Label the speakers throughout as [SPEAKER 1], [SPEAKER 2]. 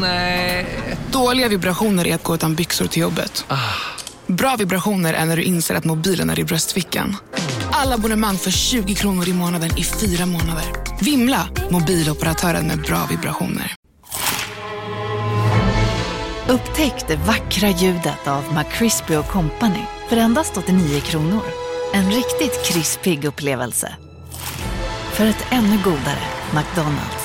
[SPEAKER 1] Nej.
[SPEAKER 2] Dåliga vibrationer är att gå utan byxor till jobbet. Bra vibrationer är när du inser att mobilen är i bröstfickan. Alla abonnemang för 20 kronor i månaden i fyra månader. Vimla! Mobiloperatören med bra vibrationer.
[SPEAKER 3] Upptäck det vackra ljudet av McCrispy Company för endast 89 kronor. En riktigt krispig upplevelse. För ett ännu godare McDonalds.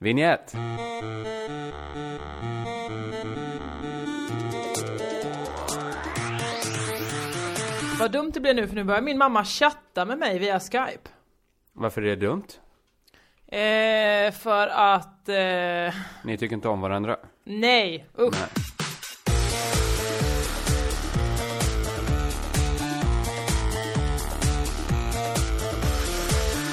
[SPEAKER 4] Vignett.
[SPEAKER 5] Vad dumt det blir nu för nu börjar min mamma chatta med mig via skype.
[SPEAKER 4] Varför är det dumt?
[SPEAKER 5] Eh, för att... Eh,
[SPEAKER 4] Ni tycker inte om varandra?
[SPEAKER 5] nej, usch.
[SPEAKER 4] Nej.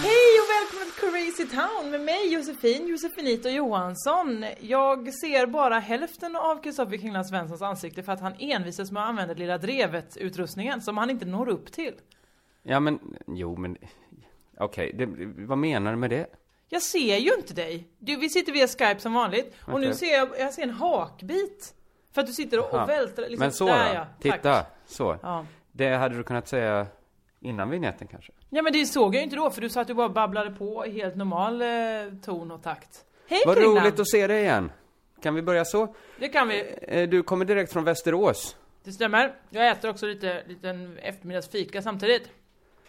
[SPEAKER 5] Hej och välkommen till Crazy Town med mig Josefin, Josefinito Johansson. Jag ser bara hälften av Kristoffer Kringland Svenssons ansikte för att han envisas med att använda lilla drevet-utrustningen som han inte når upp till.
[SPEAKER 4] Ja, men jo, men okej, det- vad menar du med det?
[SPEAKER 5] Jag ser ju inte dig! Du, vi sitter via skype som vanligt och nu
[SPEAKER 4] Okej.
[SPEAKER 5] ser jag, jag ser en hakbit. För att du sitter och,
[SPEAKER 4] Ja.
[SPEAKER 5] och välter liksom,
[SPEAKER 4] men så
[SPEAKER 5] där
[SPEAKER 4] då,
[SPEAKER 5] ja.
[SPEAKER 4] titta,
[SPEAKER 5] Tack.
[SPEAKER 4] så.
[SPEAKER 5] Ja.
[SPEAKER 4] Det hade du kunnat säga innan vignetten kanske?
[SPEAKER 5] ja men det såg jag ju inte då för du sa att du bara babblade på i helt normal eh, ton och takt. Hej
[SPEAKER 4] Vad
[SPEAKER 5] Kringland!
[SPEAKER 4] roligt att se dig igen! Kan vi börja så?
[SPEAKER 5] Det kan vi,
[SPEAKER 4] Eh, Du kommer direkt från Västerås.
[SPEAKER 5] det stämmer. Jag äter också lite, liten eftermiddagsfika samtidigt.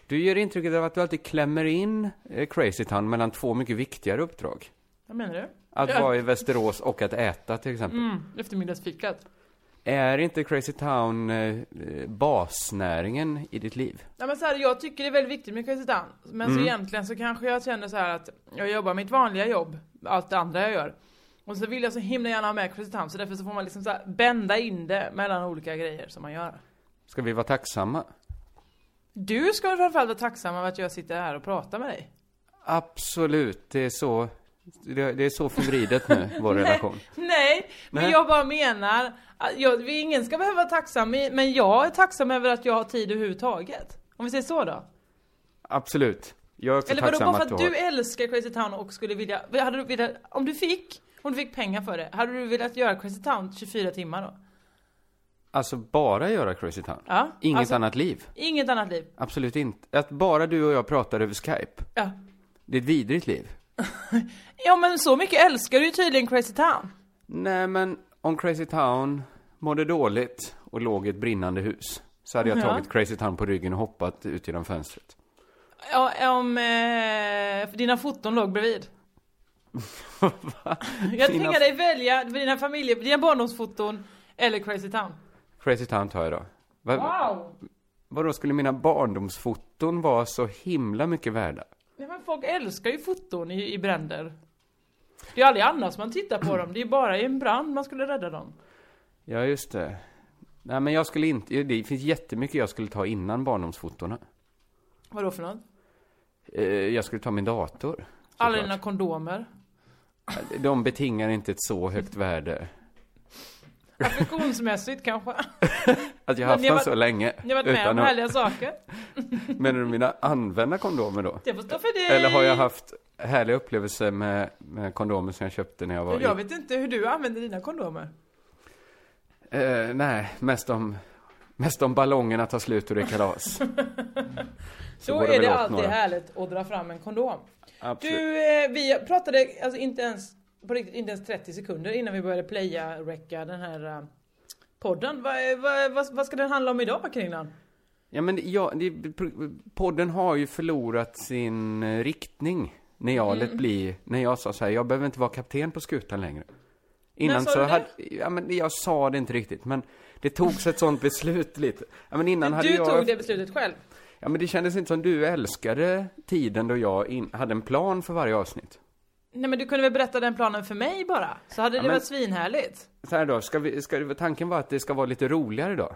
[SPEAKER 4] Du ger intrycket av att du alltid klämmer in eh, Crazy Town mellan två mycket viktigare uppdrag.
[SPEAKER 5] Vad menar du?
[SPEAKER 4] Att
[SPEAKER 5] Ja.
[SPEAKER 4] vara i Västerås och att äta till exempel.
[SPEAKER 5] Mm, eftermiddagsfikat.
[SPEAKER 4] Är inte Crazy Town eh, eh, basnäringen i ditt liv?
[SPEAKER 5] Ja, men så här, jag tycker det är väldigt viktigt med Crazy Town. Men så egentligen så kanske jag känner så här att jag jobbar mitt vanliga jobb, allt det andra jag gör. Och så vill jag så himla gärna ha med Crazy Town så därför så får man liksom så här bända in det mellan olika grejer som man gör.
[SPEAKER 4] Ska vi vara tacksamma?
[SPEAKER 5] Du ska väl framförallt vara tacksam över att jag sitter här och pratar med dig?
[SPEAKER 4] Absolut, det är så, det, det är så förvridet nu, vår relation.
[SPEAKER 5] Nej, men
[SPEAKER 4] Nej.
[SPEAKER 5] jag bara menar att jag, vi- ingen ska behöva vara tacksam, men jag är tacksam över att jag har tid överhuvudtaget. Om vi säger så då.
[SPEAKER 4] Absolut. Jag är också
[SPEAKER 5] Eller vadå,
[SPEAKER 4] tacksam
[SPEAKER 5] bara för
[SPEAKER 4] att
[SPEAKER 5] att
[SPEAKER 4] du
[SPEAKER 5] du
[SPEAKER 4] har...
[SPEAKER 5] älskar Crazy Town och skulle vilja, hade du velat, om du fick, om du fick pengar för det, hade du velat göra Crazy Town 24 timmar då?
[SPEAKER 4] Alltså, bara göra Crazy Town.
[SPEAKER 5] Ja,
[SPEAKER 4] Inget
[SPEAKER 5] alltså-
[SPEAKER 4] annat liv.
[SPEAKER 5] Inget annat liv?
[SPEAKER 4] Absolut inte. Att bara du och jag pratar över Skype,
[SPEAKER 5] Ja.
[SPEAKER 4] det är ett vidrigt liv.
[SPEAKER 5] Ja men så mycket älskar du ju tydligen Crazy Town.
[SPEAKER 4] Nej, men om Crazy Town mådde dåligt och låg i ett brinnande hus så hade jag
[SPEAKER 5] Ja.
[SPEAKER 4] tagit Crazy Town på ryggen och hoppat ut genom fönstret.
[SPEAKER 5] Ja, om eh, för dina foton låg bredvid.
[SPEAKER 4] Va?
[SPEAKER 5] Jag
[SPEAKER 4] Dina-
[SPEAKER 5] tvingar dig välja dina familje, dina barndomsfoton eller Crazy Town.
[SPEAKER 4] Crazy Town tar jag då. Va,
[SPEAKER 5] Wow!
[SPEAKER 4] Vadå, skulle mina barndomsfoton vara så himla mycket värda?
[SPEAKER 5] Nej men folk älskar ju foton i, i bränder. Det är aldrig annars man tittar på dem, det är bara i en brand man skulle rädda dem.
[SPEAKER 4] Ja, just det. Nej, men jag skulle inte... Det finns jättemycket jag skulle ta innan barndomsfotona.
[SPEAKER 5] Vadå för något?
[SPEAKER 4] Eh, Jag skulle ta min dator.
[SPEAKER 5] Alla
[SPEAKER 4] såklart.
[SPEAKER 5] dina kondomer.
[SPEAKER 4] De betingar inte ett så högt värde.
[SPEAKER 5] Affektionsmässigt kanske.
[SPEAKER 4] Att jag
[SPEAKER 5] Men
[SPEAKER 4] haft
[SPEAKER 5] ni har
[SPEAKER 4] dem så
[SPEAKER 5] varit-
[SPEAKER 4] länge.
[SPEAKER 5] Ni har varit med om
[SPEAKER 4] att-
[SPEAKER 5] härliga saker.
[SPEAKER 4] Menar du mina använda kondomer då?
[SPEAKER 5] Det får stå för dig.
[SPEAKER 4] Eller har jag haft härliga upplevelser med, med kondomer som jag köpte när jag var
[SPEAKER 5] Jag vet inte hur du använder dina kondomer.
[SPEAKER 4] i... Eh, nej, mest om... Mest om ballongerna tar slut och det är kalas. Så
[SPEAKER 5] Då
[SPEAKER 4] går
[SPEAKER 5] är
[SPEAKER 4] väl
[SPEAKER 5] det
[SPEAKER 4] åt
[SPEAKER 5] alltid
[SPEAKER 4] några.
[SPEAKER 5] härligt att dra fram en kondom.
[SPEAKER 4] Absolut.
[SPEAKER 5] Du, eh, vi pratade alltså inte ens, på riktigt, inte ens 30 sekunder innan vi började playa, recka den här eh, podden. Vad eh, vad- vad- vad ska den handla om idag Kringland?
[SPEAKER 4] Ja, men det- ja, det, pro- podden har ju förlorat sin eh, riktning. När jag
[SPEAKER 5] Mm.
[SPEAKER 4] lät bli, när jag sa så här, jag behöver inte vara kapten på skutan längre. Innan
[SPEAKER 5] sa
[SPEAKER 4] så
[SPEAKER 5] du det?
[SPEAKER 4] hade, ja men jag sa det inte riktigt, men det togs ett sånt beslut lite. Ja men innan hade
[SPEAKER 5] Du
[SPEAKER 4] jag...
[SPEAKER 5] tog det beslutet själv.
[SPEAKER 4] Ja men det kändes inte som du älskade tiden då jag in, hade en plan för varje avsnitt.
[SPEAKER 5] Nej men du kunde väl berätta den planen för mig bara? Så hade det
[SPEAKER 4] men-
[SPEAKER 5] varit svinhärligt.
[SPEAKER 4] Så här då, ska vi, ska, det- tanken var att det ska vara lite roligare då.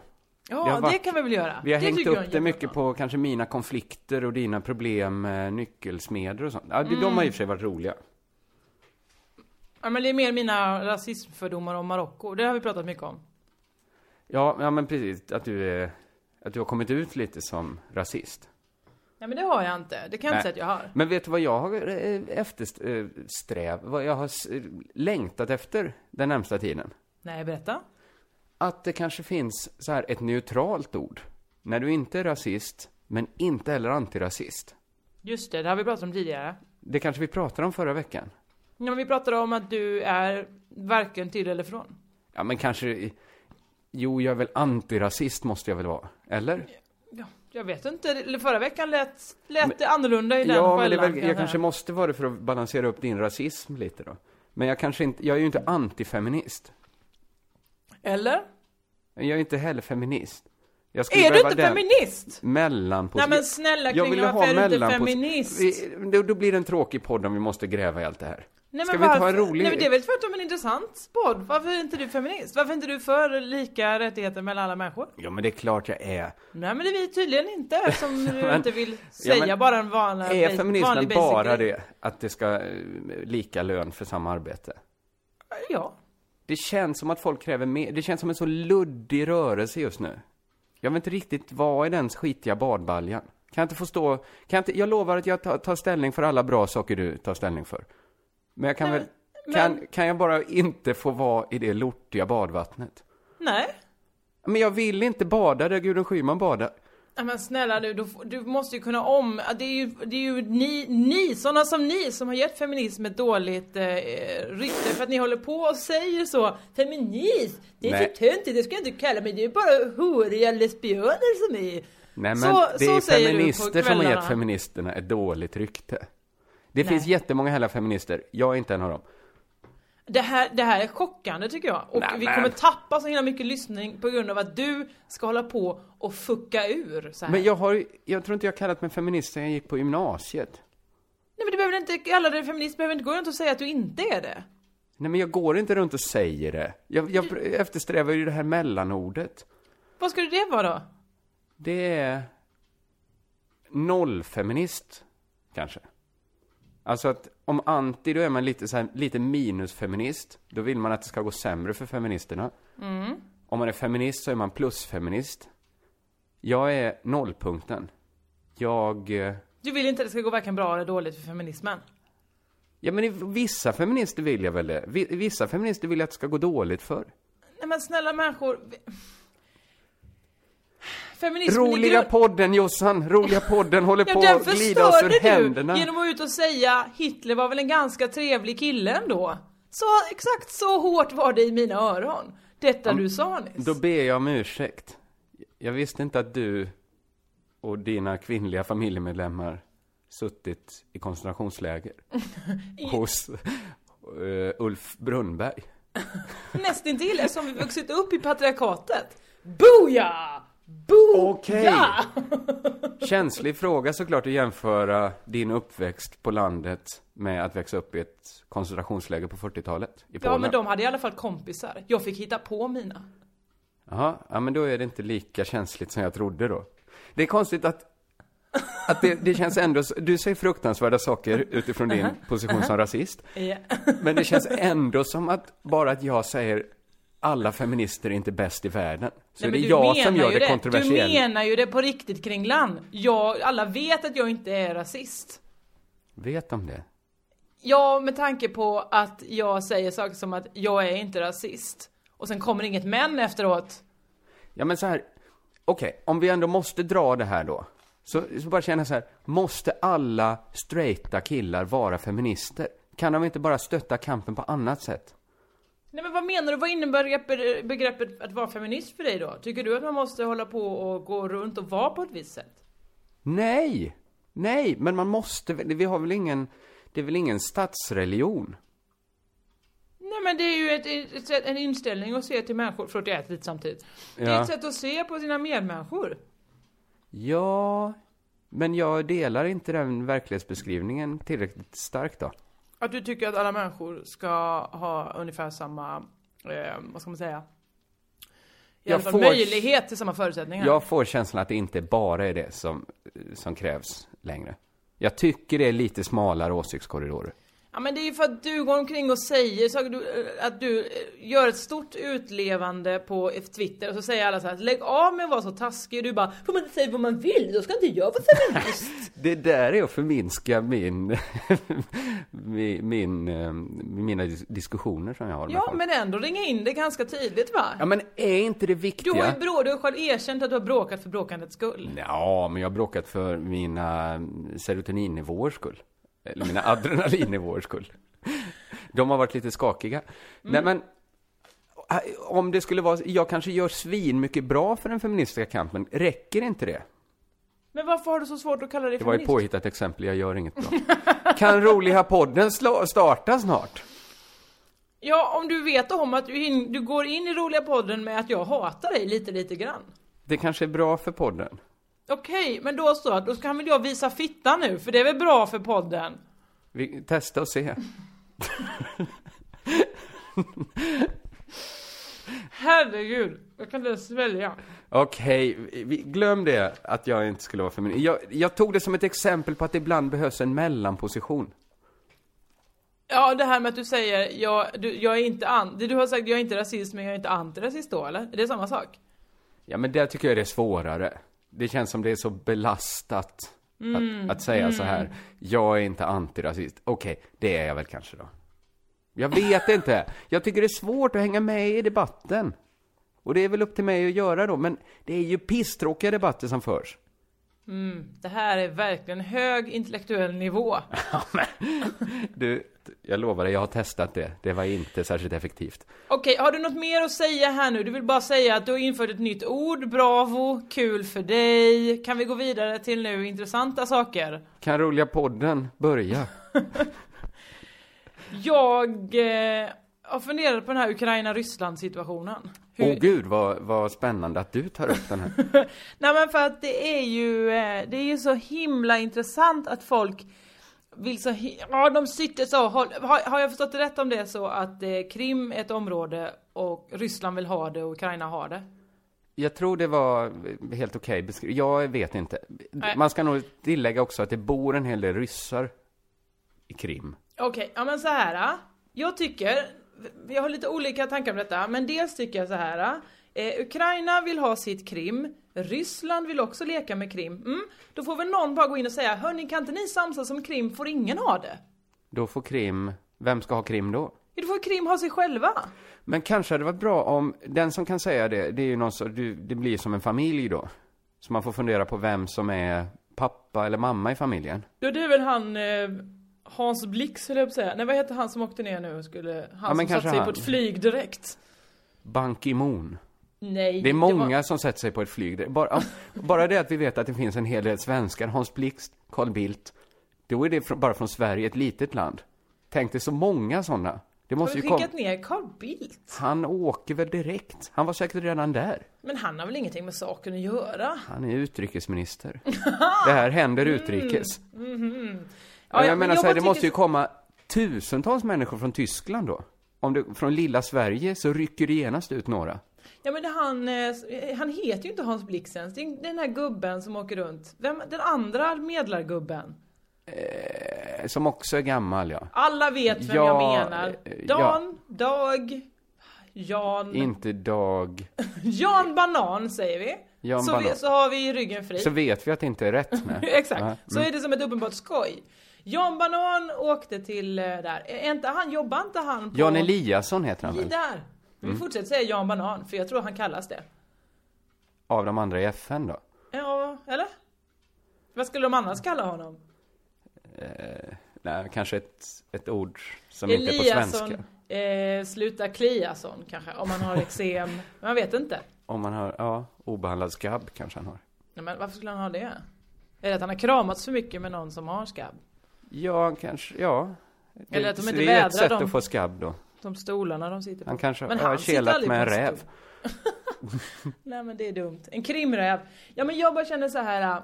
[SPEAKER 5] Ja,
[SPEAKER 4] Det har
[SPEAKER 5] det,
[SPEAKER 4] varit-
[SPEAKER 5] kan vi väl göra.
[SPEAKER 4] Vi har
[SPEAKER 5] det
[SPEAKER 4] hängt
[SPEAKER 5] tycker jag är
[SPEAKER 4] upp det
[SPEAKER 5] en
[SPEAKER 4] mycket
[SPEAKER 5] jättebra
[SPEAKER 4] på kanske mina konflikter och dina problem med nyckelsmeder och sånt. Ja, det- De har i och för sig varit roliga.
[SPEAKER 5] plan. Ja men det är mer mina rasismfördomar om Marocko. Det har vi pratat mycket om.
[SPEAKER 4] Ja, ja men precis. Att du, är, att du har kommit ut lite som rasist.
[SPEAKER 5] Nej men det har jag inte. Det kan jag
[SPEAKER 4] Nej.
[SPEAKER 5] inte säga att jag har.
[SPEAKER 4] Men vet du vad jag har eh, eftersträv, vad jag har s- eh, längtat efter den närmsta tiden?
[SPEAKER 5] Nej berätta.
[SPEAKER 4] Att det kanske finns så här ett neutralt ord. När du inte är rasist, men inte heller antirasist.
[SPEAKER 5] Just det, det har vi pratat om tidigare.
[SPEAKER 4] Det kanske vi pratade om förra veckan.
[SPEAKER 5] Ja, men vi pratade om att du är varken till eller från.
[SPEAKER 4] Ja, men kanske... Jo, jag är väl antirasist måste jag väl vara? Eller?
[SPEAKER 5] Ja, jag vet inte, eller förra veckan lät, lät det annorlunda i den
[SPEAKER 4] ja, men det är
[SPEAKER 5] skällan,
[SPEAKER 4] väl,
[SPEAKER 5] kan
[SPEAKER 4] jag
[SPEAKER 5] säga.
[SPEAKER 4] kanske måste vara det för att balansera upp din rasism lite då. Men jag kanske inte, jag är ju inte antifeminist.
[SPEAKER 5] Eller?
[SPEAKER 4] Jag är inte heller feminist. Jag skulle
[SPEAKER 5] Är du
[SPEAKER 4] behöva
[SPEAKER 5] inte
[SPEAKER 4] den
[SPEAKER 5] feminist?
[SPEAKER 4] Mellanpos-
[SPEAKER 5] Nej men snälla
[SPEAKER 4] jag vill
[SPEAKER 5] Kringlan,
[SPEAKER 4] ha
[SPEAKER 5] varför är du inte
[SPEAKER 4] mellanpos-
[SPEAKER 5] feminist?
[SPEAKER 4] Vi, då, då blir det en tråkig podd om vi måste gräva i allt det här.
[SPEAKER 5] Nej, men
[SPEAKER 4] Ska vi inte ha en
[SPEAKER 5] varför-
[SPEAKER 4] rolig-
[SPEAKER 5] Nej men det är väl tvärtom en intressant podd? Varför är inte du feminist? Varför är inte du för lika rättigheter mellan alla människor?
[SPEAKER 4] Ja, men det är klart jag är.
[SPEAKER 5] Nej men det är vi tydligen inte, som du
[SPEAKER 4] men-
[SPEAKER 5] inte vill säga
[SPEAKER 4] men-
[SPEAKER 5] bara en vanlig,
[SPEAKER 4] är feminismen
[SPEAKER 5] vanlig basic
[SPEAKER 4] bara
[SPEAKER 5] grej.
[SPEAKER 4] det? Att det ska eh, lika lön för samma arbete?
[SPEAKER 5] Ja.
[SPEAKER 4] Det känns som att folk kräver mer. Det känns som en så luddig rörelse just nu. Jag vill inte riktigt vara i den skitiga badbaljan. Kan jag inte få stå... Kan jag, inte, jag lovar att jag tar, tar ställning för alla bra saker du tar ställning för. Men jag kan
[SPEAKER 5] Nej,
[SPEAKER 4] väl...
[SPEAKER 5] men-
[SPEAKER 4] Kan, kan jag bara inte få vara i det lortiga badvattnet?
[SPEAKER 5] Nej.
[SPEAKER 4] Men jag vill inte bada där Gudrun Schyman badar.
[SPEAKER 5] Nej, men snälla du, du, f- du måste ju kunna om... Det är ju, det är ju ni, ni, sådana som ni som har gett feminism ett dåligt eh, rykte för att ni håller på och säger så. Feminism, det är
[SPEAKER 4] Nej.
[SPEAKER 5] så töntigt, det ska jag inte kalla mig. Det är ju bara horiga lesbianer som är...
[SPEAKER 4] Nej men
[SPEAKER 5] Så-
[SPEAKER 4] det
[SPEAKER 5] så
[SPEAKER 4] är
[SPEAKER 5] säger du på
[SPEAKER 4] feminister som har
[SPEAKER 5] kvällarna.
[SPEAKER 4] gett feministerna ett dåligt rykte. Det
[SPEAKER 5] Nej.
[SPEAKER 4] finns jättemånga hela feminister. Jag är inte en av dem.
[SPEAKER 5] Det här, det här är chockande tycker jag. Och
[SPEAKER 4] Nej,
[SPEAKER 5] vi
[SPEAKER 4] men-
[SPEAKER 5] kommer tappa så himla mycket lyssning på grund av att du ska hålla på och fucka ur så här.
[SPEAKER 4] Men jag har ju- jag tror inte jag kallat mig feminist sen jag gick på gymnasiet.
[SPEAKER 5] Nej men du behöver inte kalla dig feminist, behöver inte gå runt och säga att du inte är det.
[SPEAKER 4] Nej men jag går inte runt och säger det. Jag, jag eftersträvar ju det här mellanordet.
[SPEAKER 5] Vad skulle det vara då?
[SPEAKER 4] Det är nollfeminist, kanske. Alltså att om anti, då är man lite, så här, lite minusfeminist. Då vill man att det ska gå sämre för feministerna. Om man är feminist så är man plusfeminist. Jag är nollpunkten. Jag... eh,
[SPEAKER 5] Du vill inte att det ska gå varken bra eller dåligt för feminismen.
[SPEAKER 4] Ja men i- vissa feminister vill jag väl det. Vi- Vissa feminister vill jag att det ska gå dåligt för.
[SPEAKER 5] Nej men snälla människor. Feminismen i
[SPEAKER 4] Roliga
[SPEAKER 5] grund-
[SPEAKER 4] podden Jossan, roliga podden håller på
[SPEAKER 5] den
[SPEAKER 4] att glida oss ur
[SPEAKER 5] förstörde
[SPEAKER 4] händerna.
[SPEAKER 5] du genom att ut och säga Hitler var väl en ganska trevlig kille ändå. Så exakt så hårt var det i mina öron. Detta du sa nyss.
[SPEAKER 4] Då ber jag om ursäkt. Jag visste inte att du och dina kvinnliga familjemedlemmar suttit i koncentrationsläger hos eh, Ulf Brunnberg.
[SPEAKER 5] Nästintill eftersom vi vuxit upp i patriarkatet. Boja! Boja!
[SPEAKER 4] Okej. Känslig fråga såklart att jämföra din uppväxt på landet med att växa upp i ett koncentrationsläger på 40-talet i Polen.
[SPEAKER 5] Ja men de hade i alla fall kompisar. Jag fick hitta på mina.
[SPEAKER 4] Jaha, ja men då är det inte lika känsligt som jag trodde då. Det är konstigt att, att det, det känns ändå, så- du säger fruktansvärda saker utifrån din
[SPEAKER 5] Uh-huh.
[SPEAKER 4] position som rasist.
[SPEAKER 5] Ja.
[SPEAKER 4] Men det känns ändå som att bara att jag säger alla feminister är inte bäst i världen. Så det
[SPEAKER 5] Nej, men
[SPEAKER 4] är
[SPEAKER 5] du
[SPEAKER 4] jag
[SPEAKER 5] menar
[SPEAKER 4] som
[SPEAKER 5] ju
[SPEAKER 4] gör det, kontroversiellt.
[SPEAKER 5] Du menar ju det på riktigt Kringlan. Jag, alla vet att jag inte är rasist.
[SPEAKER 4] Vet om det?
[SPEAKER 5] Ja, med tanke på att jag säger saker som att jag är inte rasist. Och sen kommer inget men efteråt.
[SPEAKER 4] Ja men så här, okej, om vi ändå måste dra det här då. Så, så bara känna så här, måste alla straighta killar vara feminister? Kan de inte bara stötta kampen på annat sätt?
[SPEAKER 5] Nej men vad menar du? Vad innebär begreppet- begreppet att vara feminist för dig då? Tycker du att man måste hålla på och gå runt och vara på ett visst sätt?
[SPEAKER 4] Nej! Nej, men man måste väl, vi har väl ingen, det är väl ingen statsreligion?
[SPEAKER 5] Nej men det är ju ett, ett, sätt- en inställning att se till människor, förlåt jag äter lite samtidigt. Det är
[SPEAKER 4] Ja.
[SPEAKER 5] ett sätt att se på sina medmänniskor.
[SPEAKER 4] Ja, men jag delar inte den verklighetsbeskrivningen tillräckligt starkt då.
[SPEAKER 5] Att du tycker att alla människor ska ha ungefär samma, eh, vad ska man säga? I
[SPEAKER 4] Jag
[SPEAKER 5] alla fall
[SPEAKER 4] får-
[SPEAKER 5] möjlighet till samma förutsättningar.
[SPEAKER 4] Jag får känslan att det inte bara är det som, som krävs längre. Jag tycker det är lite smalare åsiktskorridorer.
[SPEAKER 5] Ja men det är ju för att du går omkring och säger saker, du, eh, att du eh, gör ett stort utlevande på Twitter och så säger alla så här: lägg av med att vara så taskig. Du bara, får man inte säga vad man vill, då ska inte jag vara feminist.
[SPEAKER 4] Det där är att förminska min, min, min, eh, mina dis- diskussioner som jag har med
[SPEAKER 5] ja
[SPEAKER 4] folk.
[SPEAKER 5] men ändå ringa in det ganska tidigt va?
[SPEAKER 4] Ja, men är inte det
[SPEAKER 5] Du
[SPEAKER 4] viktiga?
[SPEAKER 5] har ju brå, du har själv erkänt att du har bråkat för bråkandets skull.
[SPEAKER 4] Ja, men jag har bråkat för mina serotoninnivåers skull. Eller mina adrenalinnivåers skull. De har varit lite skakiga. Nej, men eh, om det skulle vara, jag kanske gör svin mycket bra för den feministiska kampen, räcker inte det?
[SPEAKER 5] Men varför har du så svårt att kalla dig
[SPEAKER 4] Det var ett
[SPEAKER 5] feminist?
[SPEAKER 4] påhittat exempel, jag gör inget bra. Kan roliga podden sla- starta snart?
[SPEAKER 5] Ja, om du vet om att du, in, du går in i roliga podden med att jag hatar dig lite, lite grann.
[SPEAKER 4] Det kanske är bra för podden.
[SPEAKER 5] Okej, men då så, då kan väl jag visa fitta nu, för det är väl bra för podden?
[SPEAKER 4] Vi testa och se.
[SPEAKER 5] Herregud, jag kan inte ens svälja.
[SPEAKER 4] Okej, vi- glöm det att jag inte skulle vara feminist. Jag, jag tog det som ett exempel på att det ibland behövs en mellanposition.
[SPEAKER 5] Ja, det här med att du säger, jag, du, jag är inte an, det du har sagt, jag är inte rasist, men jag är inte antirasist då, eller? Är det samma sak?
[SPEAKER 4] Ja, men där tycker jag det är svårare. Det känns som det är så belastat att, att säga så här. Jag är inte antirasist. Okej, det är jag väl kanske då. Jag vet inte. Jag tycker det är svårt att hänga med i debatten. Och det är väl upp till mig att göra då, men det är ju pisstråkiga debatter som förs.
[SPEAKER 5] Det här är verkligen hög intellektuell nivå.
[SPEAKER 4] Du, jag lovar dig, jag har testat det. Det var inte särskilt effektivt.
[SPEAKER 5] Okej, har du något mer att säga här nu? Du vill bara säga att du har infört ett nytt ord, bravo, kul för dig. Kan vi gå vidare till nu intressanta saker?
[SPEAKER 4] Kan roliga podden börja?
[SPEAKER 5] Jag eh, har funderat på den här Ukraina-Ryssland situationen. Hur...
[SPEAKER 4] Åh gud, vad, vad spännande att du tar upp den här.
[SPEAKER 5] Nej men för att det är ju, eh, det är ju så himla intressant att folk vill så hi- ja de sitter så, håll- har, har jag förstått det rätt om det så att eh, Krim är ett område och Ryssland vill ha det och Ukraina har det?
[SPEAKER 4] Jag tror det var helt okej beskrivet. Jag vet inte.
[SPEAKER 5] Nej.
[SPEAKER 4] Man ska nog tillägga också att det bor en hel del ryssar i Krim.
[SPEAKER 5] Okej, ja men så här. ah. Jag tycker, vi har lite olika tankar om detta, men dels tycker jag så här. ah. Eh, Ukraina vill ha sitt Krim, Ryssland vill också leka med Krim. Mm, då får väl någon bara gå in och säga, hörni kan inte ni samsas om Krim får ingen ha det?
[SPEAKER 4] Då får Krim, vem ska ha Krim då?
[SPEAKER 5] Ja, Då får Krim ha sig själva.
[SPEAKER 4] Men kanske hade det varit bra om, den som kan säga det, det är ju någon sorts, du- det blir som en familj då. Så man får fundera på vem som är pappa eller mamma i familjen.
[SPEAKER 5] Ja det är väl han eh, Hans Blix höll jag på att säga. Nej vad heter han som åkte ner nu och skulle, han
[SPEAKER 4] men
[SPEAKER 5] som satte
[SPEAKER 4] kanske
[SPEAKER 5] sig
[SPEAKER 4] han.
[SPEAKER 5] på ett flyg direkt.
[SPEAKER 4] Ban Ki-Moon.
[SPEAKER 5] Nej.
[SPEAKER 4] Det är
[SPEAKER 5] var-
[SPEAKER 4] många som sätter sig på ett flyg. Det är Bara, bara det att vi vet att det finns en hel del svenskar, Hans Blixt, Carl Bildt. Då är det från, bara från Sverige, ett litet land. Tänk dig så många sådana. Det
[SPEAKER 5] Har
[SPEAKER 4] måste
[SPEAKER 5] vi
[SPEAKER 4] ju komma.
[SPEAKER 5] skickat ner Carl Bildt?
[SPEAKER 4] Han åker väl direkt? Han var säkert redan där.
[SPEAKER 5] Men han har väl ingenting med saken att göra?
[SPEAKER 4] Han är utrikesminister. Det här händer utrikes.
[SPEAKER 5] Mm. Ja, ja,
[SPEAKER 4] jag
[SPEAKER 5] men
[SPEAKER 4] menar så
[SPEAKER 5] bara
[SPEAKER 4] här, det
[SPEAKER 5] tycker
[SPEAKER 4] måste ju
[SPEAKER 5] så-
[SPEAKER 4] komma tusentals människor från Tyskland då. Om det, från lilla Sverige så rycker det genast ut några.
[SPEAKER 5] Ja men det han, eh, han heter ju inte Hans Blix ens. Det är den här gubben som åker runt. Vem, den andra medlargubben.
[SPEAKER 4] Eh, Som också är gammal, ja.
[SPEAKER 5] Alla vet vem
[SPEAKER 4] Ja,
[SPEAKER 5] jag menar.
[SPEAKER 4] eh, ja.
[SPEAKER 5] Dan, Dag, Jan.
[SPEAKER 4] Inte Dag...
[SPEAKER 5] Jan Banan säger vi.
[SPEAKER 4] Jan
[SPEAKER 5] så,
[SPEAKER 4] Banan.
[SPEAKER 5] Vi, så har vi ryggen fri.
[SPEAKER 4] Så vet vi att det inte är rätt. Nej.
[SPEAKER 5] Exakt.
[SPEAKER 4] Ja. Mm.
[SPEAKER 5] Så är det som ett uppenbart skoj. Jan Banan åkte till eh, där. Är inte han, jobbar inte han på...
[SPEAKER 4] Jan Mm. Eliasson heter han
[SPEAKER 5] I
[SPEAKER 4] väl?
[SPEAKER 5] Där! Vi fortsätter säga Jan Banan, för jag tror han kallas det.
[SPEAKER 4] Av de andra i FN då?
[SPEAKER 5] Ja, eller? Vad skulle de annars kalla honom?
[SPEAKER 4] Nej, kanske ett, ett ord som inte är på
[SPEAKER 5] Eliasson,
[SPEAKER 4] svenska.
[SPEAKER 5] eh, sluta kliasson kanske, om man har eksem. Man vet inte.
[SPEAKER 4] Om man har, ja, obehandlad skabb kanske han har.
[SPEAKER 5] Nej, men varför skulle han ha det? Är det att han har kramats för mycket med någon som har skabb?
[SPEAKER 4] Ja, han kanske, ja. Det,
[SPEAKER 5] Eller att de inte
[SPEAKER 4] det är
[SPEAKER 5] vädrar
[SPEAKER 4] ett sätt
[SPEAKER 5] dem.
[SPEAKER 4] att få skabb då.
[SPEAKER 5] De stolarna de sitter på.
[SPEAKER 4] Han kanske
[SPEAKER 5] Men
[SPEAKER 4] har
[SPEAKER 5] han sitter
[SPEAKER 4] kelat
[SPEAKER 5] aldrig
[SPEAKER 4] med en
[SPEAKER 5] på
[SPEAKER 4] räv.
[SPEAKER 5] stol. Nej men det är dumt. En krimräv. Ja men jag bara känner så här. äh,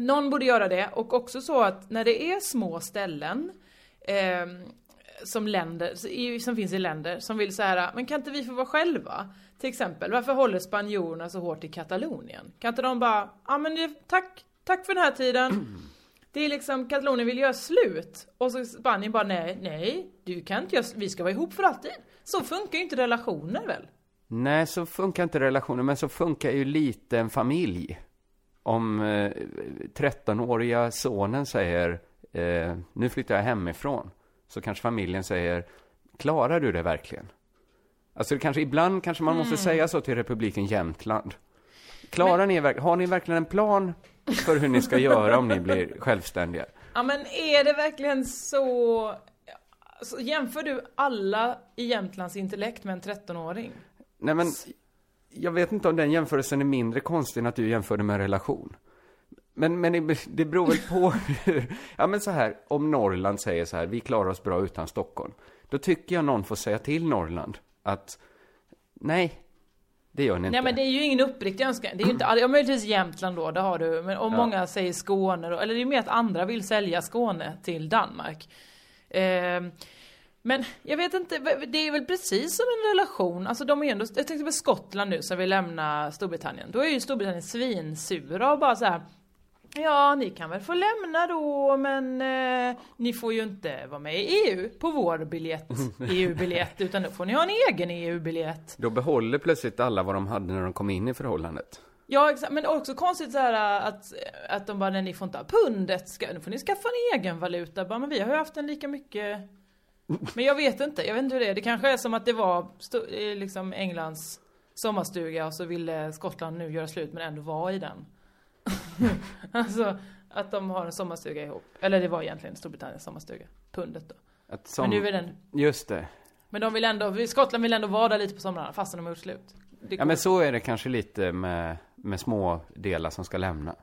[SPEAKER 5] Någon borde göra det och också så att när det är små ställen eh, som, länder, i- som finns i länder som vill så här, äh, men kan inte vi få vara själva? Till exempel, varför håller spanjorerna så hårt i Katalonien? Kan inte de bara, ja men det- tack, tack för den här tiden. Det är liksom, Katalonien vill göra slut. Och så Spanien bara, nej, nej, du kan inte göra, sl- vi ska vara ihop för alltid. Så funkar ju inte relationer väl?
[SPEAKER 4] Nej, så funkar inte relationer, men så funkar ju lite en familj. Om eh, 13-åriga sonen säger eh, nu flyttar jag hemifrån, så kanske familjen säger klarar du det verkligen? Alltså det kanske, ibland kanske man måste säga så till republiken Jämtland. Klarar ni verk- har ni verkligen en plan för hur ni ska göra om ni blir självständiga?
[SPEAKER 5] Ja men är det verkligen så... Alltså, jämför du alla i Jämtlands intellekt med en 13-åring?
[SPEAKER 4] Nej men, jag vet inte om den jämförelsen är mindre konstig än att du jämförde med en relation. Men, men det- det beror väl på hur, ja men så här, om Norrland säger så här, vi klarar oss bra utan Stockholm. Då tycker jag någon får säga till Norrland att, nej, det gör ni inte.
[SPEAKER 5] Nej men det är ju ingen uppriktig önskan. Det är ju inte alla, ja, möjligtvis Jämtland då, det har du. Men om många säger Skåne då, eller det är ju mer att andra vill sälja Skåne till Danmark. Ehm, men jag vet inte, v- det är väl precis som en relation. Alltså de är ju ändå, jag tänkte på Skottland nu som vill lämna Storbritannien. Då är ju Storbritannien svinsura och bara så här. Ja, ni kan väl få lämna då, men eh, ni får ju inte vara med i EU på vår biljett, EU-biljett, utan då får ni ha en egen E EU-biljett.
[SPEAKER 4] Då behåller plötsligt alla vad de hade när de kom in i förhållandet.
[SPEAKER 5] Ja exakt, men också konstigt så här äh, att, att de bara, nej ni får inte ha pundet, ska, nu får ni skaffa en egen valuta. Bara, men vi har ju haft den lika mycket. Men jag vet inte, jag vet inte hur det är. Det kanske är som att det var sto- eh, liksom Englands sommarstuga och så ville Skottland nu göra slut men ändå vara i den. alltså att de har en sommarstuga ihop. Eller det var egentligen Storbritanniens sommarstuga, pundet då.
[SPEAKER 4] Att som,
[SPEAKER 5] Men nu är den,
[SPEAKER 4] Just det.
[SPEAKER 5] men de vill ändå, Skottland vill ändå vara där lite på somrarna fastän de har gjort slut. Det
[SPEAKER 4] Ja men så är det kanske lite med, med små delar som ska lämna.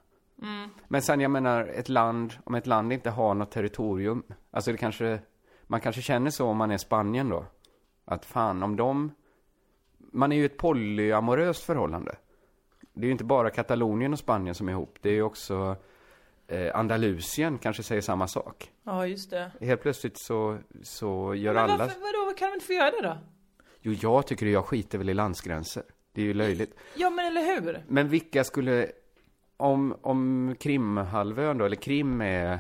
[SPEAKER 5] Mm.
[SPEAKER 4] Men sen jag menar, ett land, om ett land inte har något territorium, alltså det kanske, man kanske känner så om man är Spanien då. Att fan, om de, man är ju ett polyamoröst förhållande. Det är ju inte bara Katalonien och Spanien som är ihop, det är ju också eh, Andalusien kanske säger samma sak.
[SPEAKER 5] ja just det.
[SPEAKER 4] Helt plötsligt så, så gör
[SPEAKER 5] Men
[SPEAKER 4] alla...
[SPEAKER 5] varför, vadå, kan de inte få göra det då?
[SPEAKER 4] Jo, jag tycker det, jag skiter väl i landsgränser. Det är ju löjligt.
[SPEAKER 5] Ja men eller hur?
[SPEAKER 4] Men vilka skulle, om, om Krimhalvön då, eller Krim är,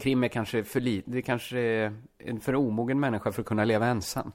[SPEAKER 4] Krim är kanske för lite, det kanske är en för omogen människa för att kunna leva ensam.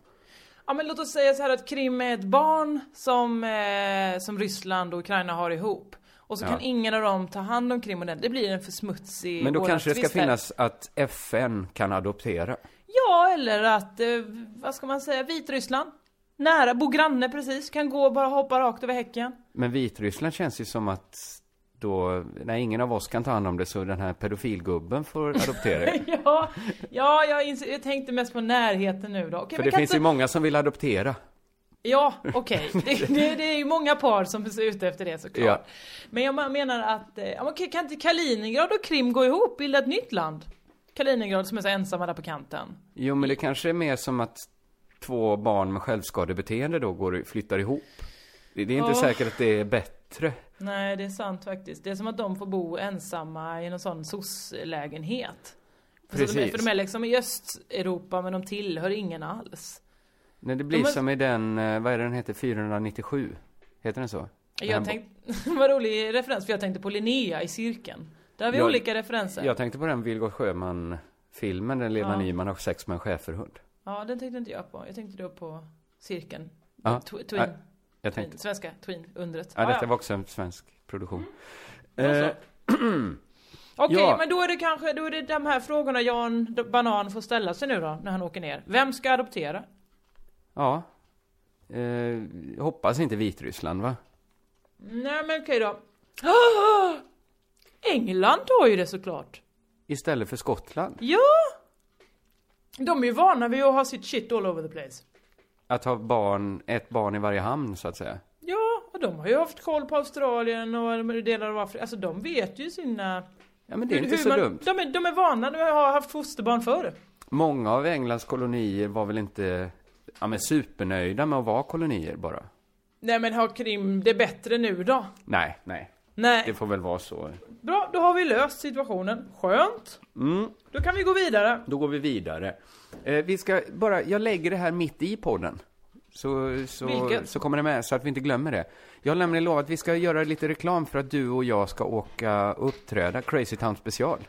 [SPEAKER 5] Ja men låt oss säga så här att Krim är ett barn som, eh, som Ryssland och Ukraina har ihop. Och så
[SPEAKER 4] Ja.
[SPEAKER 5] kan ingen av dem ta hand om Krim och den. Det blir en för smutsig
[SPEAKER 4] Men då kanske det ska
[SPEAKER 5] vårdnadstvist här.
[SPEAKER 4] finnas att FN kan adoptera.
[SPEAKER 5] Ja eller att, eh, vad ska man säga, Vitryssland. Nära, bor granne precis, kan gå och bara hoppa rakt över häcken.
[SPEAKER 4] Men Vitryssland känns ju som att då, när ingen av oss kan ta hand om det så den här pedofilgubben får adoptera er.
[SPEAKER 5] Ja, ja jag, inser, jag tänkte mest på närheten nu då. Okej,
[SPEAKER 4] För
[SPEAKER 5] men
[SPEAKER 4] det
[SPEAKER 5] kan
[SPEAKER 4] finns ju
[SPEAKER 5] inte-
[SPEAKER 4] många som vill adoptera.
[SPEAKER 5] Ja, okej. Det, det, det är ju många par som är ute efter det såklart.
[SPEAKER 4] Ja.
[SPEAKER 5] Men jag menar att, eh, ja, men okej, kan inte Kaliningrad och Krim gå ihop, bilda ett nytt land? Kaliningrad som är så ensamma där på kanten.
[SPEAKER 4] Jo, men det kanske är mer som att två barn med självskadebeteende då går, flyttar ihop. Det, det är inte
[SPEAKER 5] Ja.
[SPEAKER 4] säkert att det är bättre.
[SPEAKER 5] Nej, det är sant faktiskt. Det är som att de får bo ensamma i någon sån soc-lägenhet. För, så de, är-
[SPEAKER 4] Precis.
[SPEAKER 5] för de är liksom i Östeuropa men de tillhör ingen alls.
[SPEAKER 4] Nej, det blir
[SPEAKER 5] Ja, men-
[SPEAKER 4] som i den, eh, vad är det den heter, 497? Heter den så? Den
[SPEAKER 5] Jag tänkte, vad rolig referens, för jag tänkte på Linnea i cirkeln. Där har vi
[SPEAKER 4] Jag-
[SPEAKER 5] olika referenser.
[SPEAKER 4] Jag tänkte på den Vilgot Sjöman-filmen, den Lena Nyman har sex med en schäferhund.
[SPEAKER 5] Ja, den tänkte inte jag på. Jag tänkte då på cirkeln.
[SPEAKER 4] Ja,
[SPEAKER 5] Tw-
[SPEAKER 4] nej,
[SPEAKER 5] twin.
[SPEAKER 4] jag
[SPEAKER 5] Twin,
[SPEAKER 4] tänkte.
[SPEAKER 5] svenska twin, undret.
[SPEAKER 4] Ja,
[SPEAKER 5] Ah,
[SPEAKER 4] detta
[SPEAKER 5] ja. Mm.
[SPEAKER 4] var också en svensk produktion.
[SPEAKER 5] så.
[SPEAKER 4] Eh,
[SPEAKER 5] Okej,
[SPEAKER 4] ja.
[SPEAKER 5] men då är det kanske då är det de här frågorna Jan Banan får ställa sig nu då, när han åker ner. Vem ska adoptera?
[SPEAKER 4] ja. Eh, hoppas inte Vitryssland, va?
[SPEAKER 5] Nej men okej då. Ah! England har ju det såklart.
[SPEAKER 4] Istället för Skottland.
[SPEAKER 5] Ja! De är ju vana vid att ha sitt shit all over the place.
[SPEAKER 4] Att ha barn, ett barn i varje hamn, så att säga.
[SPEAKER 5] Ja, och de har ju haft koll på Australien och delar av Afrika. Alltså de vet ju sina...
[SPEAKER 4] Ja, men det är
[SPEAKER 5] hur-
[SPEAKER 4] inte
[SPEAKER 5] hur
[SPEAKER 4] så
[SPEAKER 5] man,
[SPEAKER 4] dumt.
[SPEAKER 5] De är, de är vana, de har haft fosterbarn förr.
[SPEAKER 4] Många av Englands kolonier var väl inte, ja men supernöjda med att vara kolonier bara.
[SPEAKER 5] Nej men har Krim det bättre nu då?
[SPEAKER 4] Nej, nej. Det
[SPEAKER 5] Nej,
[SPEAKER 4] får väl vara så.
[SPEAKER 5] bra då har vi löst situationen. Skönt.
[SPEAKER 4] Mm.
[SPEAKER 5] Då kan vi gå vidare.
[SPEAKER 4] Då går vi vidare. Eh, vi ska bara, jag lägger det här mitt i podden. Så, så,
[SPEAKER 5] Vilket?
[SPEAKER 4] så kommer det med, så att vi inte glömmer det. Jag har nämligen lovat att vi ska göra lite reklam för att du och jag ska åka och uppträda, Crazy Town special,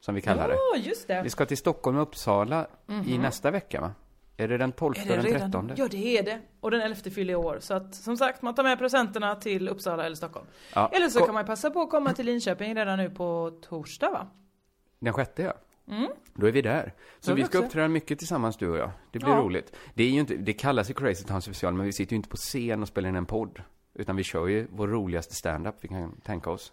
[SPEAKER 4] som vi kallar det.
[SPEAKER 5] Ja, just det.
[SPEAKER 4] Vi ska till Stockholm och Uppsala i nästa vecka, va? Är det den 12
[SPEAKER 5] Mhm. Är
[SPEAKER 4] och
[SPEAKER 5] det
[SPEAKER 4] den
[SPEAKER 5] redan?
[SPEAKER 4] 13?
[SPEAKER 5] Ja, det är det. Och den 11 fyller i år. Så att, som sagt, man tar med presenterna till Uppsala eller Stockholm.
[SPEAKER 4] Ja.
[SPEAKER 5] Eller så
[SPEAKER 4] Ko-
[SPEAKER 5] kan man passa på att komma till Linköping redan nu på torsdag, va?
[SPEAKER 4] Den sjätte, ja. Då är vi där. Så
[SPEAKER 5] Mm. Då är
[SPEAKER 4] vi
[SPEAKER 5] vi
[SPEAKER 4] ska
[SPEAKER 5] också.
[SPEAKER 4] uppträda mycket tillsammans, du och jag. Det blir
[SPEAKER 5] Ja.
[SPEAKER 4] roligt. Det, är ju inte, det kallas ju Crazy Town special, men vi sitter ju inte på scen och spelar in en podd. Utan vi kör ju vår roligaste stand-up vi kan tänka oss.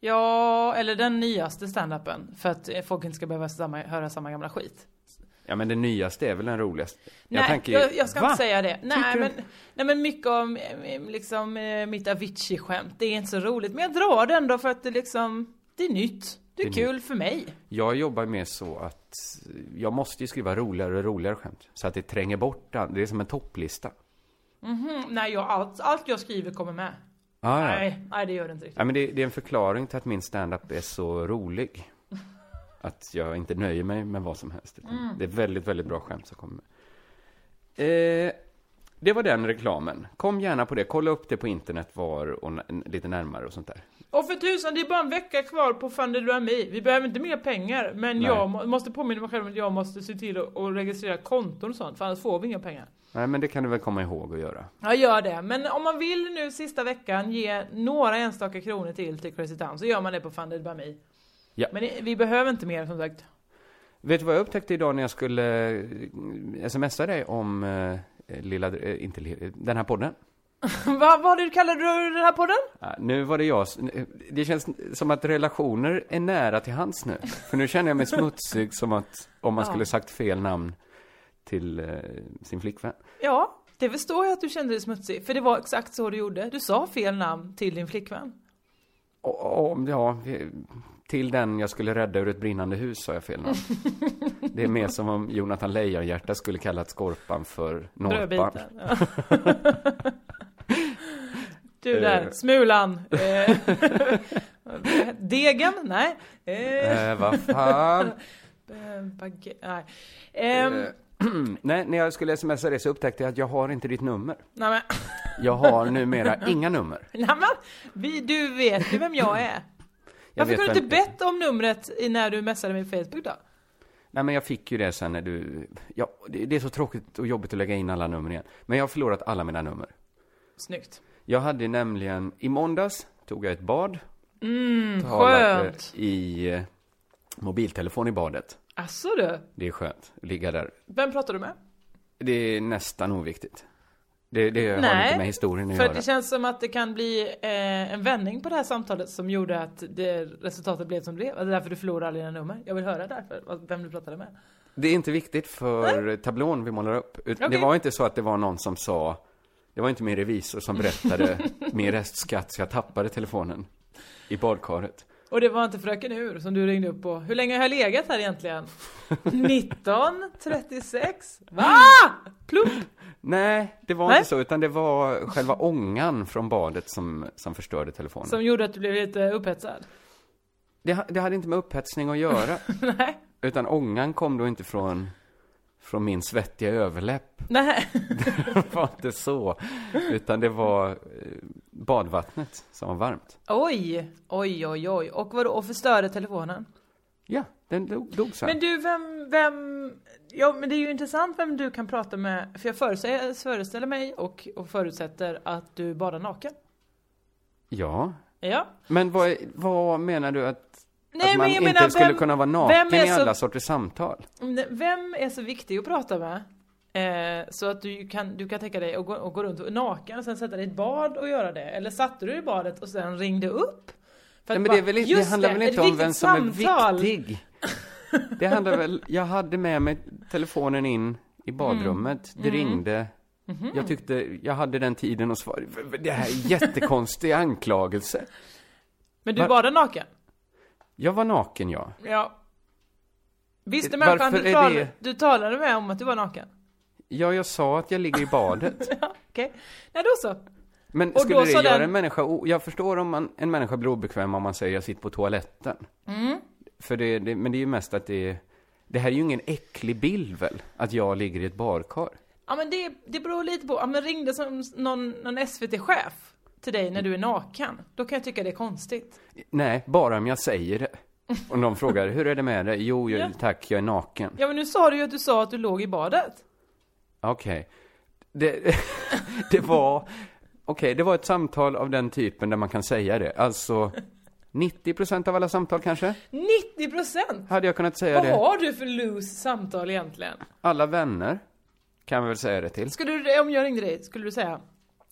[SPEAKER 5] Ja, eller den nyaste standupen. För att eh, folk inte ska behöva samma, höra samma gamla skit.
[SPEAKER 4] Ja, men det nyaste är väl den roligaste?
[SPEAKER 5] Nej, jag,
[SPEAKER 4] tänker ju-
[SPEAKER 5] jag, ska
[SPEAKER 4] Va?
[SPEAKER 5] inte säga det.
[SPEAKER 4] Tycker
[SPEAKER 5] Nej
[SPEAKER 4] du
[SPEAKER 5] men, nej, men mycket om eh, liksom, eh, mitt Avicii-skämt. Det är inte så roligt. Men jag drar det ändå för att det liksom, det är nytt. Det är,
[SPEAKER 4] är
[SPEAKER 5] kul för mig.
[SPEAKER 4] Jag jobbar med så att jag måste ju skriva roligare och roligare skämt. Så att det tränger bort an- Det är som en topplista.
[SPEAKER 5] Mm, nej, jag, allt, allt jag skriver kommer med.
[SPEAKER 4] Ah, ja.
[SPEAKER 5] Nej, nej, det gör det inte riktigt.
[SPEAKER 4] ja, men det, det är en förklaring till att min stand-up är så rolig. Att jag inte nöjer mig med vad som helst. utan Det är väldigt, väldigt bra skämt som kommer. Eh, det var den reklamen. Kom gärna på det. Kolla upp det på internet var och n- lite närmare och sånt där.
[SPEAKER 5] Och för tusan, det är bara en vecka kvar på Funder Duami. Vi behöver inte mer pengar. Men
[SPEAKER 4] Nej.
[SPEAKER 5] jag må, måste påminna mig själv att jag måste se till att att registrera konton och sånt. För annars får vi inga pengar.
[SPEAKER 4] Nej, men det kan du väl komma ihåg att göra.
[SPEAKER 5] Ja, gör det. Men om man vill nu sista veckan ge några enstaka kronor till till Crazy Town så gör man det på Funded by Me.
[SPEAKER 4] Ja.
[SPEAKER 5] Men det- vi behöver inte mer som sagt.
[SPEAKER 4] Vet du vad jag upptäckte idag när jag skulle eh, smsa dig om eh, lilla, eh, inte lilla, den här podden?
[SPEAKER 5] Vad var du kallade du den här podden?
[SPEAKER 4] Ja, nu var det jag, s- nu- det känns som att relationer är nära till hans nu. För nu känner jag mig smutsig som att om man skulle sagt fel namn till eh, sin flickvän.
[SPEAKER 5] Ja, det förstår jag att du kände dig smutsig. För det var exakt så du gjorde. Du sa fel namn till din flickvän.
[SPEAKER 4] Och, och, ja, vi- till den jag skulle rädda ur ett brinnande hus sa jag fel namn. Det är mer som om Jonathan Lejonhjärta skulle kallat Skorpan för Norpan.
[SPEAKER 5] Brödbitar. Ja. du där,
[SPEAKER 4] Eh.
[SPEAKER 5] Smulan. Eh, Degen? Nej. Eh,
[SPEAKER 4] Eh, vad fan.
[SPEAKER 5] eh, bagge, nej. Ehm,
[SPEAKER 4] Eh, Nej, när jag skulle smsa det så upptäckte jag att jag har inte ditt nummer.
[SPEAKER 5] nej men.
[SPEAKER 4] Jag har numera inga nummer.
[SPEAKER 5] Nej men, vi, du vet ju vem jag är.
[SPEAKER 4] Jag
[SPEAKER 5] Varför
[SPEAKER 4] vet
[SPEAKER 5] kunde du
[SPEAKER 4] vem-
[SPEAKER 5] inte bett om numret i- när du messade mig på Facebook då?
[SPEAKER 4] Nej, men jag fick ju det sen när du... Ja, det, det är så tråkigt och jobbigt att lägga in alla nummer igen. Men jag har förlorat alla mina nummer.
[SPEAKER 5] Snyggt.
[SPEAKER 4] Jag hade nämligen... I måndags tog jag ett bad. Mm,
[SPEAKER 5] skönt.
[SPEAKER 4] i eh, mobiltelefon i badet.
[SPEAKER 5] Asså du,
[SPEAKER 4] Det är skönt att ligga där.
[SPEAKER 5] vem pratar du med?
[SPEAKER 4] Det är nästan oviktigt. Det, det har
[SPEAKER 5] Nej,
[SPEAKER 4] inte med historien att
[SPEAKER 5] För
[SPEAKER 4] göra.
[SPEAKER 5] att det känns som att det kan bli eh, en vändning på det här samtalet som gjorde att det resultatet blev som det blev. Det är därför du förlorade alla dina nummer. Jag vill höra därför, vad- vem du pratade med.
[SPEAKER 4] Det är inte viktigt för tablån vi målar upp. Ut- Det
[SPEAKER 5] Okej.
[SPEAKER 4] var inte så att det var någon som sa, det var inte min revisor som berättade min restskatt så jag tappade telefonen i badkaret.
[SPEAKER 5] Och det var inte Fröken Ur som du ringde upp på. Hur länge har jag legat här egentligen? 19, 36? Va?
[SPEAKER 4] Mm.
[SPEAKER 5] Plump!
[SPEAKER 4] Nej, det var
[SPEAKER 5] Nej.
[SPEAKER 4] inte så, utan det var själva ångan från badet som, som förstörde telefonen.
[SPEAKER 5] Som gjorde att du blev lite upphetsad.
[SPEAKER 4] Det, ha- det hade inte med upphetsning att göra,
[SPEAKER 5] Nej.
[SPEAKER 4] utan ångan kom då inte från, från min svettiga överläpp.
[SPEAKER 5] Nej.
[SPEAKER 4] Det var inte så, utan det var eh, badvattnet som var varmt.
[SPEAKER 5] Oj, oj, oj, oj. Och vadå, och förstörde telefonen?
[SPEAKER 4] Ja, den dog, dog sen.
[SPEAKER 5] Men du, vem, vem... Ja, men det är ju intressant vem du kan prata med. För jag förutsäger, föreställer mig och, och förutsätter att du badar naken.
[SPEAKER 4] Ja,
[SPEAKER 5] Ja.
[SPEAKER 4] Men vad, vad menar du att,
[SPEAKER 5] Nej,
[SPEAKER 4] att
[SPEAKER 5] men
[SPEAKER 4] man
[SPEAKER 5] jag
[SPEAKER 4] inte
[SPEAKER 5] menar,
[SPEAKER 4] skulle
[SPEAKER 5] vem-
[SPEAKER 4] kunna vara
[SPEAKER 5] vem
[SPEAKER 4] naken
[SPEAKER 5] är
[SPEAKER 4] i
[SPEAKER 5] så-
[SPEAKER 4] alla sorters samtal?
[SPEAKER 5] Vem är så viktig att prata med? Eh, så att du kan, du kan tänka dig att gå, att gå runt och naken och sen sätta dig i ett bad och göra det. Eller satte du dig i badet och sen ringde upp? För
[SPEAKER 4] Nej,
[SPEAKER 5] att
[SPEAKER 4] men
[SPEAKER 5] bara,
[SPEAKER 4] det, är väl inte, det
[SPEAKER 5] just
[SPEAKER 4] handlar väl
[SPEAKER 5] ett
[SPEAKER 4] inte om
[SPEAKER 5] viktigt
[SPEAKER 4] vem som
[SPEAKER 5] samtal.
[SPEAKER 4] är viktig? Det handlar väl, jag hade med mig telefonen in i badrummet, det
[SPEAKER 5] Mm.
[SPEAKER 4] ringde. Jag tyckte, jag hade den tiden att svara. Det här är en jättekonstig anklagelse.
[SPEAKER 5] Men du
[SPEAKER 4] Var-
[SPEAKER 5] badar naken?
[SPEAKER 4] Jag var naken, ja.
[SPEAKER 5] Ja. Visste
[SPEAKER 4] Eh,
[SPEAKER 5] människan
[SPEAKER 4] varför
[SPEAKER 5] du,
[SPEAKER 4] är
[SPEAKER 5] tal-
[SPEAKER 4] det-
[SPEAKER 5] du talade med om att du var naken?
[SPEAKER 4] Ja, jag sa att jag ligger i badet.
[SPEAKER 5] Ja, okej. Nej, då så.
[SPEAKER 4] Men
[SPEAKER 5] Och
[SPEAKER 4] skulle
[SPEAKER 5] då
[SPEAKER 4] det
[SPEAKER 5] sa
[SPEAKER 4] göra
[SPEAKER 5] den-
[SPEAKER 4] en människa, o- jag förstår om man, en människa blir obekväm om man säger jag sitter på toaletten.
[SPEAKER 5] Mm.
[SPEAKER 4] För det, det, men det är ju mest att det är, det här är ju ingen äcklig bild väl? Att jag ligger i ett badkar.
[SPEAKER 5] Ja men det, det beror lite på, ja, men ringde som någon, någon SVT-chef till dig när du är naken, då kan jag tycka det är konstigt.
[SPEAKER 4] Nej, bara om jag säger det. Och någon frågar, hur är det med dig? Jo, jag,
[SPEAKER 5] Ja.
[SPEAKER 4] tack, jag är naken.
[SPEAKER 5] Ja men nu sa du ju att du sa att du låg i badet.
[SPEAKER 4] Okej. Det, det var... Okej, det var ett samtal av den typen där man kan säga det. Alltså, 90% av alla samtal kanske?
[SPEAKER 5] 90%!
[SPEAKER 4] Hade jag kunnat säga
[SPEAKER 5] Vad
[SPEAKER 4] det?
[SPEAKER 5] har du för loose samtal egentligen?
[SPEAKER 4] Alla vänner kan vi väl säga det till?
[SPEAKER 5] Skulle du, om jag ringde dig, skulle du säga?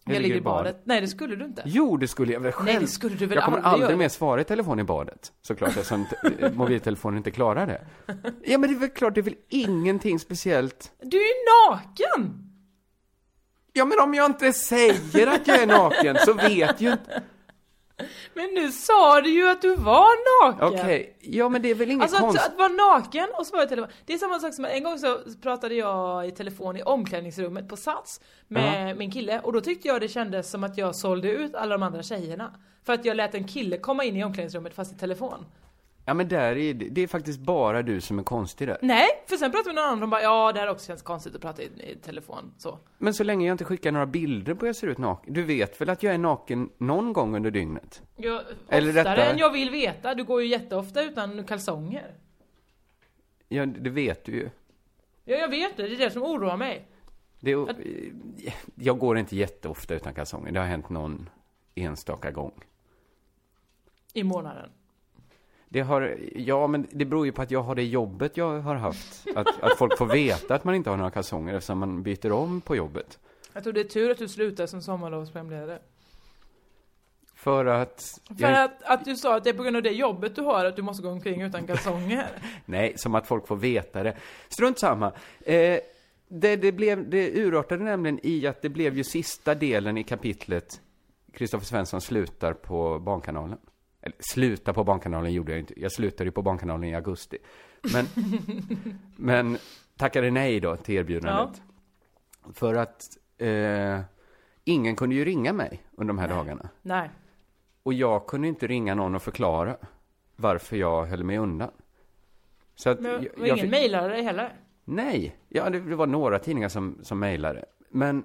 [SPEAKER 5] Jag, ligger i badet. Nej det skulle du inte.
[SPEAKER 4] Jo, det skulle jag väl själv.
[SPEAKER 5] Nej det skulle du väl
[SPEAKER 4] jag kommer
[SPEAKER 5] aldrig,
[SPEAKER 4] aldrig
[SPEAKER 5] göra?
[SPEAKER 4] mer svara i telefon i badet. Såklart, eftersom t- eh, mobiltelefonen inte klarar det. Ja, men det är väl klart, det är väl ingenting speciellt.
[SPEAKER 5] Du är ju naken!
[SPEAKER 4] Ja, men om jag inte säger att jag är naken så vet ju inte...
[SPEAKER 5] Men nu sa du ju att du var naken!
[SPEAKER 4] Okej, ja men det är väl inget
[SPEAKER 5] Alltså att,
[SPEAKER 4] konstigt.
[SPEAKER 5] att vara naken och svara i telefon. Det är samma sak som en gång så pratade jag i telefon i omklädningsrummet på Sats med min kille och då tyckte jag det kändes som att jag sålde ut alla de andra tjejerna. För att jag lät en kille komma in i omklädningsrummet fast i telefon.
[SPEAKER 4] Ja men där är det, det är faktiskt bara du som är konstig där.
[SPEAKER 5] Nej, för sen pratade vi med någon annan och de bara ja det här också känns konstigt att prata i, i telefon så.
[SPEAKER 4] Men så länge jag inte skickar några bilder på hur jag ser ut naken. Du vet väl att jag är naken någon gång under dygnet?
[SPEAKER 5] Jag,
[SPEAKER 4] Eller
[SPEAKER 5] oftare
[SPEAKER 4] rättare-
[SPEAKER 5] än jag vill veta, du går ju jätteofta utan kalsonger.
[SPEAKER 4] Ja, det vet du ju.
[SPEAKER 5] Ja jag vet det, det är det som oroar mig.
[SPEAKER 4] Det är, jag går inte jätteofta utan kalsonger. Det har hänt någon enstaka gång.
[SPEAKER 5] I månaden.
[SPEAKER 4] Det har, ja men det beror ju på att jag har det jobbet jag har haft. Att, att folk får veta att man inte har några kalsonger eftersom man byter om på jobbet.
[SPEAKER 5] Jag tror det är tur att du slutar som sommarlovsprogramledare.
[SPEAKER 4] För att...
[SPEAKER 5] För
[SPEAKER 4] jag-
[SPEAKER 5] att, att du sa att det är på grund av det jobbet du har att du måste gå omkring utan kalsonger.
[SPEAKER 4] Nej, som att folk får veta det. Strunt samma. Eh, det, det, blev, det urartade nämligen i att det blev ju sista delen i kapitlet Kristoffer Svensson slutar på Barnkanalen. Eller sluta på Barnkanalen gjorde jag inte. Jag slutade ju på Barnkanalen i augusti. Men, men tackade nej då till erbjudandet. För att eh, ingen kunde ju ringa mig under de här dagarna.
[SPEAKER 5] Nej.
[SPEAKER 4] Och jag kunde inte ringa någon och förklara varför jag höll mig undan. Så att
[SPEAKER 5] Men
[SPEAKER 4] jag-
[SPEAKER 5] och
[SPEAKER 4] jag
[SPEAKER 5] ingen mejlade dig heller.
[SPEAKER 4] Nej, ja, det, det var några tidningar som, som mejlade. Men,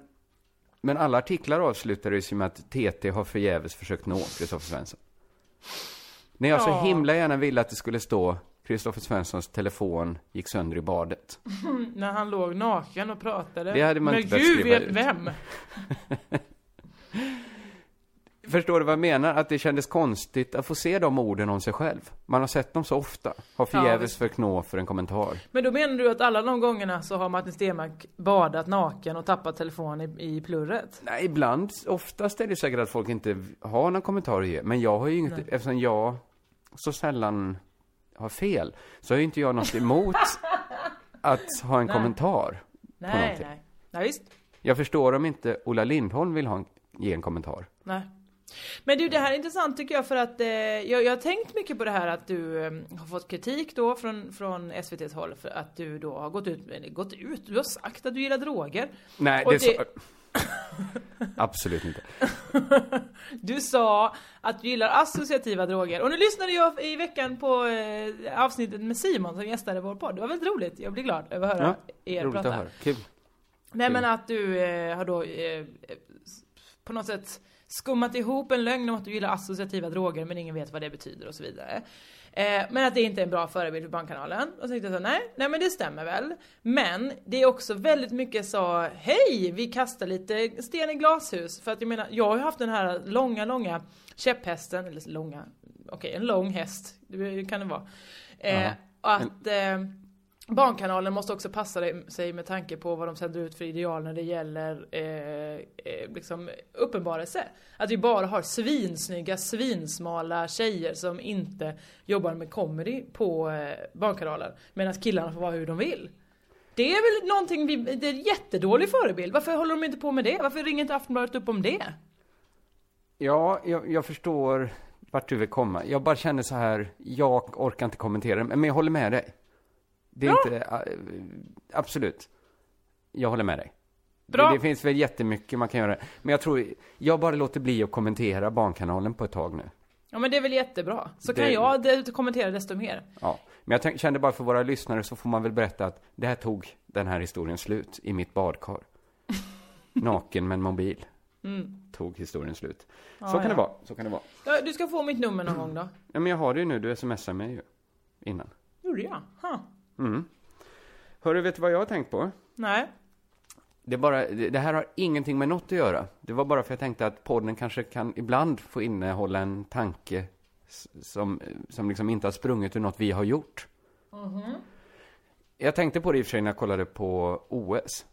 [SPEAKER 4] men alla artiklar avslutades ju med att TT har förgäves försökt nå Kristoffer Svensson. När jag
[SPEAKER 5] Ja.
[SPEAKER 4] så himla gärna ville att det skulle stå Kristoffer Svenssons telefon gick sönder i badet.
[SPEAKER 5] När han låg naken och pratade.
[SPEAKER 4] Det hade man
[SPEAKER 5] Men
[SPEAKER 4] inte behövt
[SPEAKER 5] gud
[SPEAKER 4] skriva
[SPEAKER 5] vet
[SPEAKER 4] ut.
[SPEAKER 5] vem!
[SPEAKER 4] Förstår du vad jag menar? Att det kändes konstigt att få se de orden om sig själv. Man har sett dem så ofta. Har förgäves
[SPEAKER 5] visst.
[SPEAKER 4] försökt nå för en kommentar.
[SPEAKER 5] Men då menar du att alla de gångerna så har Martin Stenmarck badat naken och tappat telefonen i, i plurret?
[SPEAKER 4] Nej, ibland, oftast är det säkert att folk inte har någon kommentar att ge. Men jag har ju inget, eftersom jag så sällan har fel, så har ju inte jag något emot att ha en kommentar.
[SPEAKER 5] Nej,
[SPEAKER 4] någonting.
[SPEAKER 5] nej. Nej, visst.
[SPEAKER 4] Jag förstår om inte Ola Lindholm vill ha en, ge en kommentar.
[SPEAKER 5] Nej. Men du, det här är intressant tycker jag för att eh, jag, jag har tänkt mycket på det här att du eh, har fått kritik då från, från SVTs håll för att du då har gått ut, eller gått ut, du har sagt att du gillar droger.
[SPEAKER 4] Nej,
[SPEAKER 5] Och
[SPEAKER 4] det, är Så... Absolut inte.
[SPEAKER 5] Du sa att du gillar associativa droger. Och nu lyssnade jag i veckan på eh, avsnittet med Simon som gästade vår podd. Det var väldigt roligt, jag blir glad över att höra er
[SPEAKER 4] roligt
[SPEAKER 5] prata.
[SPEAKER 4] att höra. Kul.
[SPEAKER 5] Nej men att du eh, har då eh, eh, på något sätt skummat ihop en lögn om att du gillar associativa droger men ingen vet vad det betyder och så vidare. Eh, men att det inte är en bra förebild för Barnkanalen. Och så tänkte jag så, här, nej, nej men det stämmer väl. Men det är också väldigt mycket så, hej vi kastar lite sten i glashus. För att jag menar, jag har ju haft den här långa, långa käpphästen, eller långa, okej en lång häst, det kan det vara. Eh,
[SPEAKER 4] Jaha.
[SPEAKER 5] att eh, Barnkanalen måste också passa dig- sig med tanke på vad de sänder ut för ideal när det gäller eh, eh, liksom uppenbarelse. Att vi bara har svinsnygga, svinsmala tjejer som inte jobbar med comedy på eh, Barnkanalen. Medan killarna får vara hur de vill. Det är väl någonting vi, det är en jättedålig förebild. Varför håller de inte på med det? Varför ringer inte Aftonbladet upp om det?
[SPEAKER 4] Ja, jag, jag förstår vart du vill komma. Jag bara känner så här, jag orkar inte kommentera det, men jag håller med dig. Det är inte, äh, absolut. Jag eh, håller med dig.
[SPEAKER 5] Bra.
[SPEAKER 4] Det, det finns väl jättemycket man kan göra. Men jag tror, jag bara låter bli att kommentera Barnkanalen på ett tag nu.
[SPEAKER 5] Ja men det är väl jättebra. Så
[SPEAKER 4] Det-
[SPEAKER 5] kan jag det- kommentera desto mer.
[SPEAKER 4] Ja. Men jag tänk, kände bara för våra lyssnare så får man väl berätta att det här tog den här historien slut i mitt badkar. Naken men mobil. Tog historien slut. så kan
[SPEAKER 5] Mm. ja.
[SPEAKER 4] det vara. Så kan det vara.
[SPEAKER 5] Ja, du ska få mitt nummer någon gång då.
[SPEAKER 4] Ja, men jag har det ju nu, du smsar mig ju. Innan.
[SPEAKER 5] Gjorde jag? Huh.
[SPEAKER 4] Hörru, vet du vad jag har tänkt på?
[SPEAKER 5] Nej.
[SPEAKER 4] Det, är bara, det det här har ingenting med något att göra. Det var bara för jag tänkte att podden kanske kan ibland få innehålla en tanke s- som, som liksom inte har sprungit ur något vi har gjort. Jag tänkte på det i och för sig när jag kollade på OS.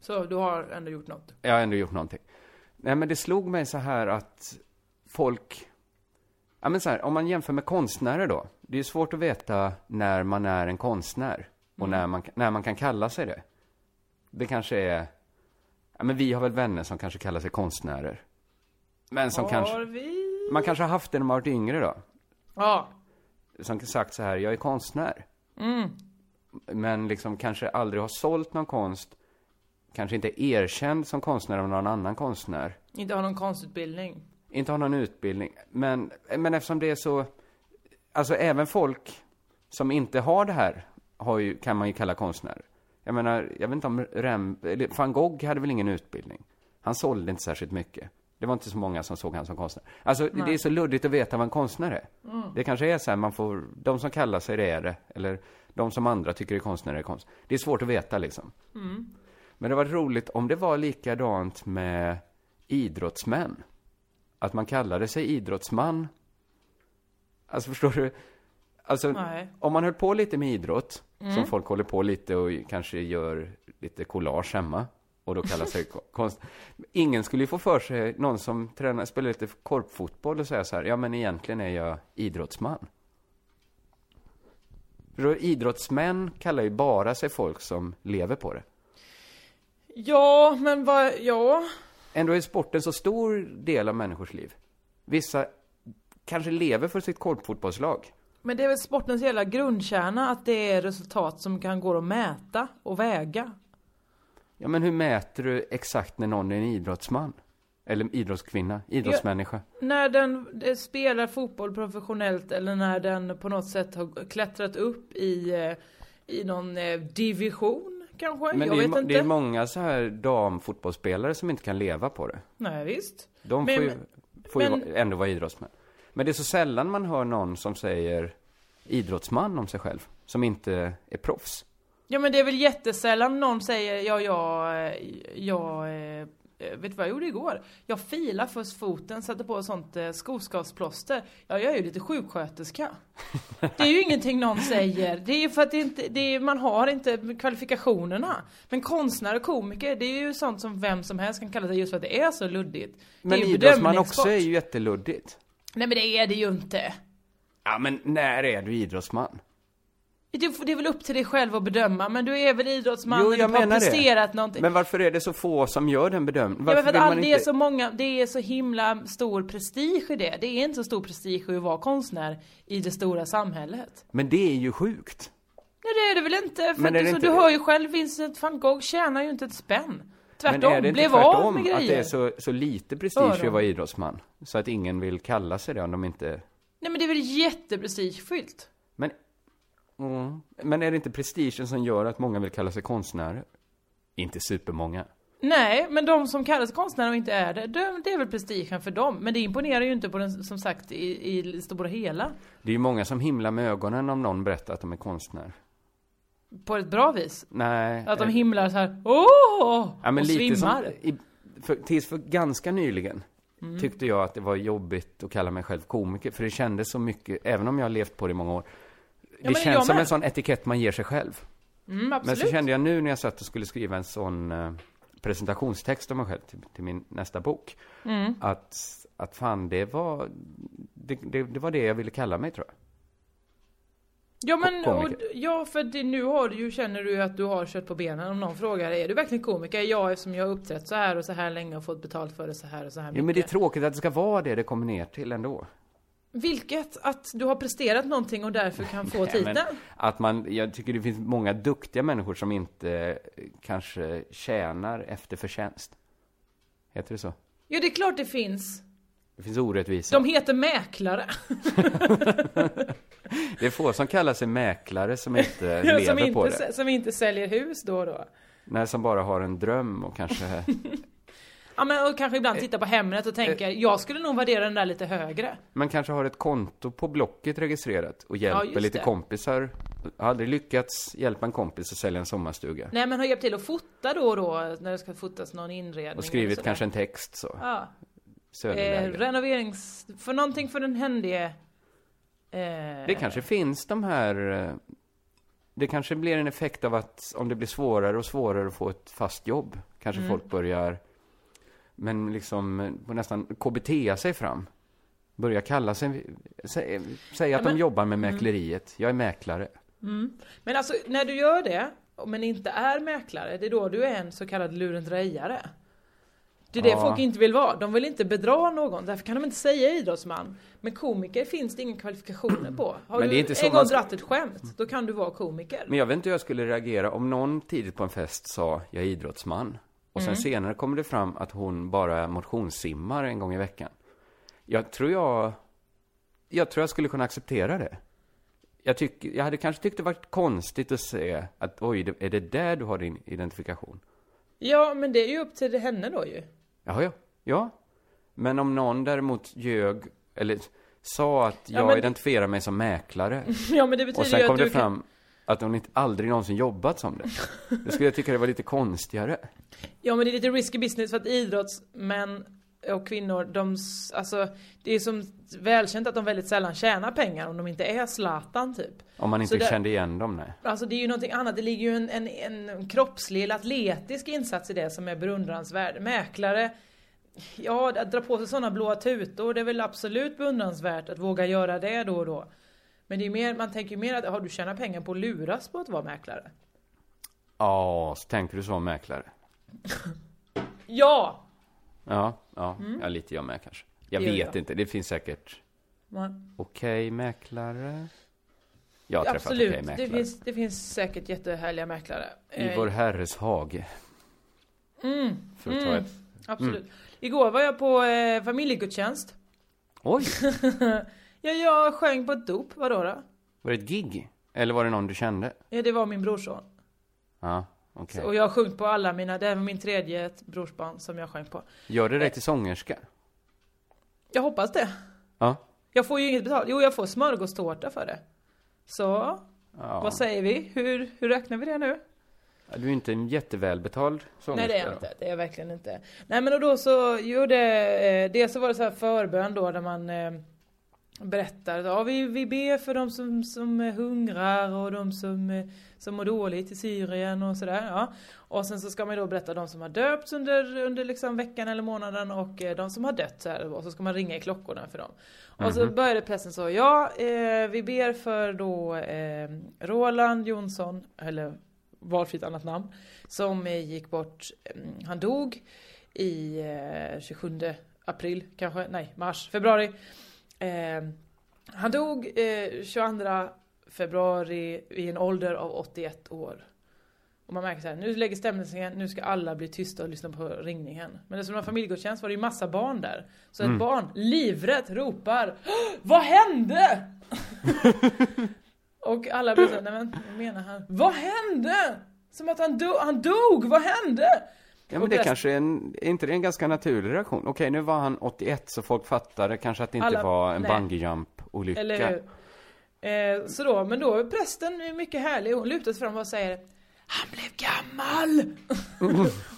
[SPEAKER 5] Så du har ändå gjort något.
[SPEAKER 4] Jag har ändå gjort någonting. Nej, men det slog mig så här att folk... Ja, men så här, om man jämför med konstnärer då. Det är ju svårt att veta när man är en konstnär och när, man, när man kan kalla sig det. Det kanske är... Ja, men vi har väl vänner som kanske kallar sig konstnärer. Men som
[SPEAKER 5] Har
[SPEAKER 4] kanske...
[SPEAKER 5] vi?
[SPEAKER 4] Man kanske har haft det när man varit yngre då.
[SPEAKER 5] Ja.
[SPEAKER 4] Som sagt så här, jag är konstnär. Men liksom kanske aldrig har sålt någon konst. Kanske inte är erkänd som konstnär av någon annan konstnär.
[SPEAKER 5] Inte har någon konstutbildning.
[SPEAKER 4] inte har någon utbildning. Men, men eftersom det är så, alltså även folk som inte har det här har ju, kan man ju kalla konstnärer. Jag menar, jag vet inte om Rem, eller van Gogh hade väl ingen utbildning? Han sålde inte särskilt mycket. Det var inte så många som såg han som konstnär. Alltså, det är så luddigt att veta vad en konstnär är. Det kanske är så här, man får, de som kallar sig det är det, eller de som andra tycker är konstnärer är konst. Det är svårt att veta liksom. Men det var roligt om det var likadant med idrottsmän att man kallade sig idrottsman. Alltså förstår du? Alltså,
[SPEAKER 5] Nej.
[SPEAKER 4] om man höll på lite med idrott, som folk håller på lite och kanske gör lite collage hemma, och då kallar sig ko- konst. Ingen skulle ju få för sig någon som tränar, spelar lite korpfotboll och säga så här, ja men egentligen är jag idrottsman. För då, idrottsmän kallar ju bara sig folk som lever på det.
[SPEAKER 5] Ja, men vad, ja.
[SPEAKER 4] Ändå är sporten så stor del av människors liv. Vissa kanske lever för sitt korpfotbollslag.
[SPEAKER 5] Men det är väl sportens hela grundkärna att det är resultat som kan gå att mäta och väga.
[SPEAKER 4] Ja, men hur mäter du exakt när någon är en idrottsman? Eller idrottskvinna, idrottsmänniska.
[SPEAKER 5] När den eh, spelar fotboll professionellt eller när den på något sätt har klättrat upp i, eh, i någon eh, division kanske?
[SPEAKER 4] Men
[SPEAKER 5] jag
[SPEAKER 4] det är, ju
[SPEAKER 5] vet
[SPEAKER 4] må-
[SPEAKER 5] inte.
[SPEAKER 4] det är många så här damfotbollsspelare som inte kan leva på det.
[SPEAKER 5] Nej visst.
[SPEAKER 4] De
[SPEAKER 5] Men-
[SPEAKER 4] får, ju, får
[SPEAKER 5] men-
[SPEAKER 4] ju va- ändå vara idrottsmän. Men det är så sällan man hör någon som säger idrottsman om sig själv, som inte är proffs.
[SPEAKER 5] Ja men det är väl jättesällan någon säger ja jag, eh, jag, eh, vet du vad jag gjorde igår? Jag filade först foten, satte på ett sånt eh, skoskavsplåster. Ja jag är ju lite sjuksköterska. Det är ju ingenting någon säger. Det är ju för att det inte, det är, man har inte kvalifikationerna. Men konstnär och komiker, det är ju sånt som vem som helst kan kalla sig just för att det är så luddigt.
[SPEAKER 4] Men
[SPEAKER 5] det är ju
[SPEAKER 4] idrottsman
[SPEAKER 5] bedömningssport.
[SPEAKER 4] också är ju jätteluddigt.
[SPEAKER 5] Nej men det är det ju inte.
[SPEAKER 4] Ja, men när är du idrottsman?
[SPEAKER 5] Det det är väl upp till dig själv att bedöma, men du är väl idrottsman
[SPEAKER 4] Jo,
[SPEAKER 5] eller
[SPEAKER 4] jag
[SPEAKER 5] du har
[SPEAKER 4] menar
[SPEAKER 5] presterat
[SPEAKER 4] det.
[SPEAKER 5] någonting.
[SPEAKER 4] Men varför är det så få som gör den bedömningen?
[SPEAKER 5] Ja,
[SPEAKER 4] Varför
[SPEAKER 5] men för att
[SPEAKER 4] vill
[SPEAKER 5] all,
[SPEAKER 4] man
[SPEAKER 5] det är
[SPEAKER 4] inte...
[SPEAKER 5] så många, det är så himla stor prestige i det. Det är inte så stor prestige att vara konstnär i det stora samhället.
[SPEAKER 4] Men det är ju sjukt.
[SPEAKER 5] Nej det är det väl inte? För
[SPEAKER 4] Men
[SPEAKER 5] att
[SPEAKER 4] är
[SPEAKER 5] du,
[SPEAKER 4] det
[SPEAKER 5] så,
[SPEAKER 4] inte-
[SPEAKER 5] du hör ju själv Vincent van Gogh tjänar ju inte ett spänn.
[SPEAKER 4] Men
[SPEAKER 5] Tvärtom,
[SPEAKER 4] är det inte
[SPEAKER 5] blev av
[SPEAKER 4] tvärtom
[SPEAKER 5] med
[SPEAKER 4] att det
[SPEAKER 5] grejer.
[SPEAKER 4] är så, så lite
[SPEAKER 5] Hör
[SPEAKER 4] prestige
[SPEAKER 5] dem.
[SPEAKER 4] att vara idrottsman? Så att ingen vill kalla sig det om de inte...
[SPEAKER 5] Nej men det är väl jätteprestigefyllt?
[SPEAKER 4] Men, mm. men är det inte prestigen som gör att många vill kalla sig konstnärer? Inte supermånga.
[SPEAKER 5] Nej, men de som kallas konstnärer och inte är det, de, det är väl prestigen för dem. Men det imponerar ju inte på den, som sagt, i, i det stora hela.
[SPEAKER 4] Det är ju många som himlar med ögonen om någon berättar att de är konstnär.
[SPEAKER 5] På ett bra vis.
[SPEAKER 4] Nej.
[SPEAKER 5] Att de
[SPEAKER 4] eh,
[SPEAKER 5] himlar så här, åh!
[SPEAKER 4] Ja, men
[SPEAKER 5] och
[SPEAKER 4] lite
[SPEAKER 5] svimmar. Mm,
[SPEAKER 4] som, i, för, tills för ganska nyligen tyckte jag att det var jobbigt att kalla mig själv komiker, för det kändes så mycket, även om jag har levt på det i många år.
[SPEAKER 5] men
[SPEAKER 4] det
[SPEAKER 5] jag
[SPEAKER 4] känns som
[SPEAKER 5] med.
[SPEAKER 4] en sån etikett man ger sig själv.
[SPEAKER 5] Mm, absolut.
[SPEAKER 4] Men så kände jag nu när jag satt och skulle skriva en sån eh, presentationstext om mig själv till, till min nästa bok,
[SPEAKER 5] Mm.
[SPEAKER 4] att, att fan, det var det, det, det var det jag ville kalla mig tror jag.
[SPEAKER 5] Ja men,
[SPEAKER 4] Ko-
[SPEAKER 5] och,
[SPEAKER 4] komiker.
[SPEAKER 5] ja för det, nu har du ju, känner du ju att du har kött på benen om någon frågar är du verkligen komiker? Ja eftersom jag har uppträtt så här och så här länge och fått betalt för det så här och så här
[SPEAKER 4] Jo, men det är tråkigt att det ska vara det det kommer ner till ändå.
[SPEAKER 5] Vilket? Att du har presterat någonting och därför kan få
[SPEAKER 4] Nej, Eh, men
[SPEAKER 5] titeln?
[SPEAKER 4] att man, jag tycker det finns många duktiga människor som inte eh, kanske tjänar efter förtjänst. Heter det så?
[SPEAKER 5] Ja det är klart det finns.
[SPEAKER 4] Det finns orättvisa.
[SPEAKER 5] De heter mäklare.
[SPEAKER 4] Det är få som kallar sig mäklare som inte lever
[SPEAKER 5] som,
[SPEAKER 4] på
[SPEAKER 5] inte,
[SPEAKER 4] det.
[SPEAKER 5] sä- som inte säljer hus då och då.
[SPEAKER 4] Nej, som bara har en dröm och kanske...
[SPEAKER 5] Ja men och kanske
[SPEAKER 4] Eh,
[SPEAKER 5] ibland tittar på Hemnet och tänker, jag skulle nog värdera den där lite högre.
[SPEAKER 4] Man kanske har ett konto på Blocket registrerat och hjälper
[SPEAKER 5] just
[SPEAKER 4] lite
[SPEAKER 5] det.
[SPEAKER 4] kompisar. Har aldrig lyckats hjälpa en kompis att sälja en sommarstuga.
[SPEAKER 5] Nej men har hjälpt till att fota då och då när det ska fotas någon inredning.
[SPEAKER 4] och
[SPEAKER 5] eller
[SPEAKER 4] skrivit
[SPEAKER 5] sådär.
[SPEAKER 4] kanske en text så.
[SPEAKER 5] Ja. Eh,
[SPEAKER 4] Söderläge.
[SPEAKER 5] renoverings... För någonting för den händige... Eh,
[SPEAKER 4] Det kanske finns de här... eh, Det kanske blir en effekt av att om det blir svårare och svårare att få ett fast jobb, kanske folk börjar, men liksom eh, på nästan KBTA sig fram. Börja kalla sig, sä, säga att
[SPEAKER 5] men-
[SPEAKER 4] de jobbar med mäkleriet, jag är mäklare.
[SPEAKER 5] Men alltså när du gör det, men inte är mäklare, det är då du är en så kallad lurendrejare. Det är det
[SPEAKER 4] Ja.
[SPEAKER 5] folk inte vill vara. De vill inte bedra någon, därför kan de inte säga idrottsman. Men komiker finns det inga kvalifikationer på. Har
[SPEAKER 4] Men det är
[SPEAKER 5] du
[SPEAKER 4] inte så
[SPEAKER 5] en
[SPEAKER 4] man
[SPEAKER 5] gång
[SPEAKER 4] ska- Mm.
[SPEAKER 5] dratt ett skämt, då kan du vara komiker.
[SPEAKER 4] Men jag vet inte hur jag skulle reagera om någon tidigt på en fest sa jag är idrottsman. Och sen senare kommer det fram att hon bara motionssimmar en gång i veckan. Jag tror jag, jag tror jag skulle kunna acceptera det. Jag, tyck, jag hade kanske tyckt det varit konstigt att se att oj, det- är det där du har din identifikation?
[SPEAKER 5] Ja, men det är ju upp till henne då ju.
[SPEAKER 4] Jaha, ja. ja. Men om någon däremot ljög eller sa att jag
[SPEAKER 5] men-
[SPEAKER 4] identifierar mig som mäklare.
[SPEAKER 5] Ja, men det
[SPEAKER 4] Och
[SPEAKER 5] betyder
[SPEAKER 4] sen
[SPEAKER 5] ju
[SPEAKER 4] kom
[SPEAKER 5] att
[SPEAKER 4] det
[SPEAKER 5] du kan...
[SPEAKER 4] fram att hon inte, aldrig någonsin jobbat som det. Det skulle jag tycka det var lite konstigare.
[SPEAKER 5] Ja men det är lite risky business för att idrottsmän och kvinnor, de, s- alltså det är som välkänt att de väldigt sällan tjänar pengar om de inte är Zlatan typ.
[SPEAKER 4] Om man
[SPEAKER 5] Så
[SPEAKER 4] inte
[SPEAKER 5] det-
[SPEAKER 4] kände igen dem, nej.
[SPEAKER 5] Alltså det är ju någonting annat, det ligger ju en, en, en kroppslig eller atletisk insats i det som är beundransvärd. Mäklare, ja att dra på sig sådana blåa tutor, det är väl absolut beundransvärt att våga göra det då och då. Men det är ju mer, man tänker ju mer att, har du tjänat pengar på att luras på att vara mäklare?
[SPEAKER 4] Ja, så tänker du så om mäklare?
[SPEAKER 5] Ja!
[SPEAKER 4] Ja, ja, ja lite jag med kanske. Jag
[SPEAKER 5] Mm. Det gör
[SPEAKER 4] vet
[SPEAKER 5] jag.
[SPEAKER 4] inte, det finns säkert
[SPEAKER 5] Man,
[SPEAKER 4] okej mäklare. Jag har träffat okej
[SPEAKER 5] absolut, det,
[SPEAKER 4] mäklare.
[SPEAKER 5] finns, det finns säkert jättehärliga mäklare.
[SPEAKER 4] I
[SPEAKER 5] Eh, Mm,
[SPEAKER 4] vår mm. herres hage. För att ta ett...
[SPEAKER 5] Absolut. Igår var jag på eh, familjegudstjänst.
[SPEAKER 4] Oj!
[SPEAKER 5] Ja, jag sjöng på ett dop, vadå då?
[SPEAKER 4] Var det ett gig? Eller var det någon du kände?
[SPEAKER 5] Ja, det var min brorson.
[SPEAKER 4] Ja, okej.
[SPEAKER 5] Och jag har sjungit på alla mina, det här var min tredje ett brorsbarn som jag sjöng på.
[SPEAKER 4] Gör det
[SPEAKER 5] Eh.
[SPEAKER 4] dig till sångerska?
[SPEAKER 5] Jag hoppas det.
[SPEAKER 4] Ja.
[SPEAKER 5] Jag får ju inget betalt. Jo, jag får smörgåstårta för det. Så,
[SPEAKER 4] ja.
[SPEAKER 5] vad säger vi? Hur, hur räknar vi det nu?
[SPEAKER 4] Du är inte en jättevälbetald sångerska.
[SPEAKER 5] Nej det är jag
[SPEAKER 4] då.
[SPEAKER 5] inte, det är jag verkligen inte. Nej men och då så gjorde, eh, dels så var det så här förbön då där man eh, berättar, ja vi, vi ber för de som, som eh, hungrar och de som, eh, som mår dåligt i Syrien och sådär. Ja. Och sen så ska man ju då berätta de som har döpts under, under liksom veckan eller månaden och eh, de som har dött så här, och så ska man ringa i klockorna för dem. Och så började prästen så, ja eh, vi ber för då eh, Roland Jonsson, eller valfritt annat namn. Som eh, gick bort, mm, han dog i eh, 27 april kanske, nej mars, februari. Eh, han dog eh, 22 februari i en ålder av 81 år. Och man märker så här, nu lägger stämningen, nu ska alla bli tysta och lyssna på ringningen. Men eftersom det var familjegudstjänst var det ju massa barn där. Så ett barn, livrädd, ropar "Åh, Vad hände? Och alla blir såhär, nej men vad menar han? Vad hände? Som att han, do- han dog, vad hände?
[SPEAKER 4] Ja,
[SPEAKER 5] Och
[SPEAKER 4] men det
[SPEAKER 5] resten-
[SPEAKER 4] kanske är en, är inte det en ganska naturlig reaktion? Okej, nu var han 81 så folk fattade kanske att det inte
[SPEAKER 5] Alla-
[SPEAKER 4] var en
[SPEAKER 5] nej.
[SPEAKER 4] bungyjump-olycka.
[SPEAKER 5] Eller hur? Eh, så då, men då är prästen är mycket härlig, hon lutar sig fram och säger Han blev gammal!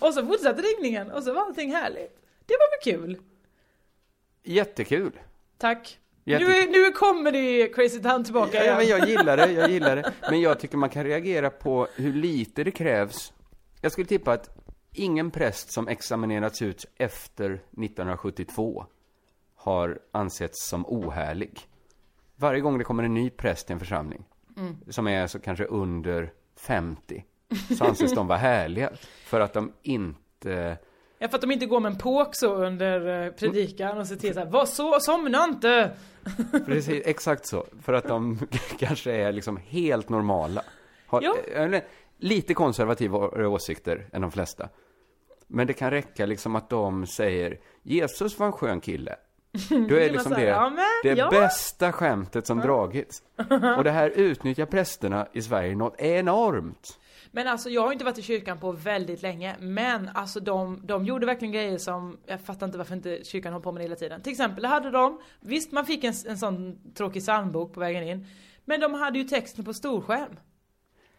[SPEAKER 5] och så fortsatte ringningen och så var allting härligt. Det var väl kul?
[SPEAKER 4] Jättekul!
[SPEAKER 5] Tack.
[SPEAKER 4] Jätte-
[SPEAKER 5] Nu, är, nu kommer det Crazy Town tillbaka
[SPEAKER 4] Ja,
[SPEAKER 5] igen.
[SPEAKER 4] men jag gillar det, jag gillar det. Men jag tycker man kan reagera på hur lite det krävs. Jag skulle tippa att ingen präst som examinerats ut efter 1972 har ansetts som ohärlig. Varje gång det kommer en ny präst i en församling,
[SPEAKER 5] Mm.
[SPEAKER 4] som är så kanske under 50, så anses de vara härliga. För att de inte
[SPEAKER 5] Ja, för att de inte går med en påk så under eh, predikan och ser till såhär, var så, somna inte!
[SPEAKER 4] Precis, exakt så. För att de kanske är liksom helt normala. Har
[SPEAKER 5] Ja.
[SPEAKER 4] eh, eller lite konservativa å- åsikter än de flesta. Men det kan räcka liksom att de säger Jesus var en skön kille. Då är
[SPEAKER 5] man
[SPEAKER 4] liksom
[SPEAKER 5] så här,
[SPEAKER 4] det
[SPEAKER 5] "Ja, men,
[SPEAKER 4] det
[SPEAKER 5] ja."
[SPEAKER 4] bästa skämtet som dragits. Och det här utnyttjar prästerna i Sverige något enormt.
[SPEAKER 5] Men alltså jag har inte varit i kyrkan på väldigt länge, men alltså de, de gjorde verkligen grejer som, jag fattar inte varför inte kyrkan håller på med det hela tiden. Till exempel hade de, visst man fick en, en sån tråkig psalmbok på vägen in, men de hade ju texten på storskärm.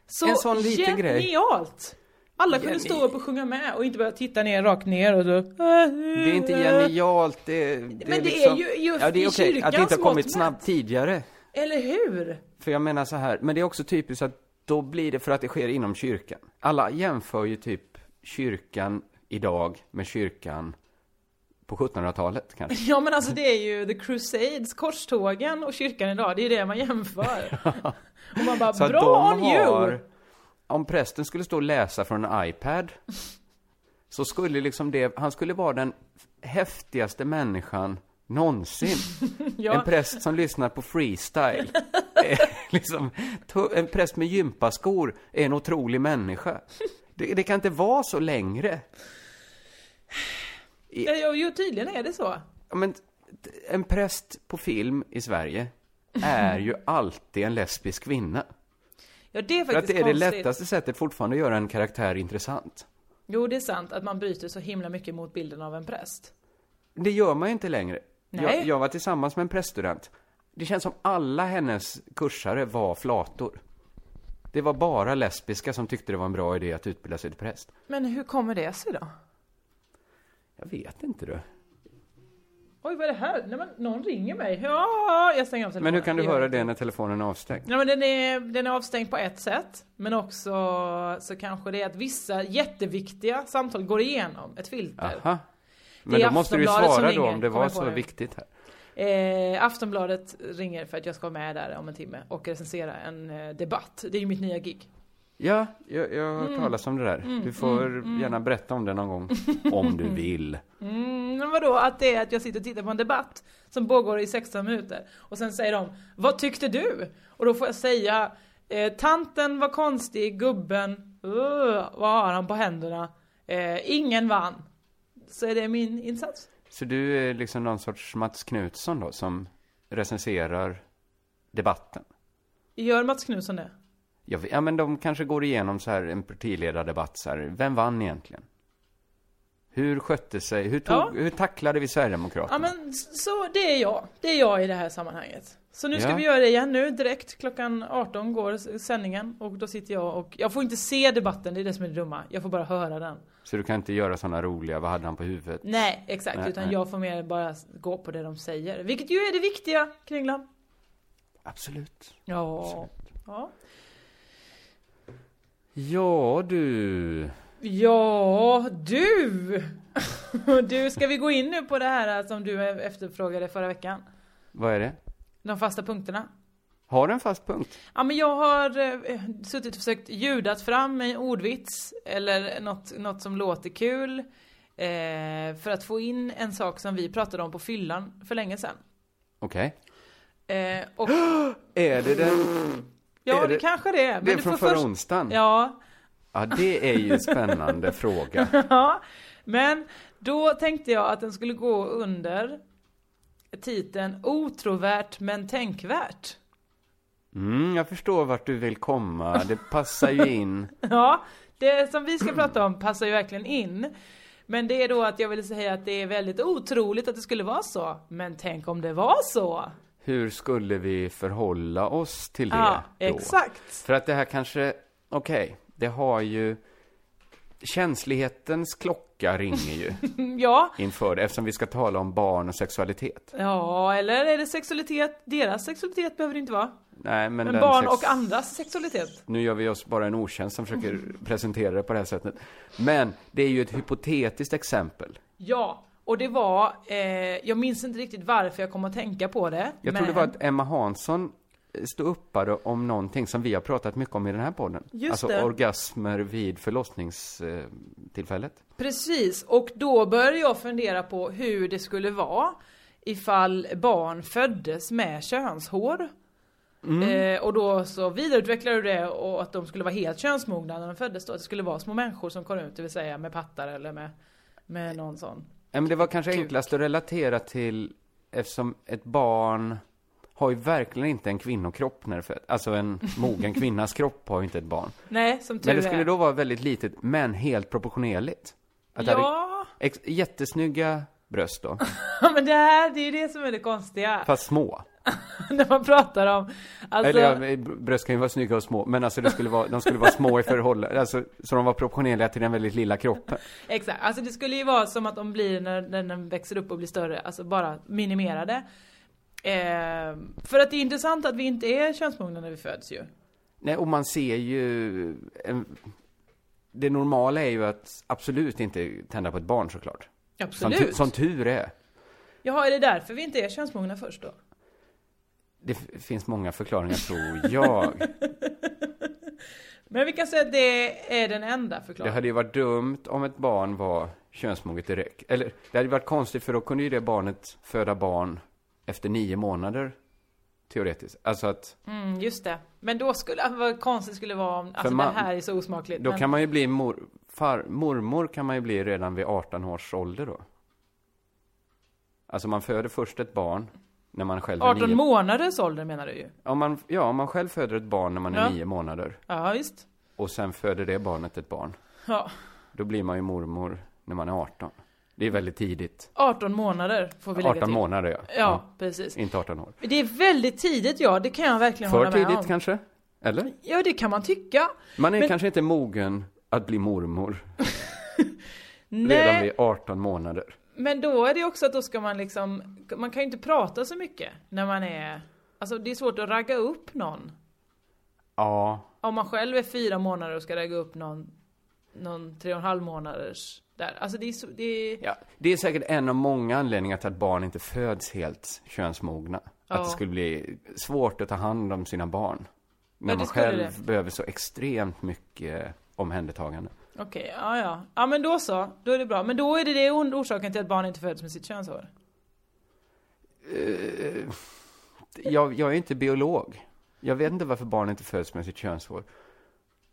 [SPEAKER 5] Så
[SPEAKER 4] En sån liten grej.
[SPEAKER 5] genialt! Alla kunde
[SPEAKER 4] Geni-
[SPEAKER 5] stå upp och sjunga med och inte bara titta ner, rakt ner och "Äh, då...
[SPEAKER 4] Det är inte genialt, det, är- det
[SPEAKER 5] Mm. det är ju- ju
[SPEAKER 4] ja, det är
[SPEAKER 5] i
[SPEAKER 4] okej att det inte
[SPEAKER 5] kyrkans
[SPEAKER 4] har kommit
[SPEAKER 5] mått
[SPEAKER 4] snabbt
[SPEAKER 5] mätt.
[SPEAKER 4] tidigare.
[SPEAKER 5] Eller hur?
[SPEAKER 4] För jag menar så här, men det är också typiskt att då blir det för att det sker inom kyrkan. Alla jämför ju typ kyrkan idag med kyrkan på 1700-talet kanske.
[SPEAKER 5] Ja men alltså det är ju the crusades, korstågen och kyrkan idag, det är ju det man jämför. Och man bara,
[SPEAKER 4] Så att
[SPEAKER 5] bra
[SPEAKER 4] de
[SPEAKER 5] on you!
[SPEAKER 4] har, om prästen skulle stå och läsa från en iPad, så skulle liksom det, han skulle vara den häftigaste människan någonsin.
[SPEAKER 5] Ja.
[SPEAKER 4] En präst som lyssnar på freestyle. är liksom, to- en präst med gympaskor är en otrolig människa. Det, det kan inte vara så längre.
[SPEAKER 5] Ja, jo, jo, tydligen är det så.
[SPEAKER 4] Ja, Men, t- en präst på film i Sverige är ju alltid en lesbisk kvinna.
[SPEAKER 5] Ja, det är
[SPEAKER 4] För att
[SPEAKER 5] faktiskt
[SPEAKER 4] det är det
[SPEAKER 5] konstigt.
[SPEAKER 4] lättaste sättet fortfarande att göra en karaktär intressant.
[SPEAKER 5] Jo, det är sant att man bryter så himla mycket mot bilden av en präst.
[SPEAKER 4] Det gör man ju inte längre. Jag,
[SPEAKER 5] Nej.
[SPEAKER 4] jag var tillsammans med en präststudent. Det känns som alla hennes kursare var flator. Det var bara lesbiska som tyckte det var en bra idé att utbilda sig till präst.
[SPEAKER 5] Men hur kommer det sig då?
[SPEAKER 4] Jag vet inte du.
[SPEAKER 5] Oj, vad är det här? Nej, men någon ringer mig. Ja, jag stänger av telefonen.
[SPEAKER 4] Men hur kan du
[SPEAKER 5] gör
[SPEAKER 4] höra
[SPEAKER 5] inte.
[SPEAKER 4] det när telefonen är avstängd?
[SPEAKER 5] Nej, men den, är, den är avstängd på ett sätt, men också så kanske det är att vissa jätteviktiga samtal går igenom ett filter.
[SPEAKER 4] Aha.
[SPEAKER 5] Det
[SPEAKER 4] Men
[SPEAKER 5] är
[SPEAKER 4] då måste du ju
[SPEAKER 5] Aftonbladet som
[SPEAKER 4] svara då
[SPEAKER 5] ringer,
[SPEAKER 4] om det
[SPEAKER 5] kommer
[SPEAKER 4] var
[SPEAKER 5] jag på
[SPEAKER 4] så
[SPEAKER 5] nu.
[SPEAKER 4] viktigt här.
[SPEAKER 5] Eh, Aftonbladet ringer för att jag ska vara med där om en timme och recensera en eh, debatt. Det är ju mitt nya gig.
[SPEAKER 4] Ja, jag, jag har
[SPEAKER 5] Mm.
[SPEAKER 4] hört talas om det där. Du får gärna berätta om det någon gång. Om du vill.
[SPEAKER 5] Mm, men vadå, att det är att jag sitter och tittar på en debatt som pågår i 16 minuter och sen säger de Vad tyckte du? Och då får jag säga eh, Tanten var konstig, gubben, uh, vad har han på händerna? Eh, ingen vann. Så är det min insats.
[SPEAKER 4] Så du är liksom någon sorts Mats Knutsson då, som recenserar debatten?
[SPEAKER 5] Gör Mats Knutsson det?
[SPEAKER 4] Jag vet, ja, men de kanske går igenom så här en partiledardebatt så här. Vem vann egentligen? Hur skötte sig, hur, tog,
[SPEAKER 5] Ja.
[SPEAKER 4] hur tacklade vi
[SPEAKER 5] Ja
[SPEAKER 4] Sverigedemokraterna?
[SPEAKER 5] men s- så det är jag. Det är jag i det här sammanhanget. Så nu ska
[SPEAKER 4] Ja.
[SPEAKER 5] vi göra det igen nu direkt. Klockan 18 går s- sändningen och då sitter jag och jag får inte se debatten, det är det som är det dumma. Jag får bara höra den.
[SPEAKER 4] Så du kan inte göra sådana roliga, vad hade han på huvudet?
[SPEAKER 5] Nej, exakt.
[SPEAKER 4] Nej,
[SPEAKER 5] utan
[SPEAKER 4] nej.
[SPEAKER 5] jag får mer bara s- gå på det de säger. Vilket ju är det viktiga, Kringlan.
[SPEAKER 4] Absolut.
[SPEAKER 5] Ja. Ja.
[SPEAKER 4] Ja du.
[SPEAKER 5] Ja, du! Du, ska vi gå in nu på det här som du efterfrågade förra veckan?
[SPEAKER 4] Vad är det?
[SPEAKER 5] De fasta punkterna.
[SPEAKER 4] Har du en fast punkt?
[SPEAKER 5] Ja men jag har eh, suttit och försökt ljudat fram en ordvits eller något, något som låter kul. Eh, för att få in en sak som vi pratade om på fyllan för länge sedan.
[SPEAKER 4] Okej.
[SPEAKER 5] Eh, och,
[SPEAKER 4] Är det den?
[SPEAKER 5] ja
[SPEAKER 4] Är
[SPEAKER 5] det,
[SPEAKER 4] det-
[SPEAKER 5] kanske det är. Men
[SPEAKER 4] Det är
[SPEAKER 5] du
[SPEAKER 4] från
[SPEAKER 5] får
[SPEAKER 4] förra
[SPEAKER 5] först-
[SPEAKER 4] onsdagen?
[SPEAKER 5] Ja,
[SPEAKER 4] Ja, det är ju en spännande fråga.
[SPEAKER 5] ja. Men då tänkte jag att den skulle gå under titeln Otrovärt men tänkvärt.
[SPEAKER 4] Mm, jag förstår vart du vill komma. Det passar ju in.
[SPEAKER 5] Ja, det som vi ska prata om passar ju verkligen in. Men det är då att jag vill säga att det är väldigt otroligt att det skulle vara så. Men tänk om det var så!
[SPEAKER 4] Hur skulle vi förhålla oss till det
[SPEAKER 5] Ja,
[SPEAKER 4] då?
[SPEAKER 5] exakt.
[SPEAKER 4] För att det här kanske, okej, det har ju Känslighetens klocka ringer ju
[SPEAKER 5] Mm, Ja,
[SPEAKER 4] inför det, eftersom vi ska tala om barn och sexualitet.
[SPEAKER 5] ja eller är det sexualitet? Deras sexualitet behöver det inte vara.
[SPEAKER 4] Nej, men,
[SPEAKER 5] Men
[SPEAKER 4] den
[SPEAKER 5] barn
[SPEAKER 4] sex-
[SPEAKER 5] och andras sexualitet.
[SPEAKER 4] Nu gör vi oss bara en otjänst som försöker presentera det på det här sättet. Men det är ju ett hypotetiskt exempel.
[SPEAKER 5] Ja, och det var, eh, jag minns inte riktigt varför jag kom att tänka på det.
[SPEAKER 4] Jag
[SPEAKER 5] men...
[SPEAKER 4] tror det var att Emma Hansson stå uppare om någonting som vi har pratat mycket om i den här podden.
[SPEAKER 5] Just
[SPEAKER 4] alltså
[SPEAKER 5] det.
[SPEAKER 4] orgasmer vid förlossningstillfället. Eh,
[SPEAKER 5] Precis, och då började jag fundera på hur det skulle vara ifall barn föddes med könshår.
[SPEAKER 4] Mm.
[SPEAKER 5] Eh, och då så vidareutvecklade du det och att de skulle vara helt könsmogna när de föddes då. Att det skulle vara små människor som kom ut, det vill säga med pattar eller med, med någon sån.
[SPEAKER 4] Ja, men det var kanske enklast att relatera till eftersom ett barn har ju verkligen inte en kvinnokropp när det föds. Alltså en mogen kvinnas kropp har ju inte ett barn.
[SPEAKER 5] Nej, som tur
[SPEAKER 4] Men det skulle
[SPEAKER 5] är.
[SPEAKER 4] då vara väldigt litet, men helt proportionerligt. Att det hade
[SPEAKER 5] Ja,
[SPEAKER 4] ex- jättesnygga bröst då,
[SPEAKER 5] men det här, det är ju det som är det konstiga.
[SPEAKER 4] fast små.
[SPEAKER 5] när man pratar om, alltså,
[SPEAKER 4] Eller ja, br- bröst kan ju vara snygga och små, men alltså det skulle vara, de skulle vara små i förhållande, alltså, så de var proportionerliga till den väldigt lilla kroppen.
[SPEAKER 5] Exakt, alltså det skulle ju vara som att de blir när, när den växer upp och blir större, alltså bara minimerade. Eh, för att det är intressant att vi inte är könsmogna när vi föds ju.
[SPEAKER 4] Nej, och man ser ju... En, det normala är ju att absolut inte tända på ett barn såklart. Som, tu,
[SPEAKER 5] Absolut.
[SPEAKER 4] som tur är.
[SPEAKER 5] Jaha, är det därför vi inte är könsmogna först då?
[SPEAKER 4] Det f- finns många förklaringar tror jag.
[SPEAKER 5] Men vi kan säga att det är den enda
[SPEAKER 4] Det
[SPEAKER 5] förklaringen.
[SPEAKER 4] hade ju varit dumt om ett barn var könsmoget direkt. Eller det hade varit konstigt för då kunde ju det barnet föda barn efter nio månader. Teoretiskt. Alltså att
[SPEAKER 5] Mm, just det. Men då skulle, alltså, vad konstigt skulle det vara om, alltså
[SPEAKER 4] man-
[SPEAKER 5] det här är så osmakligt.
[SPEAKER 4] då
[SPEAKER 5] men,
[SPEAKER 4] kan man ju bli mor, far, mormor kan man ju bli redan vid 18 års ålder då. Alltså man föder först ett barn när man själv är
[SPEAKER 5] 18
[SPEAKER 4] nio
[SPEAKER 5] månaders ålder menar du ju.
[SPEAKER 4] Om man, ja, om man själv föder ett barn när man är
[SPEAKER 5] Ja.
[SPEAKER 4] nio månader
[SPEAKER 5] Ja, visst.
[SPEAKER 4] och sen föder det barnet ett barn,
[SPEAKER 5] Ja.
[SPEAKER 4] då blir man ju mormor när man är 18. Det är väldigt tidigt.
[SPEAKER 5] 18 månader får vi lägga
[SPEAKER 4] 18
[SPEAKER 5] till.
[SPEAKER 4] månader, ja.
[SPEAKER 5] Ja, precis.
[SPEAKER 4] Inte 18 år.
[SPEAKER 5] Det är väldigt tidigt ja, det kan jag verkligen
[SPEAKER 4] För
[SPEAKER 5] hålla med
[SPEAKER 4] tidigt
[SPEAKER 5] om.
[SPEAKER 4] kanske? Eller?
[SPEAKER 5] Ja, det kan man tycka.
[SPEAKER 4] Man är
[SPEAKER 5] Men-
[SPEAKER 4] kanske inte mogen att bli mormor redan
[SPEAKER 5] Nej,
[SPEAKER 4] vid 18 månader.
[SPEAKER 5] men då är det också att då ska man liksom, man kan ju inte prata så mycket när man är, alltså det är svårt att ragga upp någon.
[SPEAKER 4] Ja,
[SPEAKER 5] Om man själv är fyra månader och ska ragga upp någon, någon tre och en halv månaders där. Alltså det är, så- det är
[SPEAKER 4] ja. Det är säkert en av många anledningar till att barn inte föds helt könsmogna. Att det skulle bli svårt att ta hand om sina barn. När
[SPEAKER 5] Ja, det
[SPEAKER 4] man
[SPEAKER 5] skulle
[SPEAKER 4] själv
[SPEAKER 5] det.
[SPEAKER 4] behöver så extremt mycket omhändertagande.
[SPEAKER 5] okej, ja ja. Ja men då så, då är det bra. Men då är det det or- orsaken till att barn inte föds med sitt könshår.
[SPEAKER 4] jag, jag är inte biolog. Jag vet inte varför barn inte föds med sitt könshår.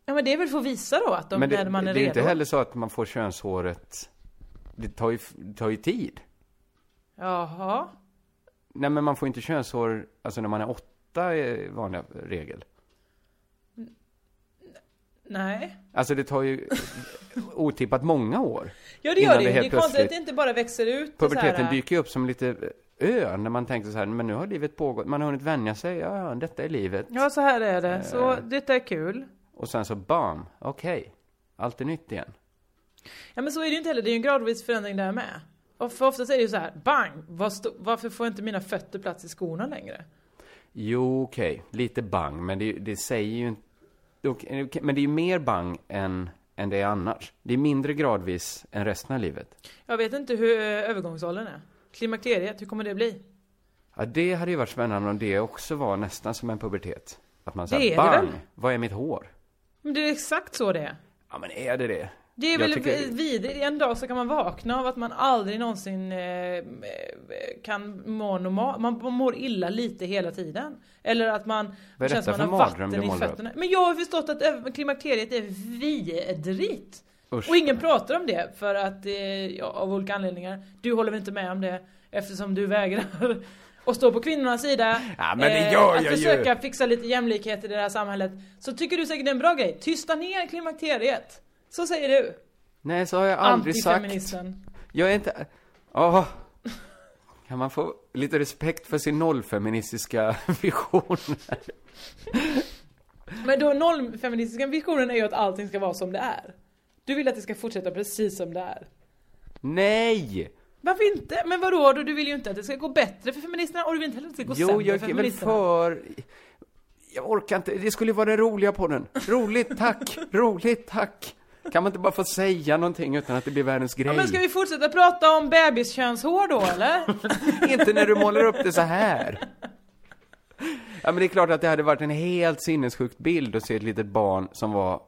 [SPEAKER 5] Ja men det är väl för att visa då att de,
[SPEAKER 4] Men det,
[SPEAKER 5] när man är,
[SPEAKER 4] det är
[SPEAKER 5] redo.
[SPEAKER 4] inte heller så att man får könshåret... Det tar ju, det tar ju tid.
[SPEAKER 5] Jaha.
[SPEAKER 4] Nej, men man får inte könshår alltså när man är åtta, är vanliga regel.
[SPEAKER 5] Nej.
[SPEAKER 4] Alltså det tar ju otippat många år.
[SPEAKER 5] Ja det
[SPEAKER 4] Innan
[SPEAKER 5] gör det
[SPEAKER 4] det
[SPEAKER 5] ju. Det är
[SPEAKER 4] helt
[SPEAKER 5] konstigt att det
[SPEAKER 4] plötsligt-
[SPEAKER 5] inte bara växer ut. och så här- äh. eh,
[SPEAKER 4] Puberteten dyker ju upp som lite ö, när man tänker så här, men nu har livet pågått, man har hunnit vänja sig, ja, ja, detta är livet.
[SPEAKER 5] Ja så här är det. Så detta är kul.
[SPEAKER 4] Och sen så bam, okej, allt är nytt igen.
[SPEAKER 5] Ja men så är det ju inte heller, det är ju en gradvis förändring där med. Och för oftast är det ju så här, bang! Var sto- varför får inte mina fötter plats i skorna längre?
[SPEAKER 4] Jo, okej. Lite bang, men det, det säger ju inte... okej, okej, Men det är ju mer bang än, än det är annars. Det är mindre gradvis än resten av livet.
[SPEAKER 5] Jag vet inte hur eh, övergångsåldern är. Klimakteriet, hur kommer det bli?
[SPEAKER 4] Ja, det hade ju varit spännande om det också var nästan som en pubertet. Att man
[SPEAKER 5] Det är
[SPEAKER 4] säger
[SPEAKER 5] det
[SPEAKER 4] bang,
[SPEAKER 5] väl?"
[SPEAKER 4] vad är mitt hår?
[SPEAKER 5] Men det är exakt så det är.
[SPEAKER 4] Ja, men är det det?
[SPEAKER 5] Det är
[SPEAKER 4] Jag
[SPEAKER 5] väl
[SPEAKER 4] tycker-
[SPEAKER 5] vi- vidrigt, en dag så kan man vakna av att man aldrig någonsin eh, eh, kan må normalt, man mår illa lite hela tiden. Eller att man
[SPEAKER 4] Vad är
[SPEAKER 5] känns
[SPEAKER 4] detta
[SPEAKER 5] som man
[SPEAKER 4] för
[SPEAKER 5] har
[SPEAKER 4] mardröm
[SPEAKER 5] vatten
[SPEAKER 4] du
[SPEAKER 5] i
[SPEAKER 4] målar upp?
[SPEAKER 5] fötterna. Men jag har förstått att ö- klimakteriet är vidrigt.
[SPEAKER 4] Usch.
[SPEAKER 5] Och ingen pratar om det för att, eh, ja, av olika anledningar. Du håller väl inte med om det eftersom du vägrar att stå på kvinnornas sida.
[SPEAKER 4] Ja, men det gör
[SPEAKER 5] Eh, att
[SPEAKER 4] jag ju.
[SPEAKER 5] försöka fixa lite jämlikhet i det här samhället. Så tycker du säkert det är en bra grej. Tysta ner klimakteriet. Så säger du.
[SPEAKER 4] Nej, så har jag aldrig sagt.
[SPEAKER 5] Antifeministen.
[SPEAKER 4] Jag är inte... Åh! Kan man få lite respekt för sin nollfeministiska vision?
[SPEAKER 5] Men då nollfeministiska visionen är ju att allting ska vara som det är. Du vill att det ska fortsätta precis som det är.
[SPEAKER 4] Nej!
[SPEAKER 5] Varför inte? Men vadå då? Du vill ju inte att det ska gå bättre för feministerna och du vill inte heller att det ska gå
[SPEAKER 4] Jo,
[SPEAKER 5] sämre
[SPEAKER 4] jag
[SPEAKER 5] för
[SPEAKER 4] är väl
[SPEAKER 5] feministerna.
[SPEAKER 4] för... Jag orkar inte. Det skulle ju vara den roliga podden. Roligt, tack. Roligt, tack. Kan man inte bara få säga någonting utan att det blir världens grej?
[SPEAKER 5] Ja, men ska vi fortsätta prata om bebiskönshår då eller?
[SPEAKER 4] Inte när du målar upp det så här. Ja, men det är klart att det hade varit en helt sinnessjukt bild att se ett litet barn som var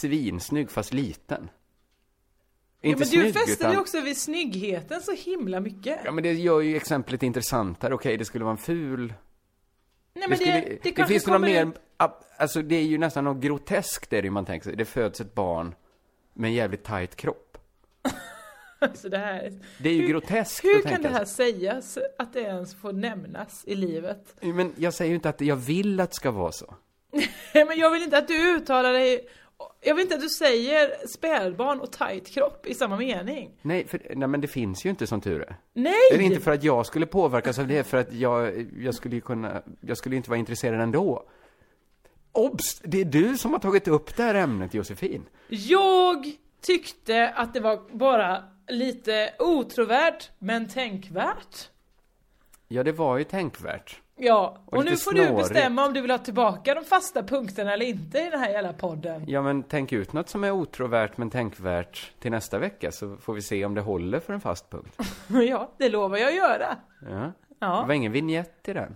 [SPEAKER 4] svinsnygg fast liten.
[SPEAKER 5] Ja, men du
[SPEAKER 4] snygg,
[SPEAKER 5] fäster
[SPEAKER 4] utan-
[SPEAKER 5] ju också vid snyggheten så himla mycket.
[SPEAKER 4] Ja, men det gör ju exemplet intressantare. Okej, det skulle vara en ful...
[SPEAKER 5] Nej, men
[SPEAKER 4] skulle...
[SPEAKER 5] det, det, kanske
[SPEAKER 4] finns
[SPEAKER 5] kommer
[SPEAKER 4] något mer...
[SPEAKER 5] ut-
[SPEAKER 4] ab- Alltså, det är ju nästan något groteskt är det ju man tänker sig. Det föds ett barn med en jävligt tajt kropp.
[SPEAKER 5] Alltså, det här.
[SPEAKER 4] Det är ju
[SPEAKER 5] Hur-
[SPEAKER 4] groteskt
[SPEAKER 5] Hur
[SPEAKER 4] att
[SPEAKER 5] kan
[SPEAKER 4] tänka
[SPEAKER 5] det här
[SPEAKER 4] sig.
[SPEAKER 5] sägas? Att det ens får nämnas i livet?
[SPEAKER 4] Men jag säger ju inte att jag vill att det ska vara så.
[SPEAKER 5] Nej, men jag vill inte att du uttalar dig... Jag vill inte att du säger spädbarn och tight kropp i samma mening.
[SPEAKER 4] Nej, för, nej men det finns ju inte som tur är.
[SPEAKER 5] Nej!
[SPEAKER 4] Det är inte för att jag skulle påverkas av det, för att jag, jag skulle ju kunna, jag skulle ju inte vara intresserad ändå. Obs! Det är du som har tagit upp det här ämnet, Josefin.
[SPEAKER 5] Jag tyckte att det var bara lite otrovärt, men tänkvärt.
[SPEAKER 4] Ja, det var ju tänkvärt.
[SPEAKER 5] Ja, och,
[SPEAKER 4] lite
[SPEAKER 5] nu får du
[SPEAKER 4] snårigt.
[SPEAKER 5] bestämma om du vill ha tillbaka de fasta punkterna eller inte i den här jävla podden.
[SPEAKER 4] Ja, men tänk ut något som är otrovärt men tänkvärt till nästa vecka, så får vi se om det håller för en fast punkt.
[SPEAKER 5] Ja, det lovar jag att göra.
[SPEAKER 4] Ja. Det
[SPEAKER 5] Ja.
[SPEAKER 4] var ingen vignett i den.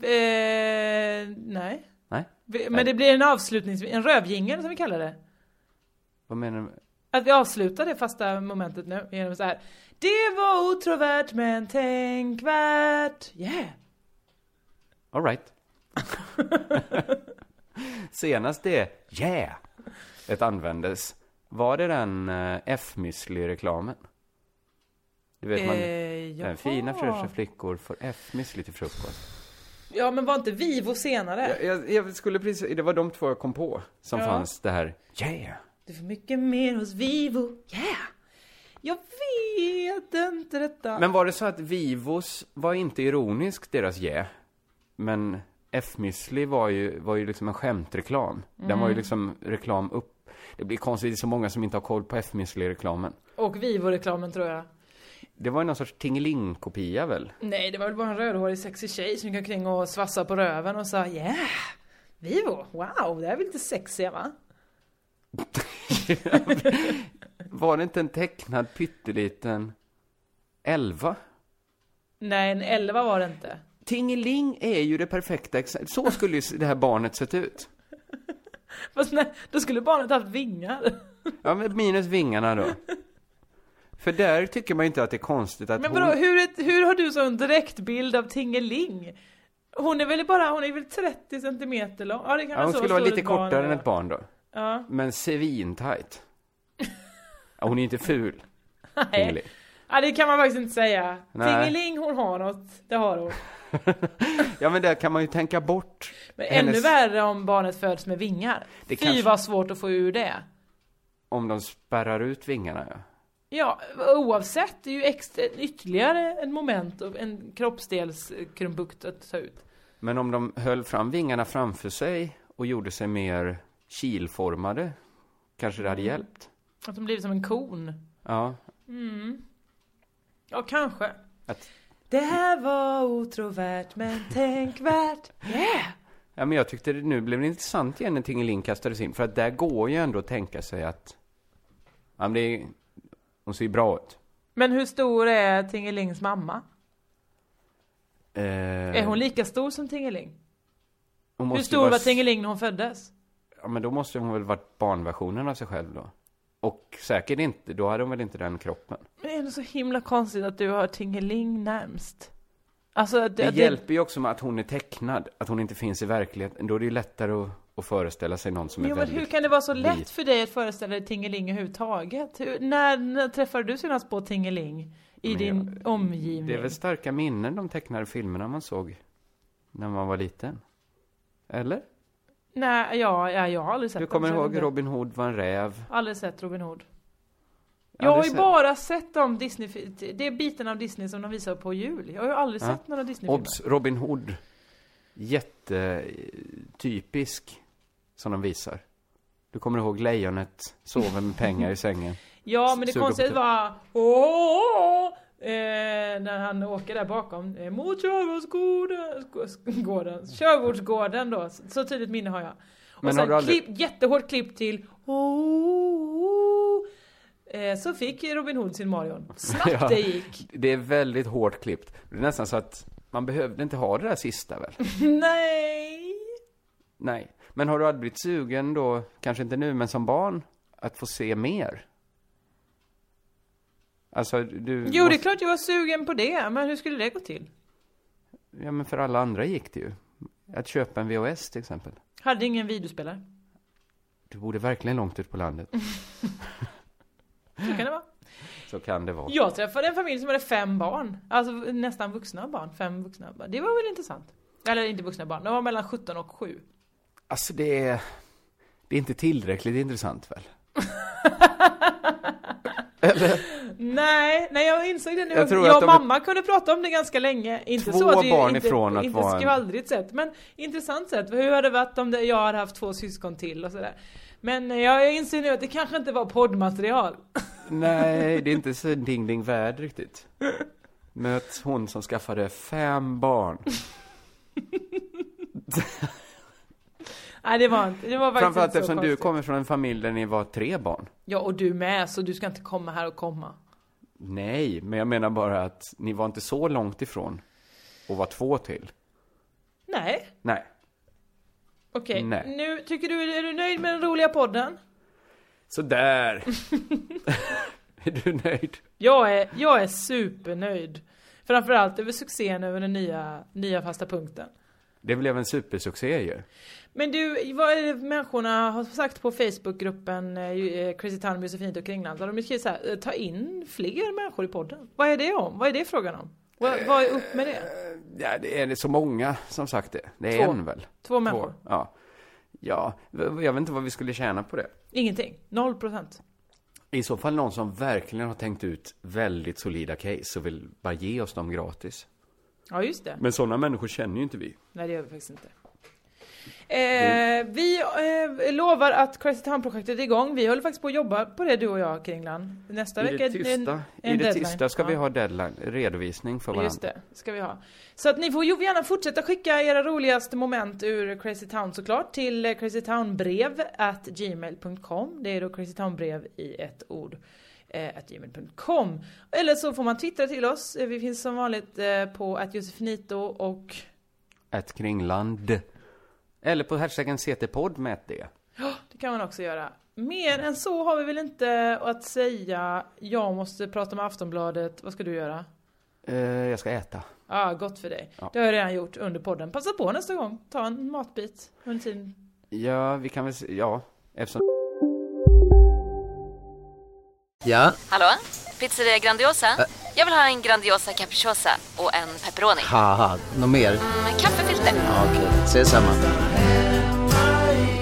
[SPEAKER 5] Eh, nej.
[SPEAKER 4] Nej,
[SPEAKER 5] Vi- Men det blir en avslutnings... En rövjingel som vi kallar det.
[SPEAKER 4] vad menar du?
[SPEAKER 5] Att vi avslutar det fasta momentet nu genom så här. Det var otrovärt men tänkvärt. Yeah!
[SPEAKER 4] All right. Senast det yeah ett användes, var det den eh, F-müsli-reklamen? Du vet man,
[SPEAKER 5] Eh,
[SPEAKER 4] den fina fräscha flickor får F-müsli till frukost.
[SPEAKER 5] Ja men var inte Vivo senare?
[SPEAKER 4] Jag, jag, jag skulle precis, det var de två jag kom på som fanns det här yeah.
[SPEAKER 5] Du får mycket mer hos Vivo. Yeah! Jag vet inte detta.
[SPEAKER 4] Men var det så att Vivos var inte ironisk, deras yeah? Men F-müsli var ju, var ju liksom en skämtreklam. Den
[SPEAKER 5] Mm.
[SPEAKER 4] var ju liksom reklam upp. Det blir konstigt, det är så många som inte har koll på F-müsli-reklamen.
[SPEAKER 5] Och Vivo-reklamen tror jag.
[SPEAKER 4] Det var ju någon sorts Tingeling-kopia väl?
[SPEAKER 5] Nej, det var väl bara en rödhårig sexig tjej som gick omkring och svassade på röven och sa yeah! Vivo, wow, det här är väl lite sexiga va?
[SPEAKER 4] Var det inte en tecknad pytteliten elva?
[SPEAKER 5] Nej, en elva var det inte.
[SPEAKER 4] Tingeling är ju det perfekta exemplet. Så skulle ju det här barnet sett ut.
[SPEAKER 5] Fast nej, då skulle barnet haft vingar.
[SPEAKER 4] Ja, men minus vingarna då. För där tycker man ju inte att det är konstigt att
[SPEAKER 5] Men
[SPEAKER 4] hon...
[SPEAKER 5] vadå, hur, är- hur har du sån direktbild av Tingeling? Hon är väl bara, hon är väl 30 centimeter lång? Ja, det kan
[SPEAKER 4] Ja,
[SPEAKER 5] vara
[SPEAKER 4] hon
[SPEAKER 5] så
[SPEAKER 4] skulle vara
[SPEAKER 5] stor
[SPEAKER 4] lite
[SPEAKER 5] ett barn
[SPEAKER 4] kortare
[SPEAKER 5] är.
[SPEAKER 4] än ett barn då.
[SPEAKER 5] Ja.
[SPEAKER 4] Men svintajt. Ja, hon är ju inte ful. Tingeling.
[SPEAKER 5] ja, det kan man faktiskt inte säga.
[SPEAKER 4] Nej.
[SPEAKER 5] Tingeling, hon har något. Det har hon.
[SPEAKER 4] Ja, men där kan man ju tänka bort.
[SPEAKER 5] Men
[SPEAKER 4] hennes-
[SPEAKER 5] ännu värre om barnet föds med vingar.
[SPEAKER 4] Det
[SPEAKER 5] Fy
[SPEAKER 4] kanske-
[SPEAKER 5] vad svårt att få ur det.
[SPEAKER 4] Om de spärrar ut vingarna, ja.
[SPEAKER 5] Ja, oavsett, det är ju extra, ytterligare ett moment, och en kroppsdelskrumbukt att ta ut.
[SPEAKER 4] Men om de höll fram vingarna framför sig och gjorde sig mer kilformade, kanske det hade
[SPEAKER 5] Mm.
[SPEAKER 4] hjälpt?
[SPEAKER 5] Att de blivit som en kon.
[SPEAKER 4] Ja.
[SPEAKER 5] Ja, kanske.
[SPEAKER 4] Att-
[SPEAKER 5] Det här var otrovärt men tänkvärt. Yeah!
[SPEAKER 4] ja, men jag tyckte det nu blev det intressant igen när Tingeling kastades in, för att där går ju ändå att tänka sig att, ja men det är, hon ser ju bra ut.
[SPEAKER 5] Men hur stor är Tingelings mamma?
[SPEAKER 4] Eh,
[SPEAKER 5] Är hon lika stor som Tingeling?
[SPEAKER 4] hon
[SPEAKER 5] Hur
[SPEAKER 4] måste ju
[SPEAKER 5] stor
[SPEAKER 4] vara
[SPEAKER 5] var
[SPEAKER 4] s-
[SPEAKER 5] Tingeling när hon föddes?
[SPEAKER 4] Ja, men då måste hon väl varit barnversionen av sig själv då? Och säkert inte, då hade hon väl inte den kroppen?
[SPEAKER 5] Men är det så himla konstigt att du har Tingeling närmst? Alltså, att-
[SPEAKER 4] Det
[SPEAKER 5] att
[SPEAKER 4] hjälper ju också med att hon är tecknad, att hon inte finns i verkligheten. Då är det ju lättare att, att föreställa sig någon som är
[SPEAKER 5] Jo, men
[SPEAKER 4] väldigt...
[SPEAKER 5] hur kan det vara så
[SPEAKER 4] lik.
[SPEAKER 5] lätt för dig att föreställa dig Tingeling överhuvudtaget? Hur, när, när träffade du senast på Tingeling? I
[SPEAKER 4] Men
[SPEAKER 5] din omgivning?
[SPEAKER 4] Det är väl starka minnen de tecknade filmerna man såg när man var liten? Eller?
[SPEAKER 5] Nej, ja, ja, jag har aldrig sett
[SPEAKER 4] Du
[SPEAKER 5] dem,
[SPEAKER 4] kommer
[SPEAKER 5] så jag
[SPEAKER 4] ihåg
[SPEAKER 5] vet inte.
[SPEAKER 4] Robin Hood var en räv?
[SPEAKER 5] Aldrig sett Robin Hood.
[SPEAKER 4] Aldrig
[SPEAKER 5] Jag har ju
[SPEAKER 4] sett-
[SPEAKER 5] bara sett de Disney... Det är biten av Disney som de visar på jul. Jag har ju aldrig
[SPEAKER 4] Ja.
[SPEAKER 5] sett några Disney-filmer.
[SPEAKER 4] Obs! Robin Hood. Jättetypisk. Som de visar. Du kommer ihåg lejonet sover med pengar i sängen.
[SPEAKER 5] Ja, men det
[SPEAKER 4] Suger på
[SPEAKER 5] konstiga
[SPEAKER 4] det.
[SPEAKER 5] var... Åh, åh, åh, Eh, när han åker där bakom, eh, mot körgårdsgården, sko- sk- gården, körgårdsgården då, så, så tydligt minne har jag. Och
[SPEAKER 4] Men har
[SPEAKER 5] sen
[SPEAKER 4] du aldrig-
[SPEAKER 5] klipp, jättehårt klipp till åh, åh, åh. eh, Så fick Robin Hood sin Marion. Snabbt
[SPEAKER 4] Ja.
[SPEAKER 5] det gick.
[SPEAKER 4] Det är väldigt hårt klippt. Det är nästan så att man behövde inte ha det där sista väl?
[SPEAKER 5] Nej!
[SPEAKER 4] Nej. Men har du aldrig blivit sugen då, kanske inte nu, men som barn, att få se mer? Alltså, du...
[SPEAKER 5] Jo, det
[SPEAKER 4] måste-
[SPEAKER 5] är klart jag var sugen på det, men hur skulle det gå till?
[SPEAKER 4] Ja, men för alla andra gick det ju. Att köpa en VHS till exempel.
[SPEAKER 5] Hade ingen videospelare.
[SPEAKER 4] Du borde verkligen långt ut på landet.
[SPEAKER 5] Så kan det vara.
[SPEAKER 4] Så kan det vara.
[SPEAKER 5] Jag träffade en familj som hade fem barn. Alltså nästan vuxna barn. Fem vuxna barn. Det var väl intressant? Eller inte vuxna barn, de var mellan 17 och 7.
[SPEAKER 4] Alltså det är... Det är inte tillräckligt intressant väl?
[SPEAKER 5] Nej, nej jag insåg det nu.
[SPEAKER 4] Jag
[SPEAKER 5] Jag,
[SPEAKER 4] tror att
[SPEAKER 5] och
[SPEAKER 4] de är-
[SPEAKER 5] mamma kunde prata om det ganska länge. Inte
[SPEAKER 4] Två
[SPEAKER 5] så att vi-
[SPEAKER 4] barn
[SPEAKER 5] inte,
[SPEAKER 4] ifrån att
[SPEAKER 5] inte
[SPEAKER 4] vara en-
[SPEAKER 5] skvallrigt sätt, men intressant sätt. Hur hade det varit om det, jag hade haft två syskon till och sådär. Men eh, jag, jag inser nu att det kanske inte var poddmaterial.
[SPEAKER 4] Nej, det är inte så ding ding värld riktigt. Möt hon som skaffade fem barn.
[SPEAKER 5] Nej det var inte, det var faktiskt
[SPEAKER 4] Framförallt
[SPEAKER 5] inte så
[SPEAKER 4] eftersom
[SPEAKER 5] konstigt.
[SPEAKER 4] du kommer från en familj där ni var tre barn.
[SPEAKER 5] Ja och du med, så du ska inte komma här och komma.
[SPEAKER 4] Nej, men jag menar bara att ni var inte så långt ifrån och var två till.
[SPEAKER 5] Nej,
[SPEAKER 4] Nej.
[SPEAKER 5] okej.
[SPEAKER 4] Nej.
[SPEAKER 5] Nu, tycker du, är du nöjd med den roliga podden?
[SPEAKER 4] Så där. är du nöjd?
[SPEAKER 5] Jag är, jag är supernöjd. Framförallt över succén över den nya, nya fasta punkten.
[SPEAKER 4] Det blev en supersuccé ju.
[SPEAKER 5] Men du, vad är det människorna har sagt på Facebookgruppen eh, ju- eh, Crazy Town med Josefin och Kringland? Där De skriver så här, eh, ta in fler människor i podden. Vad är det om? Vad är det frågan om? Vad, vad är upp med det?
[SPEAKER 4] Ja, det är det så många som sagt det. Det är
[SPEAKER 5] Två.
[SPEAKER 4] en väl?
[SPEAKER 5] Två människor?
[SPEAKER 4] Ja. Ja, v- jag vet inte vad vi skulle tjäna på det.
[SPEAKER 5] Ingenting. Noll procent.
[SPEAKER 4] I så fall någon som verkligen har tänkt ut väldigt solida case och vill bara ge oss dem gratis.
[SPEAKER 5] Ja, just det.
[SPEAKER 4] Men sådana människor känner ju inte vi.
[SPEAKER 5] Nej, det gör vi faktiskt inte. Eh, vi eh, lovar att Crazy Town-projektet är igång. Vi håller faktiskt på att jobba på det, du och jag, Kringland. Nästa
[SPEAKER 4] I
[SPEAKER 5] vecka
[SPEAKER 4] det
[SPEAKER 5] är en,
[SPEAKER 4] tysta,
[SPEAKER 5] en
[SPEAKER 4] i det
[SPEAKER 5] deadline.
[SPEAKER 4] tysta ska
[SPEAKER 5] Ja.
[SPEAKER 4] vi ha deadline, redovisning för varandra.
[SPEAKER 5] Just det, ska vi ha. Så att ni får ju gärna fortsätta skicka era roligaste moment ur Crazy Town såklart till eh, crazytownbrev at gmail.com. Det är då crazytownbrev i ett ord. eh, At gmail.com. Eller så får man twittra till oss. Eh, Vi finns som vanligt eh, på att Josefinito och
[SPEAKER 4] Ett kringland. Eller på hashtaggen CT-podd med ett D.
[SPEAKER 5] det kan man också göra. Mer än så har vi väl inte att säga. Jag måste prata med Aftonbladet. Vad ska du göra?
[SPEAKER 4] Eh, jag ska äta.
[SPEAKER 5] Ja, ah, gott för dig. Det har jag redan gjort under podden. Passa på nästa gång. Ta en matbit under tiden.
[SPEAKER 4] Ja, vi kan väl se, ja. Eftersom
[SPEAKER 1] Ja,
[SPEAKER 6] Hallå? Pizzeria Grandiosa? Jag vill ha en Grandiosa capriciosa och en pepperoni.
[SPEAKER 1] haha, något mer?
[SPEAKER 6] Med kaffefilter.
[SPEAKER 1] Ja, Okej, ses samma.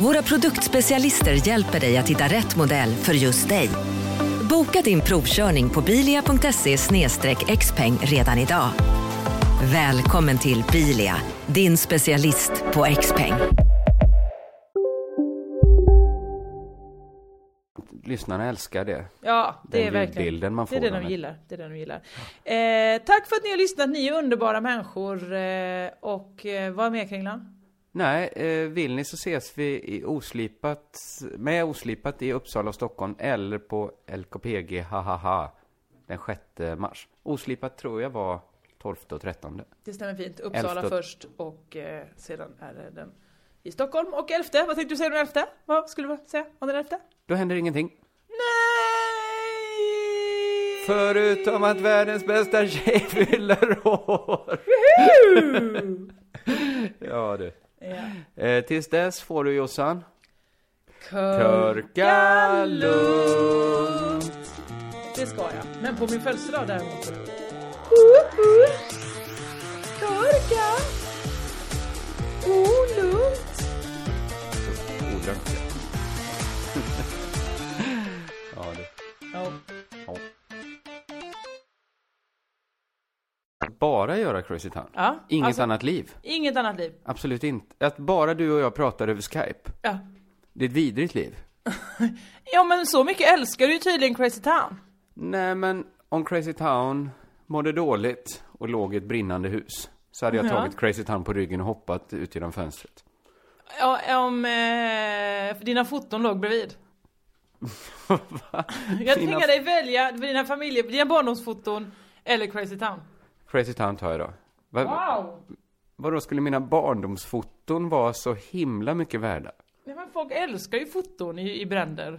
[SPEAKER 7] Våra produktspecialister hjälper dig att hitta rätt modell för just dig. Boka din provkörning på bilia.se xpeng redan idag. Välkommen till Bilia, din specialist på XPeng.
[SPEAKER 4] lyssnarna älskar det.
[SPEAKER 5] Ja, det
[SPEAKER 4] Den
[SPEAKER 5] är verkligen.
[SPEAKER 4] ljudbilden man får
[SPEAKER 5] det är
[SPEAKER 4] när
[SPEAKER 5] det de
[SPEAKER 4] man-
[SPEAKER 5] gillar. Det är det de gillar. Eh, tack för att ni har lyssnat. Ni är underbara människor. Eh, och eh, vad mer Kringlan?
[SPEAKER 4] Nej, eh, vill ni så ses vi i oslipat, med oslipat i Uppsala och Stockholm eller på LKPG hahaha den 6 mars. Oslipat tror jag var 12 och 13.
[SPEAKER 5] Det stämmer fint. Uppsala
[SPEAKER 4] Elfte.
[SPEAKER 5] först och eh, sedan är det den i Stockholm. Och elfte, vad tänkte du säga om den elfte? Vad skulle du säga om den elfte?
[SPEAKER 4] Då händer ingenting.
[SPEAKER 5] Nej!
[SPEAKER 4] Förutom att världens bästa tjej fyller år. ja du. Eh, tills dess får du Jossan. Körka lugnt.
[SPEAKER 5] Det ska jag. Men på min födelsedag däremot. Korka! Olugnt!
[SPEAKER 4] Olönt. ja du.
[SPEAKER 5] Ja.
[SPEAKER 4] Ja. bara göra Crazy Town.
[SPEAKER 5] Ja,
[SPEAKER 4] Inget
[SPEAKER 5] alltså-
[SPEAKER 4] annat liv.
[SPEAKER 5] Inget annat liv.
[SPEAKER 4] Absolut inte. Att bara du och jag pratar över Skype.
[SPEAKER 5] Ja.
[SPEAKER 4] Det är ett vidrigt liv.
[SPEAKER 5] Ja men så mycket älskar du ju tydligen Crazy Town.
[SPEAKER 4] Nej, men om Crazy Town mådde dåligt och låg i ett brinnande hus så hade jag
[SPEAKER 5] Ja.
[SPEAKER 4] tagit Crazy Town på ryggen och hoppat ut genom fönstret.
[SPEAKER 5] Ja, om eh, för dina foton låg bredvid. Jag
[SPEAKER 4] Dina-
[SPEAKER 5] tvingar dig välja dina, familje, dina barndomsfoton eller Crazy Town.
[SPEAKER 4] Crazy Town tar jag då. Va,
[SPEAKER 5] Wow!
[SPEAKER 4] Vadå, skulle mina barndomsfoton vara så himla mycket värda?
[SPEAKER 5] Nej, men folk älskar ju foton i, i bränder.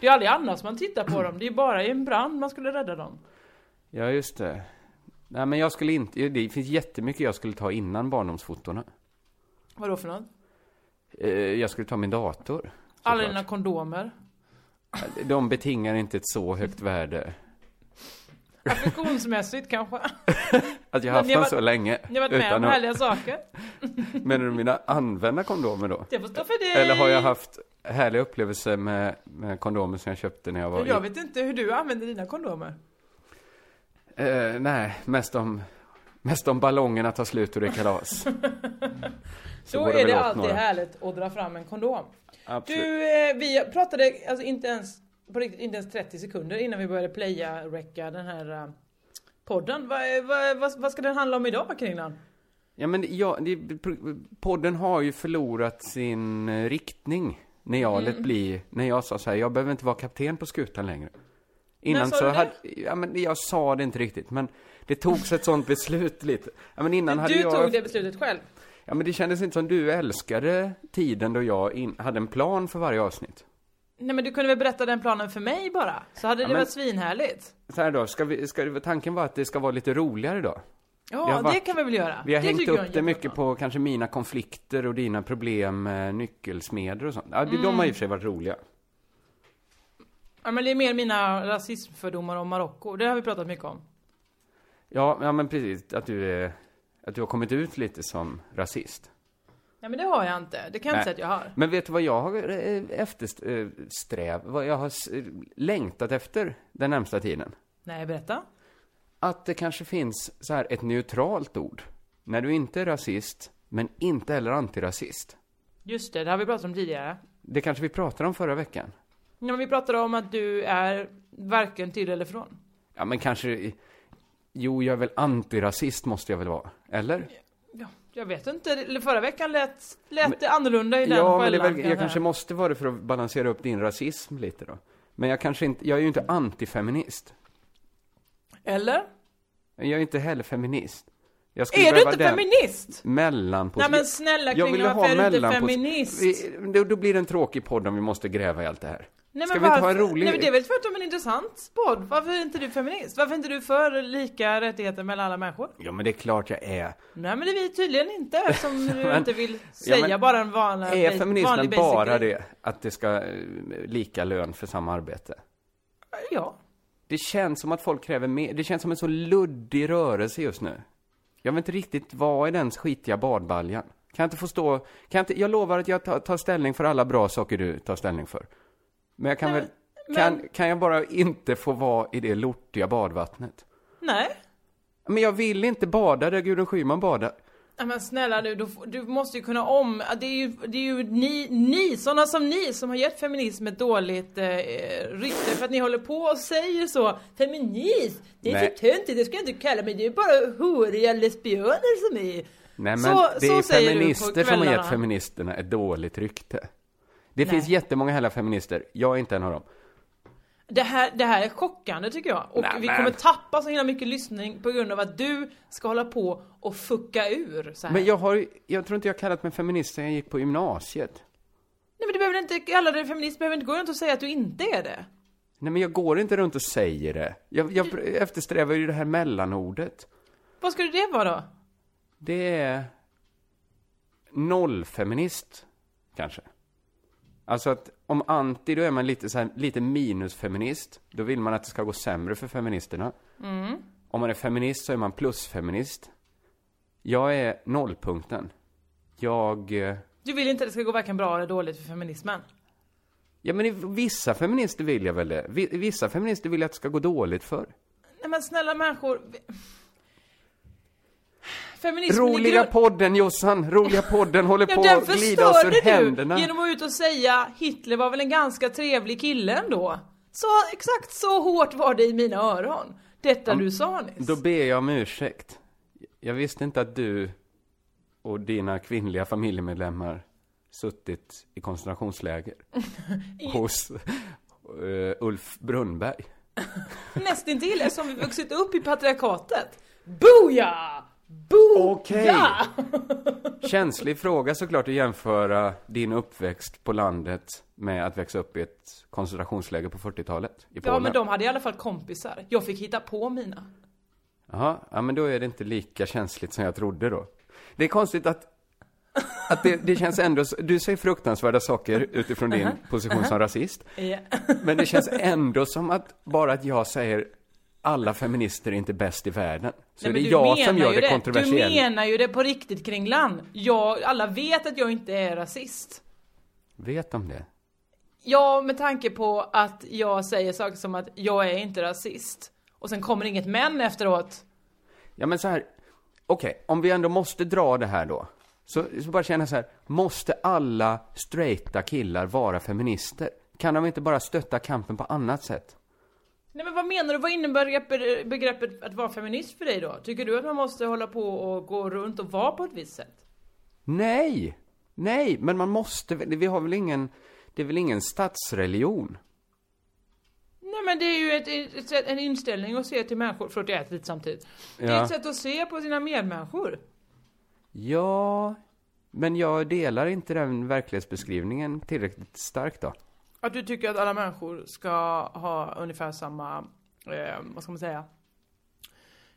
[SPEAKER 5] Det är ju aldrig annars man tittar på dem, det är ju bara i en brand man skulle rädda dem.
[SPEAKER 4] Ja, just det. Nej, men jag skulle inte... Det finns jättemycket jag skulle ta innan barndomsfotona.
[SPEAKER 5] Vadå för något?
[SPEAKER 4] Eh, Jag skulle ta min dator.
[SPEAKER 5] Alla
[SPEAKER 4] såklart.
[SPEAKER 5] dina kondomer.
[SPEAKER 4] De betingar inte ett så högt värde.
[SPEAKER 5] Affektionsmässigt kanske.
[SPEAKER 4] Att jag
[SPEAKER 5] Men
[SPEAKER 4] haft
[SPEAKER 5] ni
[SPEAKER 4] dem
[SPEAKER 5] har
[SPEAKER 4] så
[SPEAKER 5] varit-
[SPEAKER 4] länge.
[SPEAKER 5] Ni har varit med om
[SPEAKER 4] att-
[SPEAKER 5] härliga saker.
[SPEAKER 4] Menar du mina använda kondomer då?
[SPEAKER 5] Det får stå för dig.
[SPEAKER 4] Eller har jag haft härliga upplevelser med, med kondomer som jag köpte när jag var
[SPEAKER 5] Jag vet inte hur du använder dina kondomer.
[SPEAKER 4] Eh, nej, mest om, mest om ballongerna tar slut och det är kalas. Så
[SPEAKER 5] Då
[SPEAKER 4] går det
[SPEAKER 5] är
[SPEAKER 4] väl
[SPEAKER 5] det
[SPEAKER 4] åt
[SPEAKER 5] alltid
[SPEAKER 4] några.
[SPEAKER 5] härligt att dra fram en kondom.
[SPEAKER 4] Absolut.
[SPEAKER 5] Du, eh, vi pratade alltså inte ens på riktigt, inte ens 30 sekunder innan vi började playa recka den här eh, podden. Vad eh, vad- vad- vad ska den handla om idag Kringlan?
[SPEAKER 4] Ja, men ja, det, podden har ju förlorat sin eh, riktning. När jag
[SPEAKER 5] Mm.
[SPEAKER 4] lät bli, när jag sa så här, jag behöver inte vara kapten på skutan längre. Innan
[SPEAKER 5] sa
[SPEAKER 4] så
[SPEAKER 5] du det?
[SPEAKER 4] hade, ja men jag sa det inte riktigt, men det togs ett sånt beslut lite. Ja men innan hade
[SPEAKER 5] Du
[SPEAKER 4] jag...
[SPEAKER 5] tog det beslutet själv.
[SPEAKER 4] Ja men det kändes inte som du älskade tiden då jag in, hade en plan för varje avsnitt.
[SPEAKER 5] Nej men du kunde väl berätta den planen för mig bara? Så hade det
[SPEAKER 4] men-
[SPEAKER 5] varit svinhärligt.
[SPEAKER 4] Så här då, ska vi, ska, det- tanken var att det ska vara lite roligare då. Det
[SPEAKER 5] Ja,
[SPEAKER 4] har
[SPEAKER 5] det,
[SPEAKER 4] varit-
[SPEAKER 5] kan vi väl göra.
[SPEAKER 4] Vi har
[SPEAKER 5] det
[SPEAKER 4] hängt
[SPEAKER 5] tycker jag är en
[SPEAKER 4] upp det
[SPEAKER 5] jättebra
[SPEAKER 4] mycket på
[SPEAKER 5] plan.
[SPEAKER 4] kanske mina konflikter och dina problem med nyckelsmeder och sånt. Ja, det,
[SPEAKER 5] Mm.
[SPEAKER 4] de har i och för sig varit roliga.
[SPEAKER 5] Ja men det är mer mina rasismfördomar om Marocko. Det har vi pratat mycket om.
[SPEAKER 4] Ja, ja men precis, att du, är, att du har kommit ut lite som rasist.
[SPEAKER 5] Nej men det har jag inte. Det kan jag inte säga
[SPEAKER 4] Nej.
[SPEAKER 5] att jag har.
[SPEAKER 4] Men vet du vad jag har eh, eftersträv, vad jag har s- eh, längtat efter den närmsta tiden?
[SPEAKER 5] Nej, berätta.
[SPEAKER 4] Att det kanske finns så här ett neutralt ord. När du inte är rasist, men inte heller antirasist.
[SPEAKER 5] Just det, det har vi pratat om tidigare.
[SPEAKER 4] Det kanske vi pratade om förra veckan.
[SPEAKER 5] Ja, men vi pratade om att du är varken till eller från.
[SPEAKER 4] Ja, men kanske... Jo, jag är väl antirasist måste jag väl vara? Eller?
[SPEAKER 5] Ja, jag vet inte, eller förra veckan lät, lät det annorlunda i den
[SPEAKER 4] ja, men det är
[SPEAKER 5] fällan,
[SPEAKER 4] väl,
[SPEAKER 5] kan
[SPEAKER 4] jag kanske
[SPEAKER 5] säga.
[SPEAKER 4] måste vara det för att balansera upp din rasism lite då. Men jag kanske inte... Jag är ju inte antifeminist.
[SPEAKER 5] Eller?
[SPEAKER 4] Jag är inte heller feminist. Jag skulle
[SPEAKER 5] Är du
[SPEAKER 4] behöva
[SPEAKER 5] inte
[SPEAKER 4] den
[SPEAKER 5] feminist?
[SPEAKER 4] Mellanposition.
[SPEAKER 5] Nej, men snälla,
[SPEAKER 4] jag ville
[SPEAKER 5] Kringla,
[SPEAKER 4] ha
[SPEAKER 5] varför är du inte
[SPEAKER 4] mellanpos-
[SPEAKER 5] feminist?
[SPEAKER 4] Vi, då, då blir det en tråkig podd om vi måste gräva i allt det här.
[SPEAKER 5] Nej, men
[SPEAKER 4] Ska vi
[SPEAKER 5] varför?
[SPEAKER 4] inte ha en rolig...
[SPEAKER 5] Nej, men det är väl tvärtom en intressant podd. Varför är inte du feminist? Varför är inte du för lika rättigheter mellan alla människor?
[SPEAKER 4] Ja, men det är klart jag är.
[SPEAKER 5] Nej, men det är vi tydligen inte eftersom du
[SPEAKER 4] men-
[SPEAKER 5] inte vill
[SPEAKER 4] Ja,
[SPEAKER 5] säga
[SPEAKER 4] men
[SPEAKER 5] bara en vanlig
[SPEAKER 4] Är
[SPEAKER 5] ba-
[SPEAKER 4] feminismen
[SPEAKER 5] vanlig basic
[SPEAKER 4] bara
[SPEAKER 5] grej.
[SPEAKER 4] det? Att det ska eh, lika lön för samma arbete?
[SPEAKER 5] Ja.
[SPEAKER 4] Det känns som att folk kräver mer. Det känns som en så luddig rörelse just nu. Jag vill inte riktigt vara i den skitiga badbaljan. Kan jag inte få stå... Kan jag, inte, jag lovar att jag tar, tar ställning för alla bra saker du tar ställning för. Men jag kan väl... Kan, kan jag bara inte få vara i det lortiga badvattnet?
[SPEAKER 5] Nej.
[SPEAKER 4] Men jag vill inte bada där Gudrun Schyman badar.
[SPEAKER 5] Ja, men snälla du, du, du måste ju kunna om... Det är ju, det är ju ni, ni, sådana som ni som har gett feminism ett dåligt eh, rykte för att ni håller på och säger så. Feminism, det är
[SPEAKER 4] Nej.
[SPEAKER 5] för töntigt, det ska jag inte kalla mig. Det är bara horiga lesbioner som är...
[SPEAKER 4] Nej men
[SPEAKER 5] Så-
[SPEAKER 4] det
[SPEAKER 5] så
[SPEAKER 4] är
[SPEAKER 5] säger du på
[SPEAKER 4] feminister som har
[SPEAKER 5] kvällarna.
[SPEAKER 4] gett feministerna ett dåligt rykte. Det finns jättemånga härliga feminister, jag är inte en av dem.
[SPEAKER 5] Det här, det här är chockande tycker jag. Och
[SPEAKER 4] Nej,
[SPEAKER 5] vi
[SPEAKER 4] men-
[SPEAKER 5] kommer tappa så himla mycket lyssning på grund av att du ska hålla på och fucka ur så här.
[SPEAKER 4] Men jag har ju- jag tror inte jag kallat mig feminist sen jag gick på gymnasiet.
[SPEAKER 5] Nej men du behöver inte kalla dig feminist, du behöver inte gå runt och säga att du inte är det.
[SPEAKER 4] Nej men jag går inte runt och säger det. Jag, jag eftersträvar ju det här mellanordet.
[SPEAKER 5] Vad skulle det vara då?
[SPEAKER 4] Det är nollfeminist, kanske. Alltså att om anti, då är man lite, så här, lite minusfeminist. Då vill man att det ska gå sämre för feministerna. Om man är feminist så är man plusfeminist. Jag är nollpunkten. Jag... eh,
[SPEAKER 5] Du vill inte att det ska gå varken bra eller dåligt för feminismen.
[SPEAKER 4] Ja men i- vissa feminister vill jag väl det. Vi- Vissa feminister vill jag att det ska gå dåligt för.
[SPEAKER 5] Nej men snälla människor. vi- Feminismen i
[SPEAKER 4] Roliga
[SPEAKER 5] grund...
[SPEAKER 4] podden Jossan, roliga podden håller
[SPEAKER 5] Ja,
[SPEAKER 4] på
[SPEAKER 5] den
[SPEAKER 4] att glida oss
[SPEAKER 5] förstörde
[SPEAKER 4] ur
[SPEAKER 5] du
[SPEAKER 4] händerna.
[SPEAKER 5] genom att ut och säga Hitler var väl en ganska trevlig kille ändå. Så exakt så hårt var det i mina öron. Detta du sa nyss.
[SPEAKER 4] Då ber jag om ursäkt. Jag visste inte att du och dina kvinnliga familjemedlemmar suttit i koncentrationsläger hos eh, Ulf Brunnberg.
[SPEAKER 5] Nästintill eftersom vi vuxit upp i patriarkatet. Boja! Boja!
[SPEAKER 4] Okej. Känslig fråga såklart att jämföra din uppväxt på landet med att växa upp i ett koncentrationsläger på 40-talet i
[SPEAKER 5] Ja
[SPEAKER 4] Polen.
[SPEAKER 5] men de hade i alla fall kompisar. Jag fick hitta på mina.
[SPEAKER 4] Jaha, ja men då är det inte lika känsligt som jag trodde då. Det är konstigt att, att det, det känns ändå, så- du säger fruktansvärda saker utifrån din
[SPEAKER 5] Uh-huh.
[SPEAKER 4] position som rasist.
[SPEAKER 5] Ja.
[SPEAKER 4] Men det känns ändå som att bara att jag säger alla feminister är inte bäst i världen. Så
[SPEAKER 5] Nej, men
[SPEAKER 4] det är
[SPEAKER 5] du
[SPEAKER 4] jag
[SPEAKER 5] menar
[SPEAKER 4] som gör
[SPEAKER 5] ju
[SPEAKER 4] det
[SPEAKER 5] Du
[SPEAKER 4] kontroversiellt.
[SPEAKER 5] menar ju det på riktigt Kringland. Jag, alla vet att jag inte är rasist.
[SPEAKER 4] Vet de det?
[SPEAKER 5] Ja, med tanke på att jag säger saker som att jag är inte rasist. Och sen kommer inget men efteråt.
[SPEAKER 4] Ja men så här, okej, om vi ändå måste dra det här då. Så, så bara känna så här, måste alla straighta killar vara feminister? Kan de inte bara stötta kampen på annat sätt?
[SPEAKER 5] Nej men vad menar du? Vad innebär begreppet, begreppet att vara feminist för dig då? Tycker du att man måste hålla på och gå runt och vara på ett visst sätt?
[SPEAKER 4] Nej! Nej, men man måste väl, vi har väl ingen, det är väl ingen statsreligion?
[SPEAKER 5] Nej men det är ju ett, ett, sätt- en inställning att se till människor. Förlåt jag äter lite samtidigt. Det är
[SPEAKER 4] Ja.
[SPEAKER 5] ett sätt att se på sina medmänniskor.
[SPEAKER 4] Ja, men jag delar inte den verklighetsbeskrivningen tillräckligt starkt då.
[SPEAKER 5] Att du tycker att alla människor ska ha ungefär samma, eh, vad ska man säga?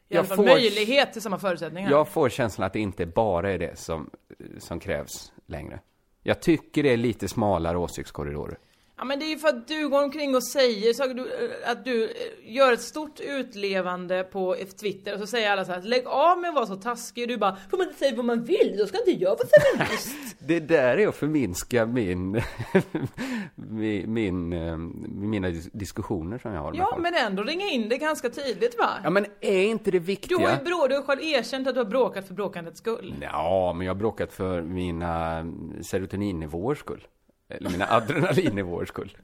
[SPEAKER 5] I
[SPEAKER 4] Jag
[SPEAKER 5] alla fall
[SPEAKER 4] får-
[SPEAKER 5] möjlighet till samma förutsättningar.
[SPEAKER 4] Jag får känslan att det inte bara är det som, som krävs längre. Jag tycker det är lite smalare åsiktskorridorer.
[SPEAKER 5] Ja men det är ju för att du går omkring och säger saker, du, att du eh, gör ett stort utlevande på Twitter och så säger alla så här: lägg av med att vara så taskig och du bara, får man inte säga vad man vill, då ska inte jag vara feminist.
[SPEAKER 4] Det där är att förminska min, min, min, eh, mina dis- diskussioner som jag har med
[SPEAKER 5] ja
[SPEAKER 4] folk.
[SPEAKER 5] men ändå ringa in det ganska tidigt va?
[SPEAKER 4] Ja, men är inte det
[SPEAKER 5] du
[SPEAKER 4] viktiga?
[SPEAKER 5] har ju brå, du har själv erkänt att du har bråkat för bråkandets skull.
[SPEAKER 4] Ja, men jag har bråkat för mina serotoninnivåers skull. Eller mina adrenalinnivåers skull.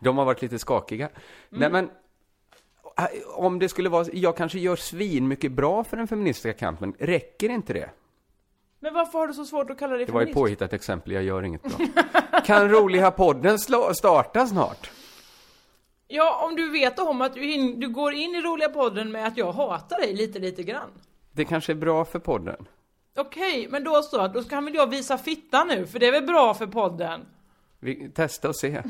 [SPEAKER 4] De har varit lite skakiga. Nej, men äh, om det skulle vara, jag kanske gör svin mycket bra för den feministiska kampen. Räcker inte det?
[SPEAKER 5] Men varför har du så svårt att kalla dig
[SPEAKER 4] Det var ju
[SPEAKER 5] feminist?
[SPEAKER 4] ett påhittat exempel, jag gör inget bra. Kan roliga podden slå, starta snart?
[SPEAKER 5] Ja om du vet om att du, in, du går in i roliga podden med att jag hatar dig lite lite grann.
[SPEAKER 4] Det kanske är bra för podden.
[SPEAKER 5] Okej, men då så, då kan väl jag visa fitta nu, för det är väl bra för podden?
[SPEAKER 4] Vi testar och se.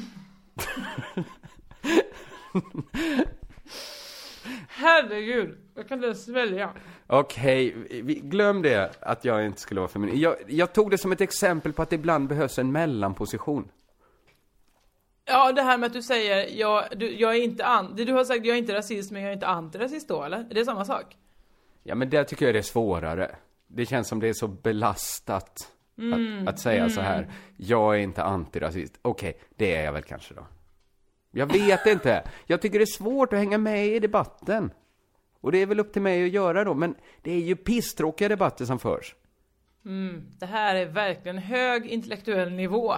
[SPEAKER 5] Herregud, jag kan inte ens svälja.
[SPEAKER 4] Okej, vi- glöm det att jag inte skulle vara feminist. Jag, jag tog det som ett exempel på att det ibland behövs en mellanposition.
[SPEAKER 5] Ja, det här med att du säger jag, du, jag är inte an, det du har sagt jag är inte rasist men jag är inte antirasist då eller? Är det samma sak?
[SPEAKER 4] Ja, men där tycker jag det är svårare. Det känns som det är så belastat
[SPEAKER 5] Mm,
[SPEAKER 4] att, att säga så här. Jag är inte antirasist. Okej, det är jag väl kanske då. Jag vet inte. Jag tycker det är svårt att hänga med i debatten. Och det är väl upp till mig att göra då, men det är ju pisstråkiga debatter som förs.
[SPEAKER 5] Mm, det här är verkligen hög intellektuell nivå.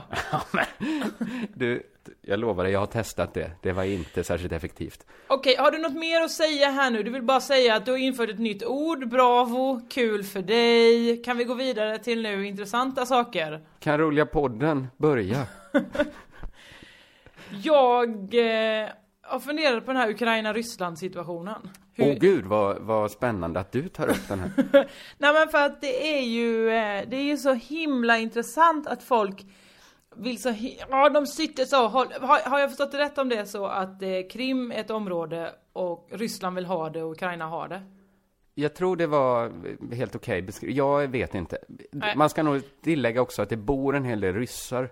[SPEAKER 4] Du, t- jag lovar dig, jag har testat det. Det var inte särskilt effektivt.
[SPEAKER 5] Okej, har du något mer att säga här nu? Du vill bara säga att du har infört ett nytt ord, bravo, kul för dig. Kan vi gå vidare till nu intressanta saker?
[SPEAKER 4] Kan roliga podden börja?
[SPEAKER 5] Jag eh, har funderat på den här Ukraina-Ryssland situationen.
[SPEAKER 4] Åh gud, vad, vad spännande att du tar upp den här.
[SPEAKER 5] Nej men för att det är ju, eh, det är ju så himla intressant att folk vill så hi- ja de sitter så, håll- har, har jag förstått det rätt om det så att eh, Krim är ett område och Ryssland vill ha det och Ukraina har det?
[SPEAKER 4] Jag tror det var helt okej beskrivet. Jag vet inte.
[SPEAKER 5] Nej.
[SPEAKER 4] Man ska nog tillägga också att det bor en hel del ryssar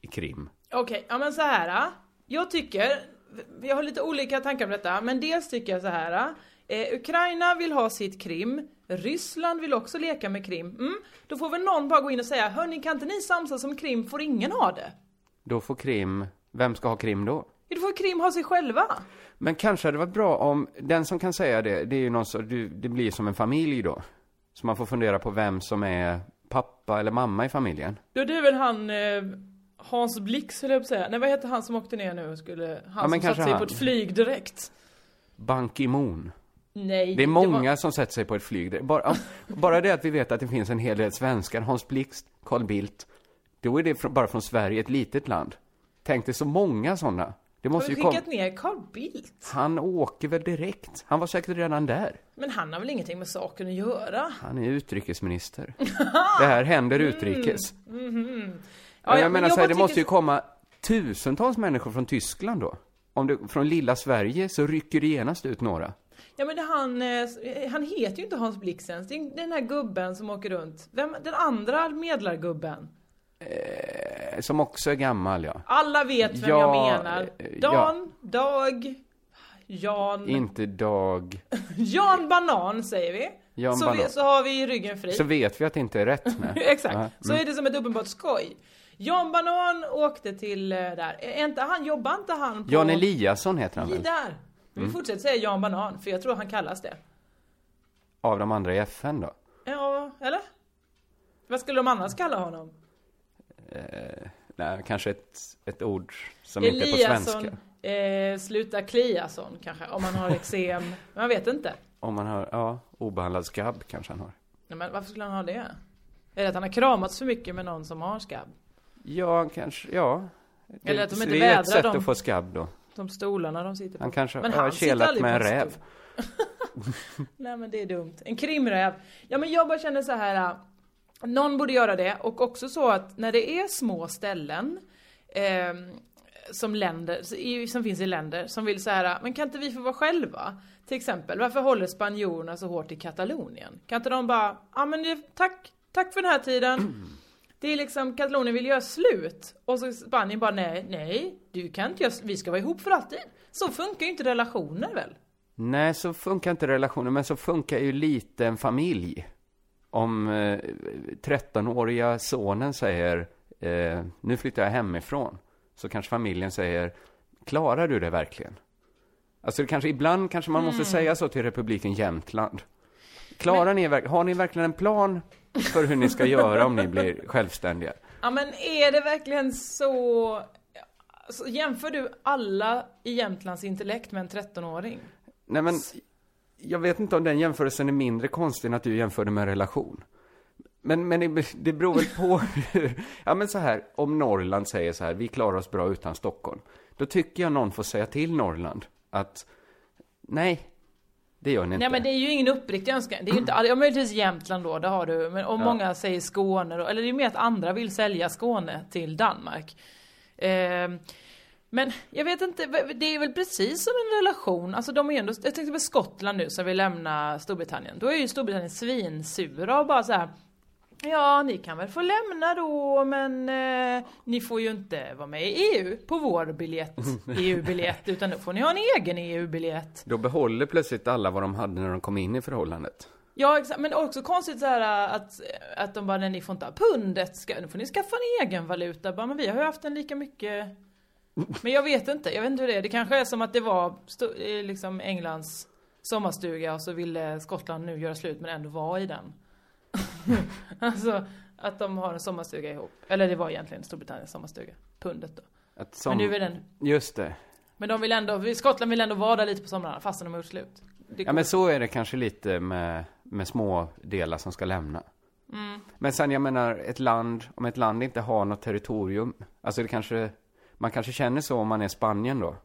[SPEAKER 4] i Krim.
[SPEAKER 5] Okej, ja men så här. ah. Jag tycker, jag har lite olika tankar om detta, men dels tycker jag så här. Eh, Ukraina vill ha sitt Krim, Ryssland vill också leka med Krim. Mm, då får väl någon bara gå in och säga, hörni kan inte ni samsas om Krim får ingen ha det?
[SPEAKER 4] Då får Krim, vem ska ha Krim då?
[SPEAKER 5] Ja, Då får Krim ha sig själva.
[SPEAKER 4] Men kanske hade det varit bra om, den som kan säga det, det är ju någon sorts, du- det blir som en familj då. Så man får fundera på vem som är pappa eller mamma i familjen.
[SPEAKER 5] Då det är väl han eh, Hans Blix höll jag på att säga. Nej vad heter han som åkte ner nu och skulle,
[SPEAKER 4] men
[SPEAKER 5] han som satte
[SPEAKER 4] kanske
[SPEAKER 5] sig på
[SPEAKER 4] han.
[SPEAKER 5] ett flyg direkt?
[SPEAKER 4] Ban Ki-Moon.
[SPEAKER 5] Nej.
[SPEAKER 4] Det är många
[SPEAKER 5] var-
[SPEAKER 4] som sätter sig på ett flyg. Det- Bara, bara det att vi vet att det finns en hel del svenskar, Hans Blixt, Carl Bildt. Då är det från, bara från Sverige, ett litet land. Tänk dig så många sådana. Det
[SPEAKER 5] Har
[SPEAKER 4] måste
[SPEAKER 5] vi
[SPEAKER 4] ju komma.
[SPEAKER 5] skickat ner Carl Bildt?
[SPEAKER 4] Han åker väl direkt? Han var säkert redan där.
[SPEAKER 5] Men han har väl ingenting med saken att göra?
[SPEAKER 4] Han är utrikesminister. Det här händer utrikes.
[SPEAKER 5] Mhm.
[SPEAKER 4] Ja,
[SPEAKER 5] Mm. ja,
[SPEAKER 4] jag
[SPEAKER 5] men
[SPEAKER 4] menar
[SPEAKER 5] jag
[SPEAKER 4] så här,
[SPEAKER 5] bara
[SPEAKER 4] det måste
[SPEAKER 5] tycker-
[SPEAKER 4] ju komma tusentals människor från Tyskland då. Om du, från lilla Sverige så rycker det genast ut några.
[SPEAKER 5] Ja men det han, eh, han heter ju inte Hans Blix ens. Det är den här gubben som åker runt. Vem, den andra medlargubben.
[SPEAKER 4] Eh, Som också är gammal, ja.
[SPEAKER 5] Alla vet vem
[SPEAKER 4] Ja,
[SPEAKER 5] jag menar.
[SPEAKER 4] eh, ja.
[SPEAKER 5] Dan, Dag, Jan.
[SPEAKER 4] Inte Dag.
[SPEAKER 5] Jan Banan säger vi.
[SPEAKER 4] Jan
[SPEAKER 5] så,
[SPEAKER 4] Banan.
[SPEAKER 5] Vi, så har vi ryggen fri.
[SPEAKER 4] Så vet vi att det inte är rätt med.
[SPEAKER 5] Exakt.
[SPEAKER 4] Ja,
[SPEAKER 5] Så
[SPEAKER 4] mm.
[SPEAKER 5] är det som ett uppenbart skoj. Jan Banan åkte till eh, där. Är inte han, jobbar inte han på...
[SPEAKER 4] Jan Eliasson heter han
[SPEAKER 5] I-
[SPEAKER 4] väl?
[SPEAKER 5] Där. Vi
[SPEAKER 4] Mm.
[SPEAKER 5] fortsätter säga Jan Banan, för jag tror han kallas det.
[SPEAKER 4] Av de andra i FN då?
[SPEAKER 5] Ja, eller? Vad skulle de annars kalla honom?
[SPEAKER 4] Eh, nej, kanske ett, ett ord som inte är på svenska.
[SPEAKER 5] eh, sluta Kliasson kanske, om man har eksem. Man vet inte.
[SPEAKER 4] Om man har, ja, obehandlad skabb kanske han har.
[SPEAKER 5] Nej, men varför skulle han ha det? Är det att han har kramats för mycket med någon som har skabb?
[SPEAKER 4] Ja, kanske, ja.
[SPEAKER 5] Eller att de inte
[SPEAKER 4] det är ett
[SPEAKER 5] vädrar
[SPEAKER 4] sätt
[SPEAKER 5] dem.
[SPEAKER 4] att få skabb då.
[SPEAKER 5] De stolarna de sitter på.
[SPEAKER 4] Han kanske
[SPEAKER 5] Men
[SPEAKER 4] har
[SPEAKER 5] han sitter
[SPEAKER 4] kelat
[SPEAKER 5] aldrig på
[SPEAKER 4] med en
[SPEAKER 5] stol.
[SPEAKER 4] räv.
[SPEAKER 5] Nej men det är dumt. En krimräv. Ja men jag bara känner så här. äh, Någon borde göra det och också så att när det är små ställen ehm, som länder, så- i- som finns i länder, som vill så här, äh, men kan inte vi få vara själva? Till exempel, varför håller spanjorerna så hårt i Katalonien? Kan inte de bara, ja men det- tack, tack för den här tiden. Det är liksom, Katalonien vill göra slut. Och så Spanien bara, nej, nej, du kan inte göra, s- vi ska vara ihop för alltid. Så funkar ju inte relationer väl?
[SPEAKER 4] Nej, så funkar inte relationen, men så funkar ju lite en familj. Om eh, 13-åriga sonen säger eh, nu flyttar jag hemifrån, så kanske familjen säger klarar du det verkligen? Alltså det kanske, ibland kanske man måste
[SPEAKER 5] Mm.
[SPEAKER 4] säga så till republiken Jämtland. Klarar ni verkligen, har ni verkligen en plan för hur ni ska göra om ni blir självständiga?
[SPEAKER 5] Ja men är det verkligen så... Alltså, jämför du alla i Jämtlands intellekt med en 13-åring?
[SPEAKER 4] Nej men, jag vet inte om den jämförelsen är mindre konstig än att du jämförde med en relation. Men, men det, det beror väl på hur, ja men så här, om Norrland säger så här, vi klarar oss bra utan Stockholm. Då tycker jag någon får säga till Norrland att, nej, det gör ni inte.
[SPEAKER 5] Nej men det är ju ingen uppriktig önskan. Det är ju inte alla, ja, möjligtvis Jämtland då, det har du. Men om
[SPEAKER 4] Ja.
[SPEAKER 5] många säger Skåne då, eller det är ju mer att andra vill sälja Skåne till Danmark. Ehm, men jag vet inte, v- det är väl precis som en relation. Alltså de är ju ändå, jag tänkte på Skottland nu som vill lämna Storbritannien. Då är ju Storbritannien svinsura och bara så här. Ja, ni kan väl få lämna då, men eh, ni får ju inte vara med i EU på vår biljett, EU-biljett, utan då får ni ha en egen E EU-biljett.
[SPEAKER 4] Då behåller plötsligt alla vad de hade när de kom in i förhållandet.
[SPEAKER 5] Ja exakt, men också konstigt så här äh, att, att de bara, nej ni får inte ha pundet, ska, nu får ni skaffa en egen valuta. Bara, men vi har ju haft en lika mycket. Men jag vet inte, jag vet inte hur det är. Det kanske är som att det var sto- eh, liksom Englands sommarstuga och så ville Skottland nu göra slut men ändå vara i den. alltså att de har en sommarstuga ihop. Eller det var egentligen Storbritanniens sommarstuga, pundet då.
[SPEAKER 4] Att
[SPEAKER 5] Men nu är den,
[SPEAKER 4] Just det.
[SPEAKER 5] men de vill ändå, Skottland vill ändå vara där lite på somrarna fastän de har gjort slut. Det
[SPEAKER 4] Ja men så är det kanske lite med, med små delar som ska lämna.
[SPEAKER 5] Mm.
[SPEAKER 4] Men sen jag menar, ett land, om ett land inte har något territorium, alltså det kanske, man kanske känner så om man är Spanien då.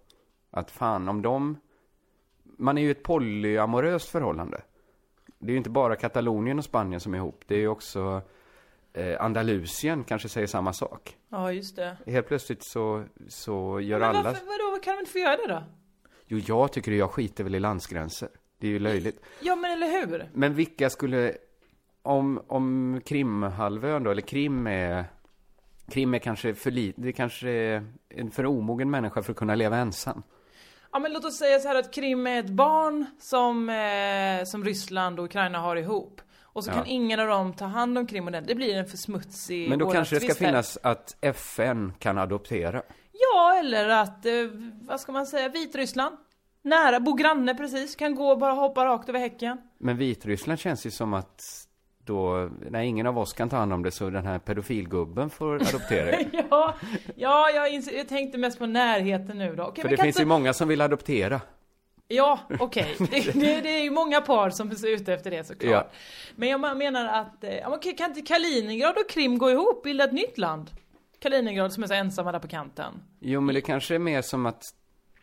[SPEAKER 4] Att fan, om de, man är ju ett polyamoröst förhållande. Det är ju inte bara Katalonien och Spanien som är ihop, det är ju också eh, Andalusien kanske säger samma sak.
[SPEAKER 5] Ja just det.
[SPEAKER 4] Helt plötsligt så, så gör
[SPEAKER 5] Men
[SPEAKER 4] alla...
[SPEAKER 5] varför, vadå, vad kan de inte få göra det då?
[SPEAKER 4] Jo, jag tycker det, jag skiter väl i landsgränser. Det är ju löjligt.
[SPEAKER 5] Ja men eller hur?
[SPEAKER 4] Men vilka skulle, om, om Krimhalvön då, eller Krim är, Krim är kanske för lite, det kanske är en för omogen människa för att kunna leva ensam.
[SPEAKER 5] Ja men låt oss säga så här att Krim är ett barn som, eh, som Ryssland och Ukraina har ihop. Och så
[SPEAKER 4] Ja.
[SPEAKER 5] kan ingen av dem ta hand om Krim och den. Det blir en för smutsig
[SPEAKER 4] Men då
[SPEAKER 5] vårdnads-
[SPEAKER 4] kanske det ska
[SPEAKER 5] tvist här.
[SPEAKER 4] finnas att FN kan adoptera.
[SPEAKER 5] Ja eller att, eh, vad ska man säga, Vitryssland. Nära, bor granne precis, kan gå och bara hoppa rakt över häcken.
[SPEAKER 4] Men Vitryssland känns ju som att då, när ingen av oss kan ta hand om det så den här pedofilgubben får adoptera er.
[SPEAKER 5] ja, ja jag, inser, jag tänkte mest på närheten nu då. Okej,
[SPEAKER 4] För
[SPEAKER 5] men
[SPEAKER 4] det
[SPEAKER 5] kan
[SPEAKER 4] finns
[SPEAKER 5] inte-
[SPEAKER 4] ju många som vill adoptera.
[SPEAKER 5] Ja, okej. Det, det, det är ju många par som är ute efter det såklart.
[SPEAKER 4] Ja.
[SPEAKER 5] Men jag menar att, eh, ja, men kan inte Kaliningrad och Krim gå ihop, bilda ett nytt land? Kaliningrad som är så ensamma där på kanten.
[SPEAKER 4] Jo, men det kanske är mer som att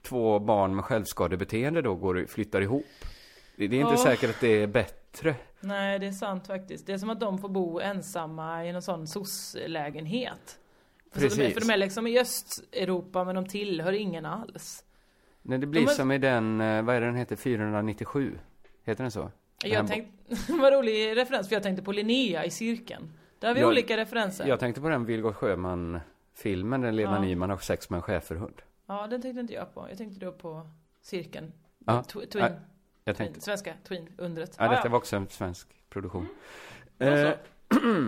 [SPEAKER 4] två barn med självskadebeteende då går, flyttar ihop. Det, det är inte
[SPEAKER 5] Ja.
[SPEAKER 4] säkert att det är bättre.
[SPEAKER 5] Nej, det är sant faktiskt. Det är som att de får bo ensamma i någon sån soc-lägenhet. För, så de, är-
[SPEAKER 4] Precis.
[SPEAKER 5] för de är liksom i Östeuropa men de tillhör ingen alls.
[SPEAKER 4] Nej, det blir
[SPEAKER 5] Ja, men-
[SPEAKER 4] som i den, eh, vad är det den heter, 497? Heter den så? Den här
[SPEAKER 5] Jag tänkte, vad rolig referens, för jag tänkte på Linnea i cirkeln. Där har vi
[SPEAKER 4] Jag-
[SPEAKER 5] olika referenser.
[SPEAKER 4] Jag tänkte på den Vilgot Sjöman-filmen, den Lena
[SPEAKER 5] Ja.
[SPEAKER 4] Nyman och sex med en schäferhund.
[SPEAKER 5] Ja, den tänkte inte jag på. Jag tänkte då på cirkeln.
[SPEAKER 4] Ja,
[SPEAKER 5] Tw- twin.
[SPEAKER 4] ja, jag tänkte-
[SPEAKER 5] Twin. Svenska twin, Ah, undret.
[SPEAKER 4] Ja,
[SPEAKER 5] Ja,
[SPEAKER 4] detta
[SPEAKER 5] ja. Mm.
[SPEAKER 4] var också en svensk produktion.
[SPEAKER 5] så.
[SPEAKER 4] Eh,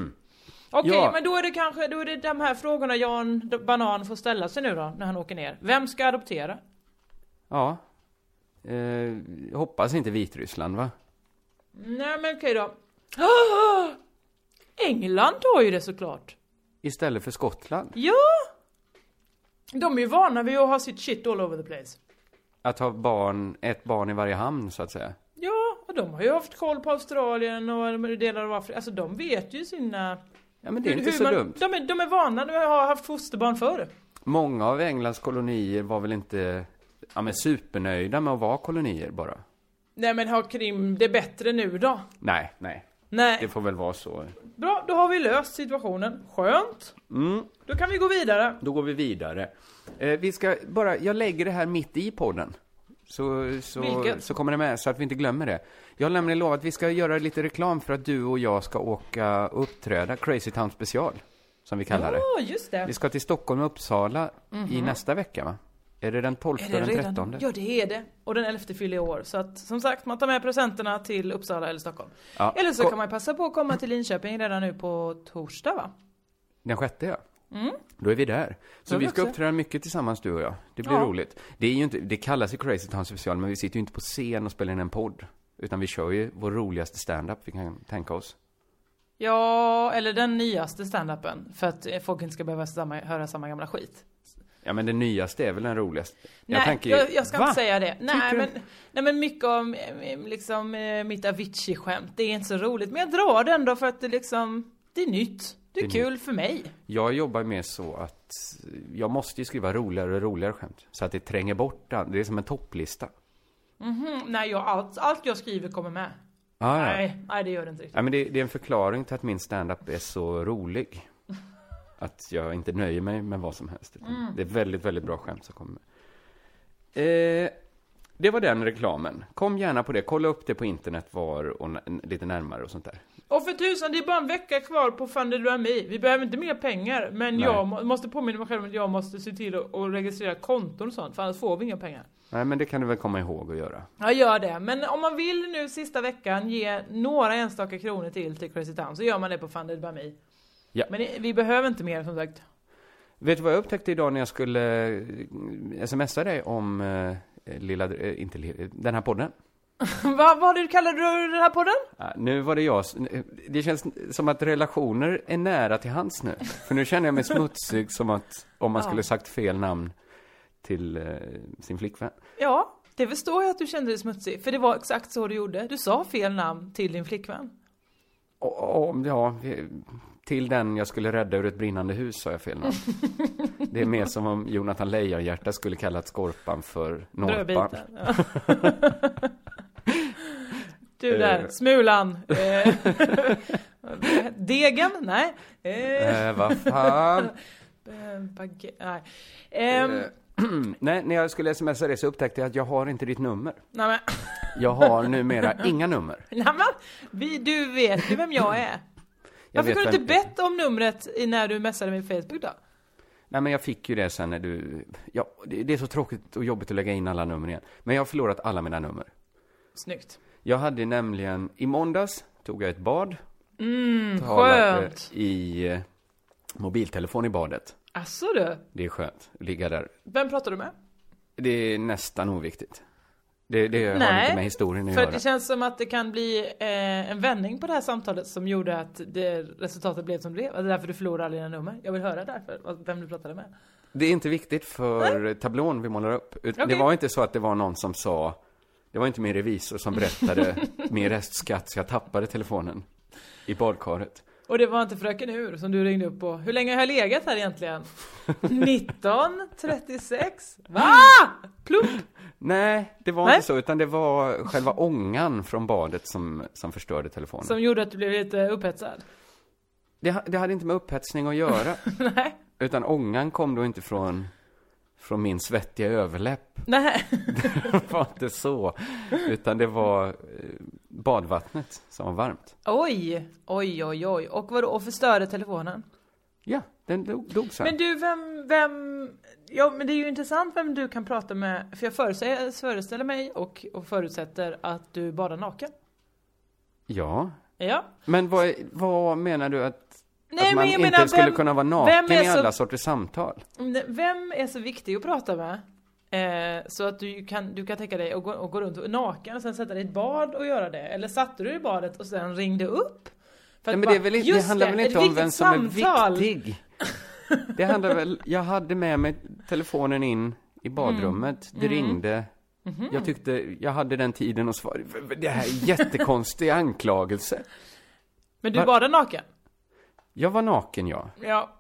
[SPEAKER 5] Okej,
[SPEAKER 4] ja.
[SPEAKER 5] men då är det kanske då är det de här frågorna Jan D- Banan får ställa sig nu då, när han åker ner. Vem ska adoptera?
[SPEAKER 4] Ja. Eh, hoppas inte Vitryssland, va?
[SPEAKER 5] Nej, men okej då. Ah! England har ju det såklart.
[SPEAKER 4] Istället för Skottland.
[SPEAKER 5] Ja! De är ju vana vid att ha sitt shit all over the place.
[SPEAKER 4] Att ha barn, ett barn i varje hamn, så att säga.
[SPEAKER 5] Ja, och de har ju haft koll på Australien och delar av Afrika. Alltså de vet ju sina...
[SPEAKER 4] Ja, men det är
[SPEAKER 5] hur-
[SPEAKER 4] inte
[SPEAKER 5] hur
[SPEAKER 4] så
[SPEAKER 5] man,
[SPEAKER 4] dumt.
[SPEAKER 5] De är, de är vana, de har haft fosterbarn förr.
[SPEAKER 4] Många av Englands kolonier var väl inte ja, men supernöjda med att vara kolonier bara.
[SPEAKER 5] Nej men har Krim det bättre nu då?
[SPEAKER 4] Nej, nej.
[SPEAKER 5] Nej.
[SPEAKER 4] Det får väl vara så.
[SPEAKER 5] Bra, då har vi löst situationen. Skönt.
[SPEAKER 4] Mm,
[SPEAKER 5] Då kan vi gå vidare.
[SPEAKER 4] då går vi vidare. Eh, vi ska bara, jag lägger det här mitt i podden. Så, så,
[SPEAKER 5] Vilket?
[SPEAKER 4] så kommer det med, så att vi inte glömmer det. Jag har nämligen lovat att vi ska göra lite reklam för att du och jag ska åka och uppträda, Crazy Town special, som vi kallar det.
[SPEAKER 5] Ja, just det.
[SPEAKER 4] Vi ska till Stockholm och Uppsala i
[SPEAKER 5] Mhm.
[SPEAKER 4] nästa vecka, va? Är det den 12
[SPEAKER 5] Är
[SPEAKER 4] och
[SPEAKER 5] det
[SPEAKER 4] den
[SPEAKER 5] redan-
[SPEAKER 4] 13?
[SPEAKER 5] Ja, det är det. Och den 11 fyller i år. Så att som sagt, man tar med presenterna till Uppsala eller Stockholm.
[SPEAKER 4] Ja.
[SPEAKER 5] Eller så
[SPEAKER 4] Ko-
[SPEAKER 5] kan man passa på att komma till Linköping redan nu på torsdag va?
[SPEAKER 4] Den sjätte, ja.
[SPEAKER 5] Mm.
[SPEAKER 4] Då är vi där. Så
[SPEAKER 5] Då är
[SPEAKER 4] vi
[SPEAKER 5] vi
[SPEAKER 4] ska
[SPEAKER 5] också.
[SPEAKER 4] uppträda mycket tillsammans du och jag. Det blir
[SPEAKER 5] Ja.
[SPEAKER 4] roligt. Det, är ju inte, det kallas ju Crazy Town special, men vi sitter ju inte på scen och spelar in en podd. Utan vi kör ju vår roligaste stand-up vi kan tänka oss.
[SPEAKER 5] Ja, eller den nyaste standupen. För att eh, folk inte ska behöva samma, höra samma gamla skit.
[SPEAKER 4] Ja men det nyaste är väl den roligaste.
[SPEAKER 5] nej,
[SPEAKER 4] tänker ju-
[SPEAKER 5] jag, jag ska
[SPEAKER 4] Va?
[SPEAKER 5] inte säga det. Nej
[SPEAKER 4] du?
[SPEAKER 5] men, nej men mycket om eh, liksom eh, mitt Avicii-skämt, det är inte så roligt. Men jag drar det ändå för att det liksom, det är nytt. Det är,
[SPEAKER 4] Det är
[SPEAKER 5] kul
[SPEAKER 4] nytt.
[SPEAKER 5] för mig.
[SPEAKER 4] Jag jobbar med så att jag måste ju skriva roligare och roligare skämt. Så att det tränger bort det andra. Det är som en topplista.
[SPEAKER 5] Mhm, nej, jag, allt, allt jag skriver kommer med.
[SPEAKER 4] Ah, ja.
[SPEAKER 5] nej, nej, det gör det inte riktigt.
[SPEAKER 4] Ja, men det, det är en förklaring till att min stand-up är så rolig. Att jag inte nöjer mig med vad som helst. utan
[SPEAKER 5] Mm.
[SPEAKER 4] Det är väldigt, väldigt bra skämt som kommer. med. Eh, det var den reklamen. Kom gärna på det. Kolla upp det på internet var och n- lite närmare och sånt där.
[SPEAKER 5] Och för tusan, det är bara en vecka kvar på Funder du är med i. Vi behöver inte mer pengar, men
[SPEAKER 4] Nej.
[SPEAKER 5] jag må, måste påminna mig själv om att jag måste se till att att registrera konton och sånt, för annars får vi inga pengar.
[SPEAKER 4] Nej, men det kan du väl komma ihåg att göra.
[SPEAKER 5] Jag gör det, men om man vill nu sista veckan ge några enstaka kronor till till Crazy Town så gör man det på Funded by Me.
[SPEAKER 4] Ja.
[SPEAKER 5] Men det- vi behöver inte mer som sagt.
[SPEAKER 4] Vet du vad jag upptäckte idag när jag skulle eh, smsa dig om eh, lilla, eh, inte lilla, den här podden?
[SPEAKER 5] Vad var det du kallade du den här podden?
[SPEAKER 4] Ja, nu var det jag. s- Det känns som att relationer är nära till hans nu. För nu känner jag mig smutsig som att om man
[SPEAKER 5] Ja.
[SPEAKER 4] skulle sagt fel namn till eh, sin flickvän.
[SPEAKER 5] Ja, det förstår jag att du kände dig smutsig, för det var exakt så du gjorde. Du sa fel namn till din flickvän.
[SPEAKER 4] Och, och, ja, eh, till den jag skulle rädda ur ett brinnande hus sa jag fel namn. Det är mer som om Jonathan Lejonhjärta skulle kallat Skorpan för Norpan.
[SPEAKER 5] Brödbiten. Ja. du där,
[SPEAKER 4] Eh.
[SPEAKER 5] Smulan. Eh, Degen? Nej. Eh,
[SPEAKER 4] Eh, vad fan.
[SPEAKER 5] eh, bagge- Nej. Ehm,
[SPEAKER 4] Eh, Nej, när jag skulle smsa dig så upptäckte jag att jag har inte ditt nummer.
[SPEAKER 5] nej men.
[SPEAKER 4] Jag har numera inga nummer.
[SPEAKER 5] Nej, men, vi, du vet ju vem jag är.
[SPEAKER 4] Jag
[SPEAKER 5] Varför
[SPEAKER 4] vet
[SPEAKER 5] kunde du
[SPEAKER 4] vem-
[SPEAKER 5] inte bett om numret i- när du messade mig på Facebook då?
[SPEAKER 4] Nej, men jag fick ju det sen när du... Ja, det det är så tråkigt och jobbigt att lägga in alla nummer igen. Men jag har förlorat alla mina nummer.
[SPEAKER 5] Snyggt.
[SPEAKER 4] Jag hade nämligen... I måndags tog jag ett bad.
[SPEAKER 5] Mm,
[SPEAKER 4] Talade
[SPEAKER 5] skönt.
[SPEAKER 4] i eh, mobiltelefon i badet.
[SPEAKER 5] Asså du,
[SPEAKER 4] Det är skönt. att Ligga där.
[SPEAKER 5] vem pratar du med?
[SPEAKER 4] Det är nästan oviktigt. Det, det har inte med historien att
[SPEAKER 5] för
[SPEAKER 4] göra.
[SPEAKER 5] det känns som att det kan bli eh, en vändning på det här samtalet som gjorde att det, resultatet blev som det blev. Det är därför du förlorade alla dina nummer. Jag vill höra därför, vad- vem du pratade med.
[SPEAKER 4] Det är inte viktigt för tablån vi målar upp. Ut- Det
[SPEAKER 5] Okej.
[SPEAKER 4] var inte så att det var någon som sa, det var inte min revisor som berättade min restskatt så jag tappade telefonen i badkaret.
[SPEAKER 5] Och det var inte fröken Ur som du ringde upp på. Hur länge har jag legat här egentligen? 1936? Va?
[SPEAKER 4] Mm.
[SPEAKER 5] Plump!
[SPEAKER 4] Nej, det var
[SPEAKER 5] Nej.
[SPEAKER 4] inte så, utan det var själva ångan från badet som, som förstörde telefonen.
[SPEAKER 5] Som gjorde att du blev lite upphetsad.
[SPEAKER 4] Det, ha- det hade inte med upphetsning att göra.
[SPEAKER 5] Nej.
[SPEAKER 4] Utan ångan kom då inte från, från min svettiga överläpp.
[SPEAKER 5] Nej.
[SPEAKER 4] Det var inte så. Utan det var eh, badvattnet som var varmt.
[SPEAKER 5] Oj, oj, oj, oj. Och vadå, och förstörde telefonen?
[SPEAKER 4] Ja, den dog, dog sen.
[SPEAKER 5] Men du, vem, vem... Ja, men det är ju intressant vem du kan prata med. För jag förutsäger, föreställer mig och, och förutsätter att du badar naken.
[SPEAKER 4] Ja.
[SPEAKER 5] Ja.
[SPEAKER 4] Men vad, vad menar du att,
[SPEAKER 5] Nej,
[SPEAKER 4] att
[SPEAKER 5] men
[SPEAKER 4] man
[SPEAKER 5] jag
[SPEAKER 4] inte
[SPEAKER 5] menar,
[SPEAKER 4] skulle
[SPEAKER 5] vem-
[SPEAKER 4] kunna vara
[SPEAKER 5] vem
[SPEAKER 4] naken
[SPEAKER 5] är
[SPEAKER 4] i
[SPEAKER 5] så-
[SPEAKER 4] alla sorters samtal?
[SPEAKER 5] Men Vem är så viktig att prata med? Eh, så att du kan, du kan tänka dig att gå, och gå runt och- naken och sen sätta dig i ett bad och göra det. Eller satte du dig i badet och sen ringde upp? För
[SPEAKER 4] Nej,
[SPEAKER 5] att
[SPEAKER 4] men
[SPEAKER 5] bara,
[SPEAKER 4] det, är väl inte, det
[SPEAKER 5] just
[SPEAKER 4] handlar väl
[SPEAKER 5] ett
[SPEAKER 4] inte om
[SPEAKER 5] viktigt
[SPEAKER 4] vem som
[SPEAKER 5] samtal.
[SPEAKER 4] är viktig? Det handlar väl, jag hade med mig telefonen in i badrummet, det
[SPEAKER 5] Mm.
[SPEAKER 4] ringde.
[SPEAKER 5] Mhm.
[SPEAKER 4] Jag tyckte, jag hade den tiden att svara. Det här är en jättekonstig anklagelse.
[SPEAKER 5] Men du
[SPEAKER 4] Var-
[SPEAKER 5] badar naken?
[SPEAKER 4] Jag var naken, ja.
[SPEAKER 5] Ja.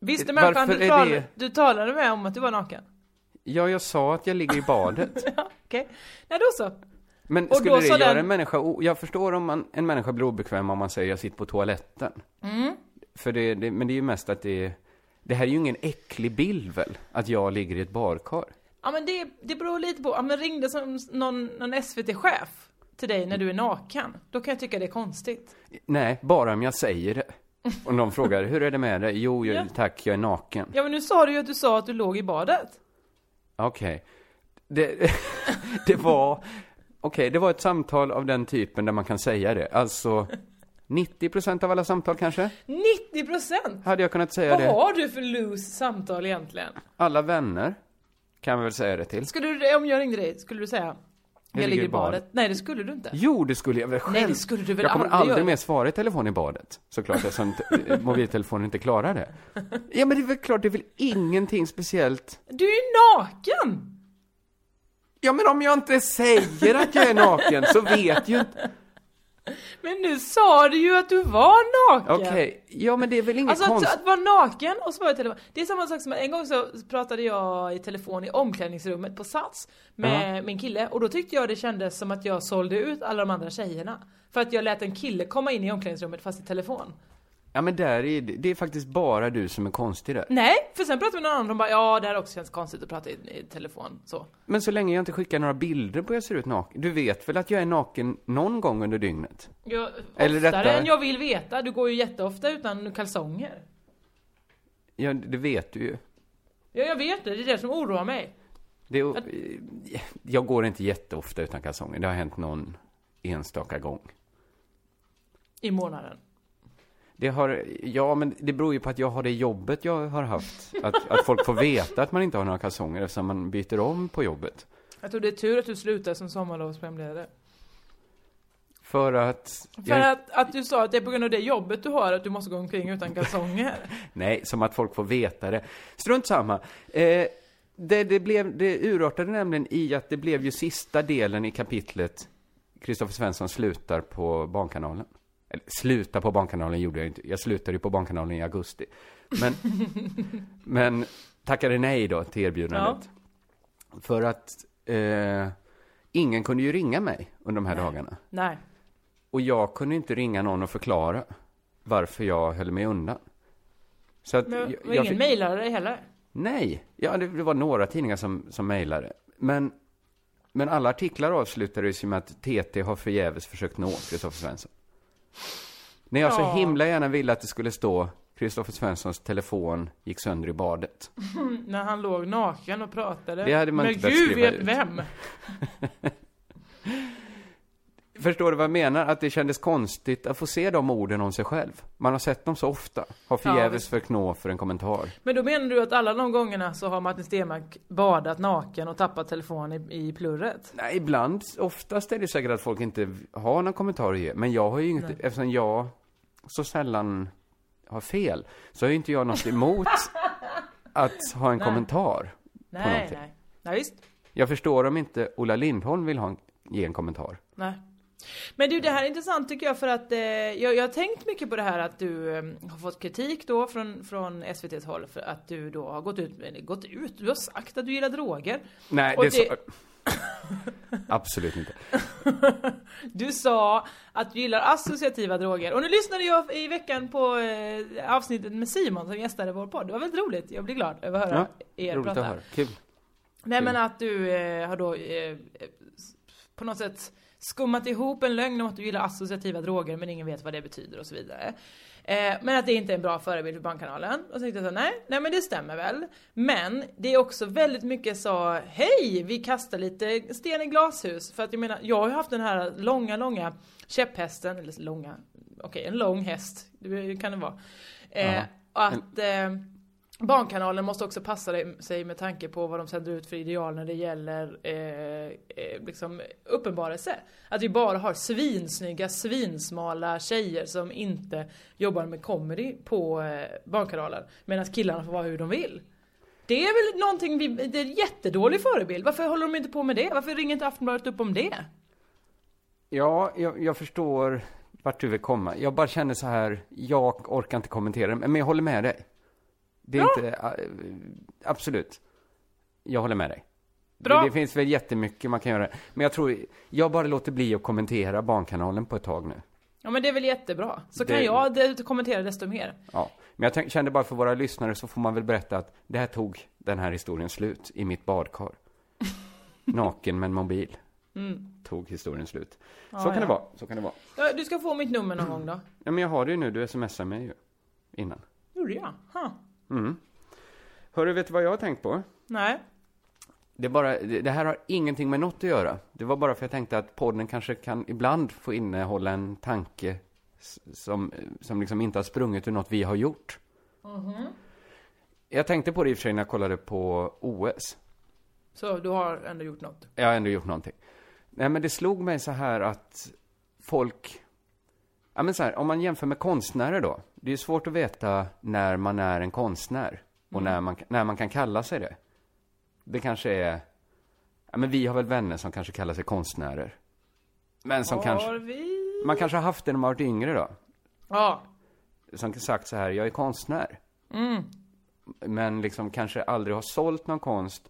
[SPEAKER 5] Visste
[SPEAKER 4] Eh,
[SPEAKER 5] människan
[SPEAKER 4] varför
[SPEAKER 5] du,
[SPEAKER 4] är
[SPEAKER 5] tal-
[SPEAKER 4] det-
[SPEAKER 5] du talade med om att du var naken?
[SPEAKER 4] Ja, jag sa att jag ligger i badet.
[SPEAKER 5] Okej. Nej, då så.
[SPEAKER 4] Men
[SPEAKER 5] Och
[SPEAKER 4] skulle
[SPEAKER 5] då
[SPEAKER 4] det
[SPEAKER 5] sa
[SPEAKER 4] göra
[SPEAKER 5] den-
[SPEAKER 4] en människa, o- jag förstår om man, en människa blir obekväm om man säger jag sitter på toaletten.
[SPEAKER 5] Mm.
[SPEAKER 4] För det, det, men det är ju mest att det är, det här är ju ingen äcklig bild väl? Att jag ligger i ett badkar.
[SPEAKER 5] Ja men det, det beror lite på, ja men ringde som någon, någon SVT-chef till dig när du är naken, då kan jag tycka det är konstigt.
[SPEAKER 4] Nej, bara om jag säger det. Och någon frågar, hur är det med dig? Jo, jag,
[SPEAKER 5] Ja.
[SPEAKER 4] tack, jag är naken.
[SPEAKER 5] Ja men nu sa du ju att du sa att du låg i badet.
[SPEAKER 4] Okej. Det, det var, okej, det var ett samtal av den typen där man kan säga det. Alltså, 90% av alla samtal kanske?
[SPEAKER 5] 90%!
[SPEAKER 4] Hade jag kunnat säga
[SPEAKER 5] Vad
[SPEAKER 4] det?
[SPEAKER 5] har du för loose samtal egentligen?
[SPEAKER 4] Alla vänner kan vi väl säga det till?
[SPEAKER 5] Skulle du, om jag ringde dig, skulle du säga jag, ligger i badet? Nej det skulle du inte.
[SPEAKER 4] Jo, det skulle jag väl själv.
[SPEAKER 5] Nej, det skulle du väl
[SPEAKER 4] jag kommer
[SPEAKER 5] aldrig
[SPEAKER 4] aldrig
[SPEAKER 5] göra.
[SPEAKER 4] mer svara i telefon i badet. Såklart, eftersom t- eh, mobiltelefonen inte klarar det. Ja, men det är väl klart, det är väl ingenting speciellt.
[SPEAKER 5] Du är ju naken!
[SPEAKER 4] Ja, men om jag inte säger att jag är naken så vet ju inte...
[SPEAKER 5] Men nu sa du ju att du var naken!
[SPEAKER 4] Okej, ja men det är väl inget
[SPEAKER 5] Alltså att,
[SPEAKER 4] konstigt.
[SPEAKER 5] att vara naken och svara i telefon. Det är samma sak som en gång så pratade jag i telefon i omklädningsrummet på Sats med min kille och då tyckte jag det kändes som att jag sålde ut alla de andra tjejerna. För att jag lät en kille komma in i omklädningsrummet fast i telefon.
[SPEAKER 4] Ja, men där är det, det är faktiskt bara du som är konstig där.
[SPEAKER 5] Nej, för sen pratade vi med någon annan och de bara ja det här också känns konstigt att prata i, i telefon så.
[SPEAKER 4] Men så länge jag inte skickar några bilder på hur jag ser ut naken. Du vet väl att jag är naken någon gång under dygnet?
[SPEAKER 5] Jag,
[SPEAKER 4] Eller
[SPEAKER 5] oftare
[SPEAKER 4] rättare-
[SPEAKER 5] än jag vill veta, du går ju jätteofta utan kalsonger.
[SPEAKER 4] Ja, det vet du ju.
[SPEAKER 5] Ja jag vet det, det är det som oroar mig.
[SPEAKER 4] Det, är- jag går inte jätteofta utan kalsonger. Det har hänt någon enstaka gång.
[SPEAKER 5] I månaden.
[SPEAKER 4] Det har, ja men det beror ju på att jag har det jobbet jag har haft. Att, att folk får veta att man inte har några kalsonger eftersom man byter om på jobbet.
[SPEAKER 5] Jag tror det är tur att du slutar som sommarlovsprogramledare.
[SPEAKER 4] För att...
[SPEAKER 5] För
[SPEAKER 4] jag,
[SPEAKER 5] att, att du sa att det är på grund av det jobbet du har att du måste gå omkring utan kalsonger.
[SPEAKER 4] Nej, som att folk får veta det. Strunt samma. Eh, det, det, blev, det urartade nämligen i att det blev ju sista delen i kapitlet Kristoffer Svensson slutar på Barnkanalen. Eller sluta på Barnkanalen gjorde jag inte. Jag slutade ju på Barnkanalen i augusti. Men, men tackade nej då till erbjudandet. För att eh, ingen kunde ju ringa mig under de här dagarna.
[SPEAKER 5] Nej.
[SPEAKER 4] Och jag kunde inte ringa någon och förklara varför jag höll mig undan. Så att
[SPEAKER 5] Men,
[SPEAKER 4] jag,
[SPEAKER 5] och
[SPEAKER 4] jag
[SPEAKER 5] ingen
[SPEAKER 4] fick-
[SPEAKER 5] mejlade dig heller.
[SPEAKER 4] Nej, ja, det, det var några tidningar som, som mejlade. Men, men alla artiklar avslutades ju med att TT har förgäves försökt nå Kristoffer Svensson. När jag
[SPEAKER 5] Ja.
[SPEAKER 4] så himla gärna ville att det skulle stå Kristoffer Svenssons telefon gick sönder i badet.
[SPEAKER 5] När han låg naken och pratade.
[SPEAKER 4] Det hade man
[SPEAKER 5] Men
[SPEAKER 4] inte behövt
[SPEAKER 5] gud
[SPEAKER 4] skriva
[SPEAKER 5] vet
[SPEAKER 4] ut.
[SPEAKER 5] vem!
[SPEAKER 4] Förstår du vad jag menar? Att det kändes konstigt att få se de orden om sig själv. Man har sett dem så ofta. Har förgäves
[SPEAKER 5] visst.
[SPEAKER 4] för knå för en kommentar.
[SPEAKER 5] Men då menar du att alla de gångerna så har Martin Stenmark badat naken och tappat telefonen i, i plurret?
[SPEAKER 4] Nej, ibland, oftast är det säkert att folk inte har några kommentarer att ge. Men jag har ju inget,
[SPEAKER 5] Nej.
[SPEAKER 4] eftersom jag så sällan har fel, så har ju inte jag något emot att ha en
[SPEAKER 5] Nej.
[SPEAKER 4] kommentar. på
[SPEAKER 5] Nej,
[SPEAKER 4] någonting.
[SPEAKER 5] nej. Nej, visst.
[SPEAKER 4] Jag förstår om inte Ola Lindholm vill ha en, ge en kommentar.
[SPEAKER 5] Nej. Men du, det här är intressant tycker jag för att eh, jag, jag har tänkt mycket på det här att du eh, har fått kritik då från, från SVTs håll för att du då har gått ut, eller gått ut, du har sagt att du gillar droger.
[SPEAKER 4] Nej,
[SPEAKER 5] Och
[SPEAKER 4] det, är så... Absolut inte.
[SPEAKER 5] Du sa att du gillar associativa droger. Och nu lyssnade jag i veckan på eh, avsnittet med Simon som gästade vår podd. Det var väldigt roligt. Jag blir glad över att höra er
[SPEAKER 4] roligt
[SPEAKER 5] prata.
[SPEAKER 4] att höra. Kul.
[SPEAKER 5] Nej
[SPEAKER 4] Kul.
[SPEAKER 5] men att du eh, har då eh, eh, s- på något sätt skummat ihop en lögn om att du gillar associativa droger men ingen vet vad det betyder och så vidare. Eh, men att det inte är en bra förebild för Barnkanalen. Och så tänkte jag så, nej, nej men det stämmer väl. Men det är också väldigt mycket så, hej vi kastar lite sten i glashus. För att jag menar, jag har ju haft den här långa, långa käpphästen, eller långa, okej en lång häst, det kan det vara. Eh,
[SPEAKER 4] Ja.
[SPEAKER 5] att eh, Barnkanalen måste också passa dig- sig med tanke på vad de sänder ut för ideal när det gäller eh, eh, liksom uppenbarelse. Att vi bara har svinsnygga, svinsmala tjejer som inte jobbar med comedy på eh, Barnkanalen. Medan killarna får vara hur de vill. Det är väl någonting, vi, det är en jättedålig förebild. Varför håller de inte på med det? Varför ringer inte Aftonbladet upp om det?
[SPEAKER 4] Ja, jag, jag förstår vart du vill komma. Jag bara känner så här, jag orkar inte kommentera det, men jag håller med dig. Det är inte, äh, absolut. Jag håller med dig.
[SPEAKER 5] Bra.
[SPEAKER 4] Det, det finns väl jättemycket man kan göra. Men jag tror, jag bara låter bli att kommentera Barnkanalen på ett tag nu.
[SPEAKER 5] Ja men det är väl jättebra. Så kan
[SPEAKER 4] Det-
[SPEAKER 5] jag de- kommentera desto mer.
[SPEAKER 4] Ja. Men jag tänk, kände bara för våra lyssnare så får man väl berätta att det här tog den här historien slut i mitt badkar. Naken men mobil.
[SPEAKER 5] Mm.
[SPEAKER 4] Tog historien slut.
[SPEAKER 5] Ja,
[SPEAKER 4] så kan
[SPEAKER 5] ja.
[SPEAKER 4] det vara, så kan det vara.
[SPEAKER 5] Ja, Du ska få mitt nummer någon gång då.
[SPEAKER 4] Ja, men jag har det ju nu, du smsar mig ju. Innan.
[SPEAKER 5] Gjorde jag? Huh.
[SPEAKER 4] Mm. Hörru, vet du vad jag har tänkt på?
[SPEAKER 5] Nej.
[SPEAKER 4] Det, är bara, det det här har ingenting med något att göra. Det var bara för jag tänkte att podden kanske kan ibland få innehålla en tanke s- som, som liksom inte har sprungit ur något vi har gjort. Jag tänkte på det i och för sig när jag kollade på OS.
[SPEAKER 5] Så du har ändå gjort något?
[SPEAKER 4] Jag har ändå gjort någonting. Nej, men det slog mig så här att folk... Ja, men så här, om man jämför med konstnärer då. Det är ju svårt att veta när man är en konstnär och när, man, när man kan kalla sig det. Det kanske är... Ja, men vi har väl vänner som kanske kallar sig konstnärer. Men som kanske...
[SPEAKER 5] Har vi?
[SPEAKER 4] Man kanske har haft det när man varit yngre då.
[SPEAKER 5] Ja.
[SPEAKER 4] Som sagt så här, jag är konstnär.
[SPEAKER 5] Mm.
[SPEAKER 4] men liksom kanske aldrig har sålt någon konst,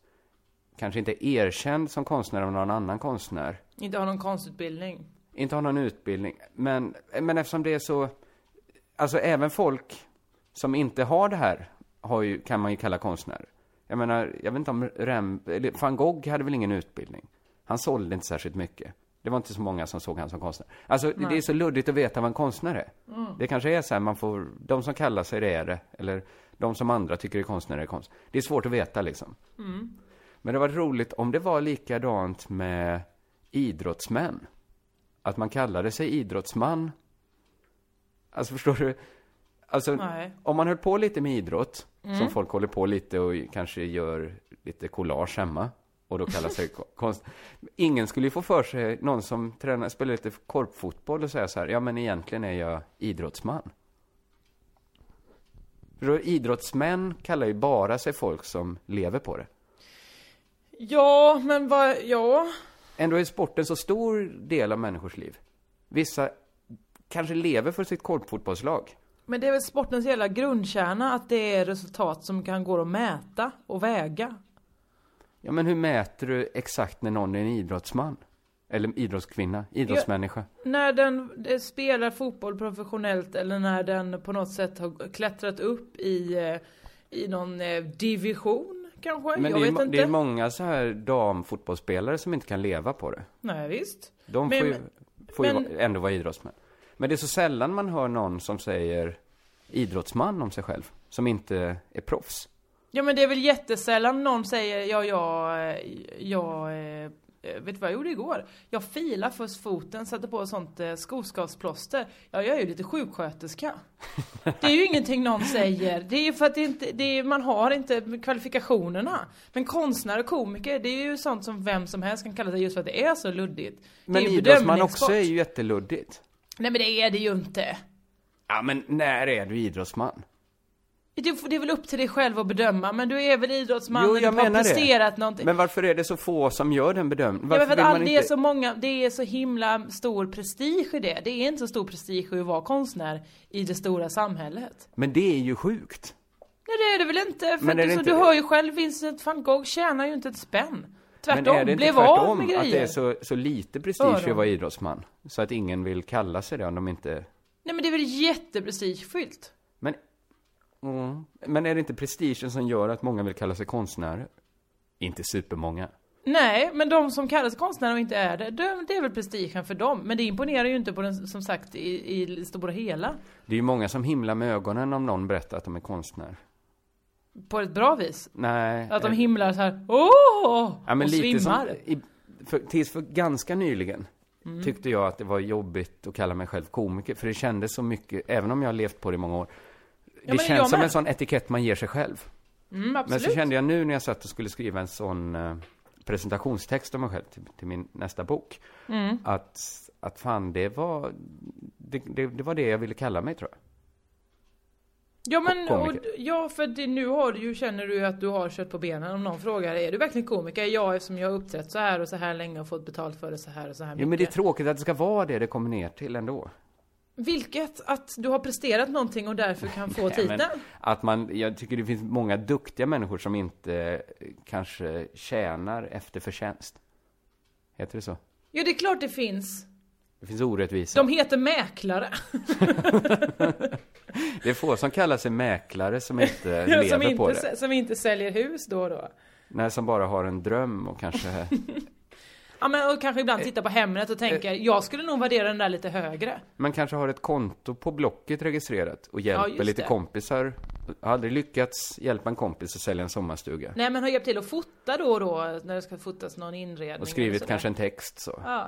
[SPEAKER 4] kanske inte är erkänd som konstnär av någon annan konstnär,
[SPEAKER 5] Inte har någon konstutbildning.
[SPEAKER 4] inte har någon utbildning, men, men eftersom det är så, alltså även folk som inte har det här har ju, kan man ju kalla konstnärer. Jag menar, jag vet inte om Rem, eller van Gogh hade väl ingen utbildning? Han sålde inte särskilt mycket. Det var inte så många som såg han som konstnär. Alltså, det är så luddigt att veta vad en konstnär är. Det kanske är så här, man får, de som kallar sig det är det, eller de som andra tycker är konstnärer är konst. Det är svårt att veta liksom. Men det var roligt om det var likadant med idrottsmän. Att man kallade sig idrottsman. Alltså förstår du? Alltså,
[SPEAKER 5] Nej.
[SPEAKER 4] om man höll på lite med idrott, som folk håller på lite och kanske gör lite collage hemma, och då kallar sig ko- konst. Ingen skulle ju få för sig någon som tränar, spelar lite korpfotboll och säga så här, ja men egentligen är jag idrottsman. För då, idrottsmän kallar ju bara sig folk som lever på det.
[SPEAKER 5] Ja, men vad, ja.
[SPEAKER 4] Ändå är sporten så stor del av människors liv. Vissa kanske lever för sitt korpfotbollslag.
[SPEAKER 5] Men det är väl sportens hela grundkärna att det är resultat som kan gå att mäta och väga.
[SPEAKER 4] Ja, men hur mäter du exakt när någon är en idrottsman? Eller idrottskvinna, idrottsmänniska?
[SPEAKER 5] När den eh, spelar fotboll professionellt eller när den på något sätt har klättrat upp i, eh, i någon eh, division kanske?
[SPEAKER 4] Men
[SPEAKER 5] jag
[SPEAKER 4] det är, ju
[SPEAKER 5] vet
[SPEAKER 4] må-
[SPEAKER 5] inte.
[SPEAKER 4] det är många så här damfotbollsspelare som inte kan leva på det.
[SPEAKER 5] Nej, visst.
[SPEAKER 4] De
[SPEAKER 5] Men-
[SPEAKER 4] får, ju, får
[SPEAKER 5] men-
[SPEAKER 4] ju va- ändå vara idrottsmän. Men det är så sällan man hör någon som säger idrottsman om sig själv, som inte är proffs.
[SPEAKER 5] Ja men det är väl jättesällan någon säger ja jag, eh, jag eh, eh, vet du vad jag gjorde igår? Jag filade först foten, satte på sånt eh, skoskavsplåster. Ja, jag är ju lite sjuksköterska. Det är ju ingenting någon säger. Det är ju för att det inte, det är, man har inte kvalifikationerna. Men konstnär och komiker, det är ju sånt som vem som helst kan kalla sig just för att det är så luddigt.
[SPEAKER 4] Men
[SPEAKER 5] det är ju
[SPEAKER 4] idrottsman också
[SPEAKER 5] bedömningssport.
[SPEAKER 4] är ju jätteluddigt.
[SPEAKER 5] Nej men det är det ju inte.
[SPEAKER 4] Ja, men när är du idrottsman?
[SPEAKER 5] Det det är väl upp till dig själv att bedöma, men du är väl idrottsman
[SPEAKER 4] Jo,
[SPEAKER 5] och du
[SPEAKER 4] jag
[SPEAKER 5] har
[SPEAKER 4] menar
[SPEAKER 5] presterat
[SPEAKER 4] det.
[SPEAKER 5] någonting.
[SPEAKER 4] Men varför är det så få som gör den bedömningen?
[SPEAKER 5] Ja,
[SPEAKER 4] Varför
[SPEAKER 5] men för att
[SPEAKER 4] vill
[SPEAKER 5] all,
[SPEAKER 4] man
[SPEAKER 5] det
[SPEAKER 4] inte...
[SPEAKER 5] är så många, det är så himla stor prestige i det. Det är inte så stor prestige i att vara konstnär i det stora samhället.
[SPEAKER 4] Men det är ju sjukt.
[SPEAKER 5] Nej det är det väl inte? För
[SPEAKER 4] Men
[SPEAKER 5] att
[SPEAKER 4] är
[SPEAKER 5] du,
[SPEAKER 4] det
[SPEAKER 5] så,
[SPEAKER 4] inte-
[SPEAKER 5] du hör ju själv Vincent van Gogh tjänar ju inte ett spänn.
[SPEAKER 4] men
[SPEAKER 5] Tvärtom,
[SPEAKER 4] är det inte
[SPEAKER 5] blev
[SPEAKER 4] tvärtom
[SPEAKER 5] av med
[SPEAKER 4] att det
[SPEAKER 5] grejer.
[SPEAKER 4] är så, så lite prestige i
[SPEAKER 5] Öron.
[SPEAKER 4] att vara idrottsman? Så att ingen vill kalla sig det om de inte...
[SPEAKER 5] Nej men det är väl jätteprestigefyllt?
[SPEAKER 4] Men... Mm. Men är det inte prestigen som gör att många vill kalla sig konstnärer? Inte supermånga.
[SPEAKER 5] Nej, men de som kallas konstnärer och inte är det, de, det är väl prestigen för dem. Men det imponerar ju inte på den, som sagt, i, i det stora hela.
[SPEAKER 4] Det är ju många som himlar med ögonen om någon berättar att de är konstnär.
[SPEAKER 5] På ett bra vis.
[SPEAKER 4] Nej.
[SPEAKER 5] Att de
[SPEAKER 4] eh,
[SPEAKER 5] himlar så här, åh!
[SPEAKER 4] ja, men
[SPEAKER 5] och
[SPEAKER 4] lite
[SPEAKER 5] svimmar. Mm,
[SPEAKER 4] som, i, för, Tills för ganska nyligen tyckte jag att det var jobbigt att kalla mig själv komiker. För det kändes så mycket, även om jag har levt på det i många år.
[SPEAKER 5] men
[SPEAKER 4] det
[SPEAKER 5] jag
[SPEAKER 4] känns som
[SPEAKER 5] med.
[SPEAKER 4] en sån etikett man ger sig själv.
[SPEAKER 5] Mm,
[SPEAKER 4] Men
[SPEAKER 5] absolut.
[SPEAKER 4] så kände jag nu när jag satt och skulle skriva en sån eh, presentationstext om mig själv till, till min nästa bok.
[SPEAKER 5] Mm.
[SPEAKER 4] Att, att fan, det var det, det, det var det jag ville kalla mig tror jag.
[SPEAKER 5] Ja men, och,
[SPEAKER 4] komiker.
[SPEAKER 5] ja för det, nu har du ju, känner du ju att du har kött på benen om någon frågar är du verkligen komiker? Ja eftersom jag har uppträtt så här och så här länge och fått betalt för det så här och så här
[SPEAKER 4] Jo, men det är tråkigt att det ska vara det det kommer ner till ändå.
[SPEAKER 5] Vilket, att du har presterat någonting och därför kan få
[SPEAKER 4] Nej,
[SPEAKER 5] titeln?
[SPEAKER 4] men att man, jag tycker det finns många duktiga människor som inte eh, kanske tjänar efter förtjänst. Heter det så?
[SPEAKER 5] Ja det är klart det finns.
[SPEAKER 4] Det finns orättvisa.
[SPEAKER 5] De heter mäklare.
[SPEAKER 4] Det är få som kallar sig mäklare som inte lever
[SPEAKER 5] som,
[SPEAKER 4] på
[SPEAKER 5] inte,
[SPEAKER 4] det.
[SPEAKER 5] sä- som inte säljer hus då och då.
[SPEAKER 4] Nej, som bara har en dröm och kanske...
[SPEAKER 5] Ja men och kanske
[SPEAKER 4] Eh,
[SPEAKER 5] ibland tittar på Hemnet och tänker jag skulle nog värdera den där lite högre.
[SPEAKER 4] Man kanske har ett konto på Blocket registrerat och hjälper
[SPEAKER 5] just
[SPEAKER 4] lite
[SPEAKER 5] det.
[SPEAKER 4] kompisar. Jag har aldrig lyckats hjälpa en kompis att sälja en sommarstuga.
[SPEAKER 5] Nej men har hjälpt till att fota då och då när det ska fotas någon inredning.
[SPEAKER 4] och
[SPEAKER 5] eller
[SPEAKER 4] skrivit
[SPEAKER 5] sådär.
[SPEAKER 4] kanske en text så.
[SPEAKER 5] Ja. Eh,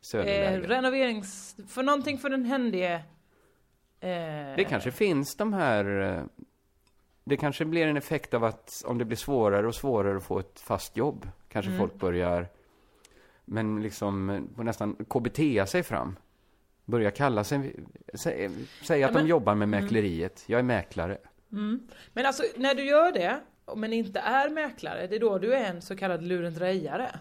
[SPEAKER 4] Söderläge.
[SPEAKER 5] renoverings... För någonting för den händige... Eh,
[SPEAKER 4] Det kanske finns de här... eh, Det kanske blir en effekt av att om det blir svårare och svårare att få ett fast jobb, kanske
[SPEAKER 5] Mm.
[SPEAKER 4] folk börjar, men liksom eh, på nästan KBT sig fram. Börja kalla sig, sä, säga att
[SPEAKER 5] Ja, men-
[SPEAKER 4] de jobbar med
[SPEAKER 5] Mm.
[SPEAKER 4] mäkleriet. Jag är mäklare.
[SPEAKER 5] Mm. Men alltså när du gör det, men inte är mäklare, det är då du är en så kallad lurendrejare.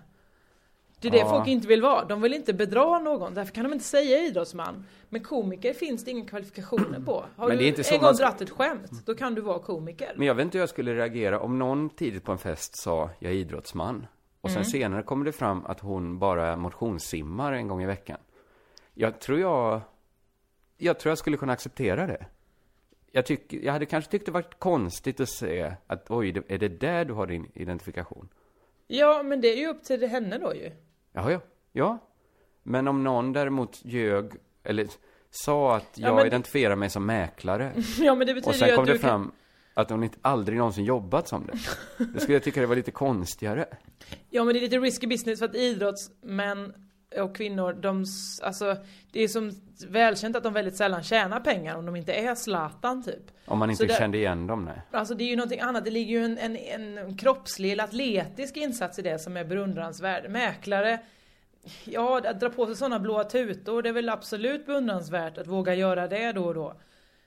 [SPEAKER 5] Det är det
[SPEAKER 4] Ja.
[SPEAKER 5] folk inte vill vara. De vill inte bedra någon, därför kan de inte säga idrottsman. Men komiker finns det inga kvalifikationer på. Har
[SPEAKER 4] Men
[SPEAKER 5] du
[SPEAKER 4] det är inte så
[SPEAKER 5] en gång
[SPEAKER 4] man ska-
[SPEAKER 5] dratt ett skämt, då kan du vara komiker.
[SPEAKER 4] Men jag vet inte hur jag skulle reagera om någon tidigt på en fest sa jag är idrottsman. Och sen
[SPEAKER 5] Mm.
[SPEAKER 4] senare kommer det fram att hon bara motionssimmar en gång i veckan. Jag tror jag, jag tror jag skulle kunna acceptera det. Jag, tyck, jag hade kanske tyckt det varit konstigt att se att oj, det- är det där du har din identifikation?
[SPEAKER 5] Ja, men det är ju upp till henne då ju.
[SPEAKER 4] Jaha, ja. ja. Men om någon däremot ljög eller sa att
[SPEAKER 5] Ja,
[SPEAKER 4] jag
[SPEAKER 5] men-
[SPEAKER 4] identifierar mig som mäklare.
[SPEAKER 5] Ja, men det betyder
[SPEAKER 4] Och sen
[SPEAKER 5] ju
[SPEAKER 4] kom
[SPEAKER 5] att du
[SPEAKER 4] det
[SPEAKER 5] kan-
[SPEAKER 4] fram att hon inte, aldrig någonsin jobbat som det. Det skulle jag tycka det var lite konstigare.
[SPEAKER 5] Ja men det är lite risky business för att idrottsmän och kvinnor, de, s- alltså det är som välkänt att de väldigt sällan tjänar pengar om de inte är Zlatan typ.
[SPEAKER 4] Om man
[SPEAKER 5] Så
[SPEAKER 4] inte
[SPEAKER 5] där-
[SPEAKER 4] kände igen dem, nej.
[SPEAKER 5] Alltså det är ju någonting annat, det ligger ju en, en, en kroppslig eller atletisk insats i det som är beundransvärd. Mäklare, ja att dra på sig sådana blåa tutor, det är väl absolut beundransvärt att våga göra det då och då.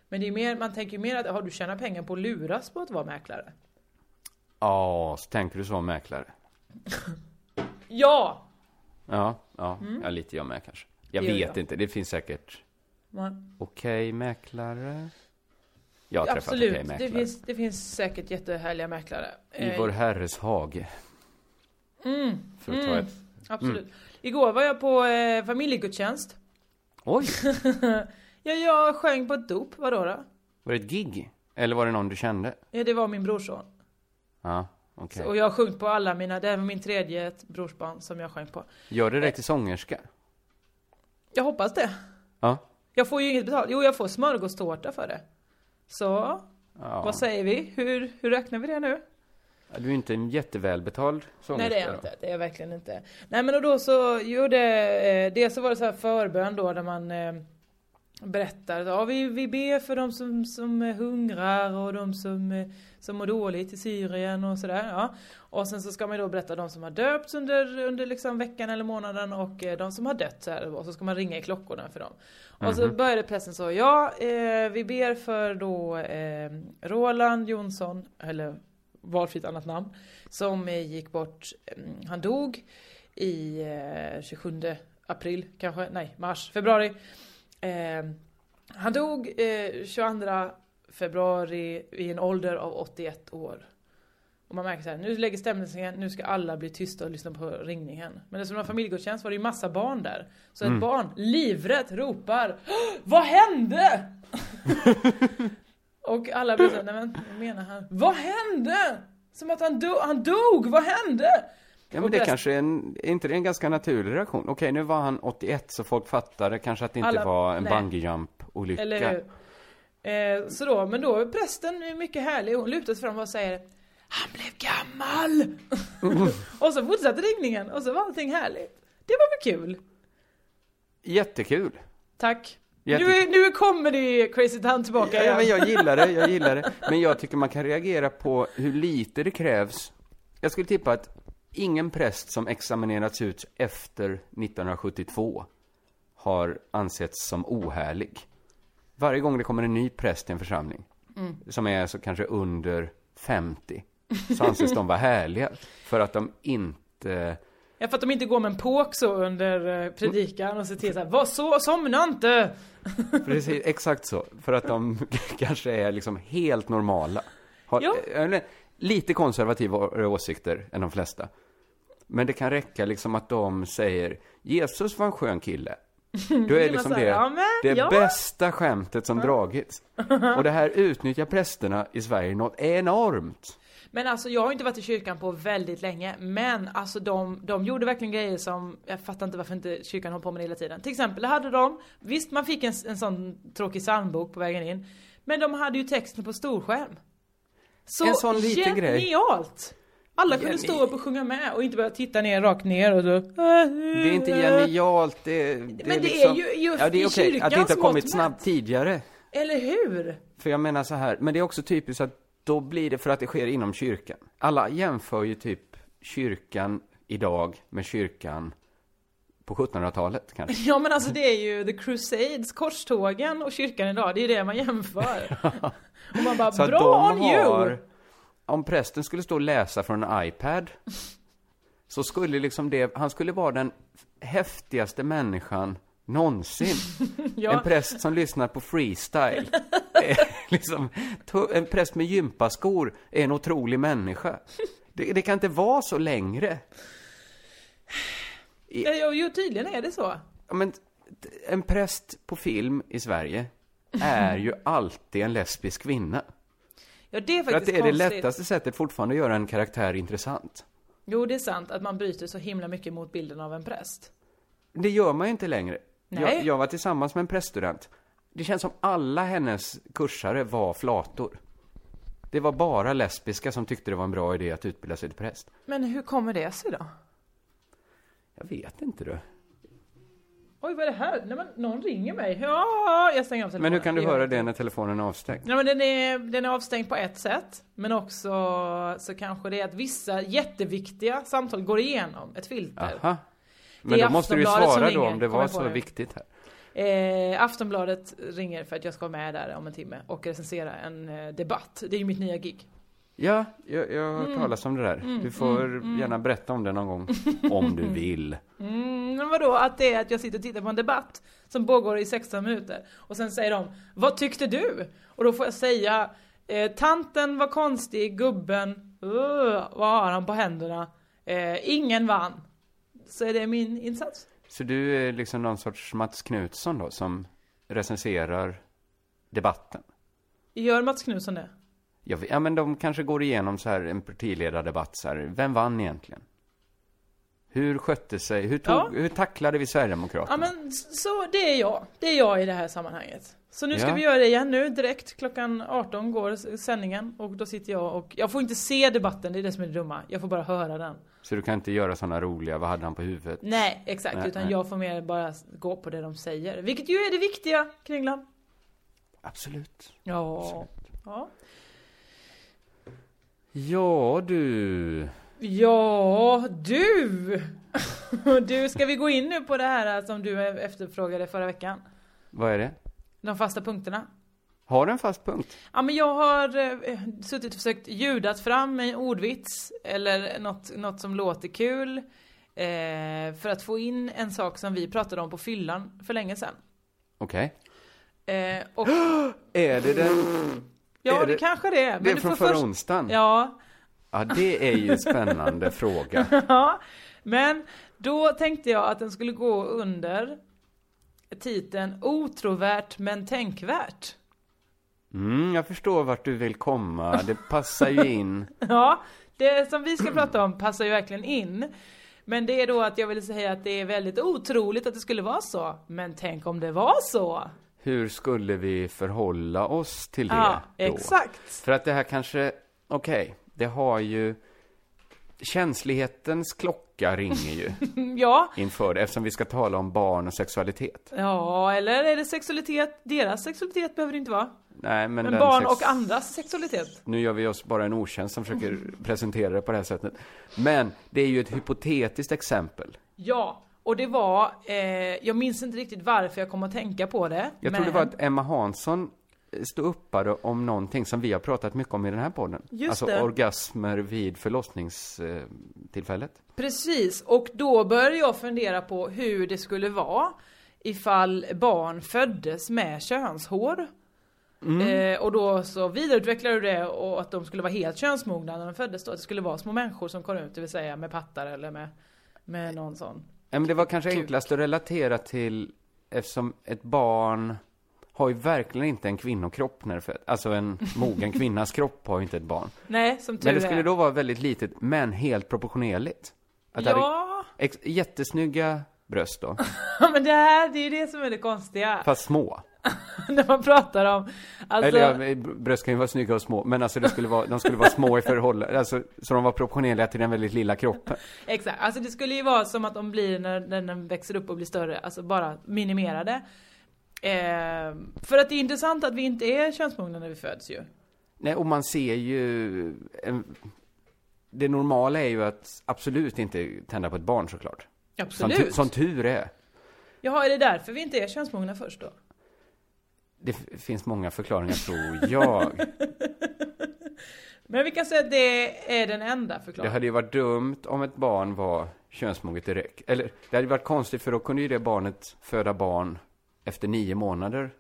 [SPEAKER 5] Men det är mer, man tänker ju mer att har du tjänat pengar på att luras på att vara mäklare?
[SPEAKER 4] Ja, så tänker du så om mäklare?
[SPEAKER 5] Ja!
[SPEAKER 4] Ja, ja,
[SPEAKER 5] Mm.
[SPEAKER 4] ja lite jag med kanske. Jag
[SPEAKER 5] Det gör
[SPEAKER 4] vet
[SPEAKER 5] jag.
[SPEAKER 4] inte, det finns säkert
[SPEAKER 5] Man,
[SPEAKER 4] okej mäklare. Jag har träffat okej
[SPEAKER 5] absolut, det,
[SPEAKER 4] mäklare.
[SPEAKER 5] finns, det finns säkert jättehärliga mäklare.
[SPEAKER 4] I
[SPEAKER 5] Eh,
[SPEAKER 4] vår mm. herres hage.
[SPEAKER 5] Mm.
[SPEAKER 4] För att ta
[SPEAKER 5] mm,
[SPEAKER 4] ett-
[SPEAKER 5] Absolut.
[SPEAKER 4] Mm.
[SPEAKER 5] Igår var jag på eh, familjegudstjänst.
[SPEAKER 4] Oj,
[SPEAKER 5] ja, jag sjöng på ett dop, vadå då?
[SPEAKER 4] var det ett gig? Eller var det någon du kände?
[SPEAKER 5] Ja, det var min brorson.
[SPEAKER 4] Ja, okej.
[SPEAKER 5] Så, och jag har sjungit på alla mina, det här var min tredje brorsbarn som jag sjöng på.
[SPEAKER 4] Gör det dig till sångerska?
[SPEAKER 5] Jag hoppas det.
[SPEAKER 4] Ja.
[SPEAKER 5] Jag får ju inget betalt. Jo, jag får smörgåstårta för det. Så,
[SPEAKER 4] ja.
[SPEAKER 5] vad säger vi? Hur, hur räknar vi det nu?
[SPEAKER 4] Du är inte en jättevälbetald sångerska.
[SPEAKER 5] Nej det är jag
[SPEAKER 4] då.
[SPEAKER 5] inte, det är jag verkligen inte. Nej men och då så gjorde, eh, dels så var det så här förbön då där man eh, berättar, ja vi, vi ber för de som, som eh, hungrar och de som, eh, som mår dåligt i Syrien och sådär. Ja. Och sen så ska man ju då berätta de som har döpts under, under liksom veckan eller månaden och eh, de som har dött så här, och så ska man ringa i klockorna för dem. Och så
[SPEAKER 8] Mhm.
[SPEAKER 5] började prästen så, ja eh, vi ber för då eh, Roland Jonsson, eller valfritt annat namn. Som eh, gick bort, mm, han dog i eh, 27 april kanske, nej mars, februari. Eh, han dog eh, 22 februari i en ålder av 81 år. Och man märker så här, nu lägger stämningen, nu ska alla bli tysta och lyssna på ringningen. Men eftersom det var familjegudstjänst var det ju massa barn där. Så ett
[SPEAKER 8] Mm.
[SPEAKER 5] barn, livrädd, ropar "Åh, Vad hände? Och alla blir såhär, nej men vad menar han? Vad hände? Som att han, do- han dog, vad hände?
[SPEAKER 4] Ja
[SPEAKER 5] Och
[SPEAKER 4] men det
[SPEAKER 5] bäst-
[SPEAKER 4] kanske är en, är inte det en ganska naturlig reaktion? Okej nu var han 81 så folk fattade kanske att det inte
[SPEAKER 5] Alla-
[SPEAKER 4] var en
[SPEAKER 5] nej.
[SPEAKER 4] bungee jump olycka
[SPEAKER 5] Eller hur? Eh, så då, men då är prästen är mycket härlig, hon lutar sig fram och säger Han blev gammal! och så fortsatte ringningen och så var allting härligt. Det var väl kul?
[SPEAKER 4] Jättekul!
[SPEAKER 5] Tack.
[SPEAKER 4] Jätte-
[SPEAKER 5] Nu, är- nu kommer det Crazy Town tillbaka
[SPEAKER 4] Ja, men jag gillar det, jag gillar det. Men jag tycker man kan reagera på hur lite det krävs. Jag skulle tippa att ingen präst som examinerats ut efter 1972 har ansetts som ohärlig. Varje gång det kommer en ny präst i en församling,
[SPEAKER 5] Mm.
[SPEAKER 4] som är så kanske under 50, så anses de vara härliga. För att de inte...
[SPEAKER 5] Ja, för att de inte går med en påk så under eh, predikan och ser till såhär, vad så, somna inte!
[SPEAKER 4] Precis, exakt så. För att de kanske är liksom helt normala. Har eh,
[SPEAKER 5] Ja.
[SPEAKER 4] eller, lite konservativa å- eh, åsikter än de flesta. Men det kan räcka liksom att de säger Jesus var en skön kille. Då är
[SPEAKER 5] Vill man
[SPEAKER 4] liksom
[SPEAKER 5] säga,
[SPEAKER 4] det
[SPEAKER 5] "Ja, men,
[SPEAKER 4] det
[SPEAKER 5] ja."
[SPEAKER 4] bästa skämtet som dragits. Och det här utnyttjar prästerna i Sverige något enormt.
[SPEAKER 5] Men alltså jag har inte varit i kyrkan på väldigt länge Men alltså de, de gjorde verkligen grejer som Jag fattar inte varför inte kyrkan håller på med det hela tiden Till exempel hade de Visst man fick en, en sån tråkig psalmbok på vägen in Men de hade ju texten på storskärm Så
[SPEAKER 4] En sån liten grej.
[SPEAKER 5] genialt! Alla kunde
[SPEAKER 4] Geni-
[SPEAKER 5] stå upp och sjunga med och inte bara titta ner rakt ner och så "Äh,
[SPEAKER 4] Det är inte genialt, det, det
[SPEAKER 5] Mm.
[SPEAKER 4] liksom-
[SPEAKER 5] det är ju- ju
[SPEAKER 4] ja, det är
[SPEAKER 5] i
[SPEAKER 4] okej att det inte
[SPEAKER 5] kyrkans
[SPEAKER 4] har kommit
[SPEAKER 5] mått
[SPEAKER 4] snabbt tidigare.
[SPEAKER 5] Eller hur?
[SPEAKER 4] För jag menar så här, men det är också typiskt att då blir det för att det sker inom kyrkan. Alla jämför ju typ kyrkan idag med kyrkan på 1700-talet kanske.
[SPEAKER 5] Ja men alltså det är ju the crusades, korstågen och kyrkan idag Det är ju det man jämför Och man bara
[SPEAKER 4] att
[SPEAKER 5] bra on you!
[SPEAKER 4] om prästen skulle stå och läsa från en iPad, så skulle liksom det, han skulle vara den häftigaste människan någonsin.
[SPEAKER 5] Ja.
[SPEAKER 4] En präst som lyssnar på freestyle. är liksom, to- en präst med gympaskor är en otrolig människa. Det, det kan inte vara så längre.
[SPEAKER 5] Ja, jo, jo tydligen är det så.
[SPEAKER 4] Ja, Men, t- en präst på film i Sverige är ju alltid en lesbisk kvinna.
[SPEAKER 5] Ja det är
[SPEAKER 4] För att
[SPEAKER 5] faktiskt
[SPEAKER 4] det är det
[SPEAKER 5] konstigt.
[SPEAKER 4] lättaste sättet fortfarande att göra en karaktär intressant.
[SPEAKER 5] Jo det är sant att man bryter så himla mycket mot bilden av en präst.
[SPEAKER 4] Det gör man ju inte längre.
[SPEAKER 5] Nej.
[SPEAKER 4] Jag, jag var tillsammans med en präststudent. Det känns som alla hennes kursare var flator. Det var bara lesbiska som tyckte det var en bra idé att utbilda sig till präst.
[SPEAKER 5] Men hur kommer det sig då?
[SPEAKER 4] Jag vet inte du.
[SPEAKER 5] Oj vad är det här? Nej, men, någon ringer mig. Ja, jag stänger av telefonen.
[SPEAKER 4] Men hur kan du
[SPEAKER 5] Det gör
[SPEAKER 4] höra
[SPEAKER 5] jag.
[SPEAKER 4] det när telefonen är avstängd?
[SPEAKER 5] Nej men den är, den är avstängd på ett sätt. Men också så kanske det är att vissa jätteviktiga samtal går igenom ett filter.
[SPEAKER 4] Aha. Men
[SPEAKER 5] Det är
[SPEAKER 4] då måste du ju
[SPEAKER 5] Aftonbladet
[SPEAKER 4] svara
[SPEAKER 5] som
[SPEAKER 4] då
[SPEAKER 5] ringer,
[SPEAKER 4] om det
[SPEAKER 5] kommer
[SPEAKER 4] var
[SPEAKER 5] jag på
[SPEAKER 4] så
[SPEAKER 5] nu.
[SPEAKER 4] viktigt här.
[SPEAKER 5] Eh, Aftonbladet ringer för att jag ska vara med där om en timme och recensera en eh, debatt. Det är ju mitt nya gig.
[SPEAKER 4] Ja, jag, jag har hört
[SPEAKER 5] Mm.
[SPEAKER 4] talas om det där.
[SPEAKER 5] Mm,
[SPEAKER 4] Du får
[SPEAKER 5] mm, mm.
[SPEAKER 4] gärna berätta om det någon gång. Om du vill.
[SPEAKER 5] Mm, men vadå att det är att jag sitter och tittar på en debatt som pågår i 16 minuter och sen säger de Vad tyckte du? Och då får jag säga eh, Tanten var konstig, gubben, uh, vad har han på händerna? Eh, ingen vann. Så är det min insats.
[SPEAKER 4] Så du är liksom någon sorts Mats Knutsson då, som recenserar debatten?
[SPEAKER 5] Gör Mats Knutsson det?
[SPEAKER 4] Jag vet, ja, men de kanske går igenom så här en partiledardebatt så här. Vem vann egentligen? Hur skötte sig, hur, tog,
[SPEAKER 5] Ja.
[SPEAKER 4] hur tacklade vi Sverigedemokraterna?
[SPEAKER 5] Ja men s- så det är jag. Det är jag i det här sammanhanget. Så nu ska
[SPEAKER 4] Ja.
[SPEAKER 5] vi göra det igen nu direkt. Klockan 18 går s- sändningen och då sitter jag och jag får inte se debatten, det är det som är det dumma. Jag får bara höra den.
[SPEAKER 4] Så du kan inte göra sådana roliga, vad hade han på huvudet?
[SPEAKER 5] Nej, exakt.
[SPEAKER 4] Nej,
[SPEAKER 5] utan
[SPEAKER 4] nej.
[SPEAKER 5] jag får mer bara s- gå på det de säger. Vilket ju är det viktiga, Kringlan.
[SPEAKER 4] Absolut.
[SPEAKER 5] Ja. Ja.
[SPEAKER 4] Ja du.
[SPEAKER 5] Ja, du! Du, ska vi gå in nu på det här som du efterfrågade förra veckan?
[SPEAKER 4] Vad är det?
[SPEAKER 5] De fasta punkterna.
[SPEAKER 4] Har du en fast punkt?
[SPEAKER 5] Ja men jag har eh, suttit och försökt ljudat fram en ordvits eller något, något som låter kul. Eh, för att få in en sak som vi pratade om på fyllan för länge sedan.
[SPEAKER 4] Okej.
[SPEAKER 5] Eh, och,
[SPEAKER 4] Är det den?
[SPEAKER 5] ja
[SPEAKER 4] är
[SPEAKER 5] det, kanske det är. Men
[SPEAKER 4] Det är
[SPEAKER 5] du
[SPEAKER 4] från
[SPEAKER 5] får
[SPEAKER 4] förra
[SPEAKER 5] först-
[SPEAKER 4] onsdagen?
[SPEAKER 5] Ja.
[SPEAKER 4] Ja, det är ju en spännande fråga.
[SPEAKER 5] ja. Men då tänkte jag att den skulle gå under titeln Otrovärt men tänkvärt.
[SPEAKER 4] Mm, jag förstår vart du vill komma. Det passar ju in.
[SPEAKER 5] Ja, det som vi ska prata om passar ju verkligen in. Men det är då att jag vill säga att det är väldigt otroligt att det skulle vara så. Men tänk om det var så?
[SPEAKER 4] Hur skulle vi förhålla oss till det?
[SPEAKER 5] Ja,
[SPEAKER 4] då?
[SPEAKER 5] exakt.
[SPEAKER 4] För att det här kanske, okej, det har ju... Känslighetens klocka ringer ju
[SPEAKER 5] Ja,
[SPEAKER 4] inför det, eftersom vi ska tala om barn och sexualitet.
[SPEAKER 5] ja eller är det sexualitet? Deras sexualitet behöver det inte vara.
[SPEAKER 4] Nej, men,
[SPEAKER 5] Men,
[SPEAKER 4] den
[SPEAKER 5] barn
[SPEAKER 4] sex-
[SPEAKER 5] och andras sexualitet.
[SPEAKER 4] Nu gör vi oss bara en otjänst som försöker presentera det på det här sättet. Men det är ju ett hypotetiskt exempel.
[SPEAKER 5] Ja, och det var, eh, jag minns inte riktigt varför jag kom att tänka på det.
[SPEAKER 4] Jag
[SPEAKER 5] men...
[SPEAKER 4] tror det var att Emma Hansson eh, stod uppade om någonting som vi har pratat mycket om i den här podden.
[SPEAKER 5] Just
[SPEAKER 4] alltså
[SPEAKER 5] det.
[SPEAKER 4] orgasmer vid förlossningstillfället. Eh,
[SPEAKER 5] Precis, och då började jag fundera på hur det skulle vara ifall barn föddes med könshår.
[SPEAKER 4] Mm.
[SPEAKER 5] Eh, och då så vidareutvecklade du det och att de skulle vara helt könsmogna när de föddes då. Att det skulle vara små människor som kom ut, det vill säga med pattar eller med, med någon sån.
[SPEAKER 4] Ja, men det var kanske enklast att relatera till eftersom ett barn har ju verkligen inte en kvinnokropp när det föds. Alltså en mogen kvinnas kropp har ju inte ett barn.
[SPEAKER 5] Nej, som tur
[SPEAKER 4] Men det skulle
[SPEAKER 5] är.
[SPEAKER 4] då vara väldigt litet, men helt proportionerligt. Att det
[SPEAKER 5] Ja.
[SPEAKER 4] hade ex- jättesnygga bröst då,
[SPEAKER 5] Ja men det här, det är ju det som är det konstiga.
[SPEAKER 4] fast små.
[SPEAKER 5] när man pratar om, alltså,
[SPEAKER 4] Eller ja, bröst kan ju vara snygga och små, men alltså det skulle vara, de skulle vara små i förhållande, alltså, så de var proportionerliga till den väldigt lilla kroppen.
[SPEAKER 5] exakt. Alltså det skulle ju vara som att de blir, när, när den växer upp och blir större, alltså bara minimerade. Eh, för att det är intressant att vi inte är könsmogna när vi föds ju.
[SPEAKER 4] Nej, och man ser ju... En, det normala är ju att absolut inte tända på ett barn såklart. Som, tu,
[SPEAKER 5] Absolut.
[SPEAKER 4] som tur är.
[SPEAKER 5] Jaha, är det därför vi inte är könsmogna först då?
[SPEAKER 4] Det f- finns många förklaringar tror jag.
[SPEAKER 5] Men vi kan säga att det är den enda
[SPEAKER 4] Det
[SPEAKER 5] förklaringen.
[SPEAKER 4] hade ju varit dumt om ett barn var könsmoget direkt. Eller det hade varit konstigt för då kunde ju det barnet föda barn efter nio månader.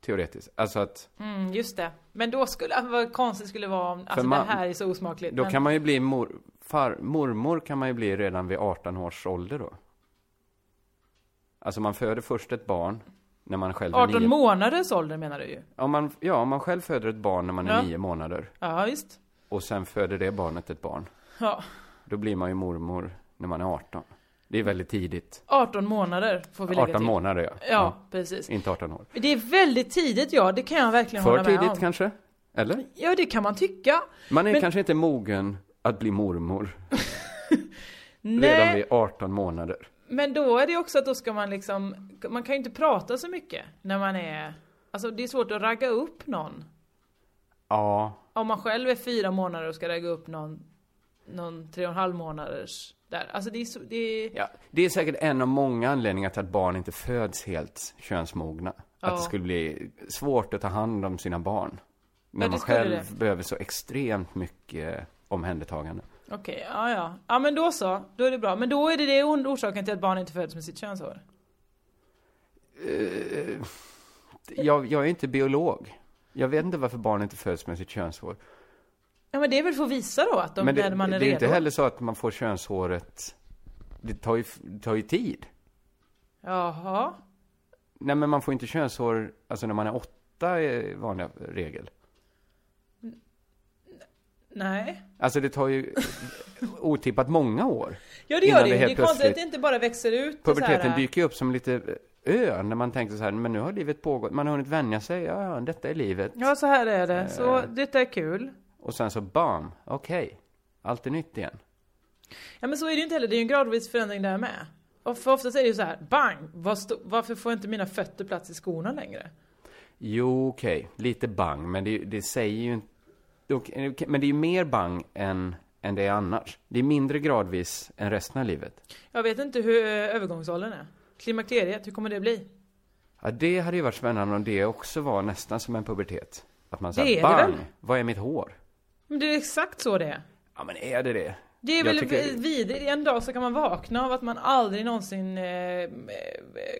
[SPEAKER 4] Teoretiskt. Alltså att
[SPEAKER 5] Mm, just det. Men då skulle, alltså, vad konstigt skulle det vara om, alltså
[SPEAKER 4] man-
[SPEAKER 5] det här är så osmakligt.
[SPEAKER 4] Då
[SPEAKER 5] men,
[SPEAKER 4] kan man ju bli mor, far, mormor kan man ju bli redan vid 18 års ålder då. Alltså man föder först ett barn när man själv är
[SPEAKER 5] 18
[SPEAKER 4] nio.
[SPEAKER 5] månaders ålder menar du ju.
[SPEAKER 4] Om man, ja, om man själv föder ett barn när man är
[SPEAKER 5] Ja.
[SPEAKER 4] nio månader
[SPEAKER 5] Ja, visst.
[SPEAKER 4] och sen föder det barnet ett barn.
[SPEAKER 5] Ja.
[SPEAKER 4] Då blir man ju mormor när man är 18. Det är väldigt tidigt.
[SPEAKER 5] 18 månader får vi lägga
[SPEAKER 4] 18
[SPEAKER 5] till.
[SPEAKER 4] månader ja.
[SPEAKER 5] Ja, precis.
[SPEAKER 4] Inte 18 år.
[SPEAKER 5] Det är väldigt tidigt ja, det kan jag verkligen
[SPEAKER 4] För
[SPEAKER 5] hålla med
[SPEAKER 4] tidigt
[SPEAKER 5] om.
[SPEAKER 4] kanske? Eller?
[SPEAKER 5] Ja, det kan man tycka.
[SPEAKER 4] Man är
[SPEAKER 5] Men-
[SPEAKER 4] kanske inte mogen att bli mormor redan
[SPEAKER 5] Nej,
[SPEAKER 4] vid 18 månader.
[SPEAKER 5] men då är det också att då ska man liksom, man kan ju inte prata så mycket när man är, alltså det är svårt att ragga upp någon.
[SPEAKER 4] Ja,
[SPEAKER 5] Om man själv är fyra månader och ska ragga upp någon, någon tre och en halv månaders där. Alltså det är så, det är,
[SPEAKER 4] Ja, det är säkert en av många anledningar till att barn inte föds helt könsmogna.
[SPEAKER 5] Ja.
[SPEAKER 4] Att det skulle bli svårt att ta hand om sina barn. När
[SPEAKER 5] det
[SPEAKER 4] man
[SPEAKER 5] skulle
[SPEAKER 4] själv
[SPEAKER 5] det.
[SPEAKER 4] behöver så extremt mycket omhändertagande.
[SPEAKER 5] okej, ja ja. Ja men då så, då är det bra. Men då är det det ond- orsaken till att barn inte föds med sitt könshår.
[SPEAKER 4] Jag, jag är inte biolog. Jag vet inte varför barn inte föds med sitt könshår.
[SPEAKER 5] Ja men det är väl för att visa då att de,
[SPEAKER 4] Men det,
[SPEAKER 5] när man är
[SPEAKER 4] det är
[SPEAKER 5] redo.
[SPEAKER 4] inte heller så att man får könshåret... Det tar ju, det tar ju tid.
[SPEAKER 5] Jaha.
[SPEAKER 4] Nej, men man får inte könshår alltså när man är åtta, är vanliga regel.
[SPEAKER 5] Nej.
[SPEAKER 4] Alltså det tar ju otippat många år.
[SPEAKER 5] Ja det
[SPEAKER 4] innan
[SPEAKER 5] gör det ju. Det är
[SPEAKER 4] helt
[SPEAKER 5] konstigt att det
[SPEAKER 4] plötsligt-
[SPEAKER 5] inte bara växer ut. och så här. äh.
[SPEAKER 4] Puberteten dyker ju upp som lite ö när man tänker så här, men nu har livet pågått, man har hunnit vänja sig, ja, ja, detta är livet.
[SPEAKER 5] Ja så här är det. Så
[SPEAKER 4] Eh.
[SPEAKER 5] detta är kul.
[SPEAKER 4] Och sen så bam, okej, allt är nytt igen.
[SPEAKER 5] Ja men så är det ju inte heller. Det är ju en gradvis förändring där med. Och för oftast är det ju så här, bang! Vad sto- varför får inte mina fötter plats i skorna längre?
[SPEAKER 4] Jo, okej, lite bang, men det, det säger ju inte... okej, okej, Men det är ju mer bang än, än det är annars. Det är mindre gradvis än resten av livet.
[SPEAKER 5] Jag vet inte hur eh, övergångsåldern är. Klimakteriet, hur kommer det bli?
[SPEAKER 4] Ja, det hade ju varit spännande om det också var nästan som en pubertet. Att man
[SPEAKER 5] Det är
[SPEAKER 4] säger
[SPEAKER 5] det
[SPEAKER 4] bang,
[SPEAKER 5] väl?
[SPEAKER 4] vad är mitt hår?
[SPEAKER 5] Men det är exakt så det är.
[SPEAKER 4] Ja, men är det det?
[SPEAKER 5] Det är
[SPEAKER 4] Jag
[SPEAKER 5] väl
[SPEAKER 4] tycker-
[SPEAKER 5] vidrigt, en dag så kan man vakna av att man aldrig någonsin eh,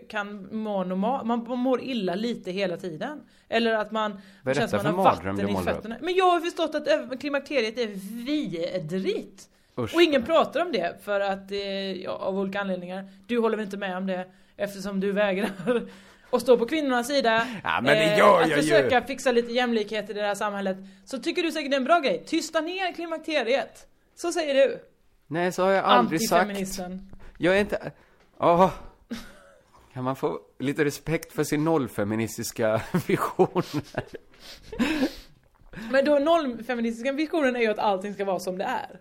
[SPEAKER 5] kan må normalt, man mår illa lite hela tiden. Eller att man
[SPEAKER 4] Vad är
[SPEAKER 5] känns
[SPEAKER 4] detta
[SPEAKER 5] att
[SPEAKER 4] för
[SPEAKER 5] man har
[SPEAKER 4] mardröm du
[SPEAKER 5] vatten i
[SPEAKER 4] målar upp?
[SPEAKER 5] fötterna. Men jag har förstått att över- klimakteriet är vidrigt.
[SPEAKER 4] Usch.
[SPEAKER 5] Och ingen pratar om det för att, eh, ja, av olika anledningar. Du håller väl inte med om det eftersom du vägrar att stå på kvinnornas sida.
[SPEAKER 4] Ja, men det gör
[SPEAKER 5] Eh, att
[SPEAKER 4] jag ju.
[SPEAKER 5] försöka fixa lite jämlikhet i det här samhället. Så tycker du säkert det är en bra grej. Tysta ner klimakteriet. Så säger du.
[SPEAKER 4] Nej, så har jag aldrig sagt.
[SPEAKER 5] Antifeministen.
[SPEAKER 4] Jag är inte... Åh! Kan man få lite respekt för sin nollfeministiska vision?
[SPEAKER 5] Men då nollfeministiska visionen är ju att allting ska vara som det är.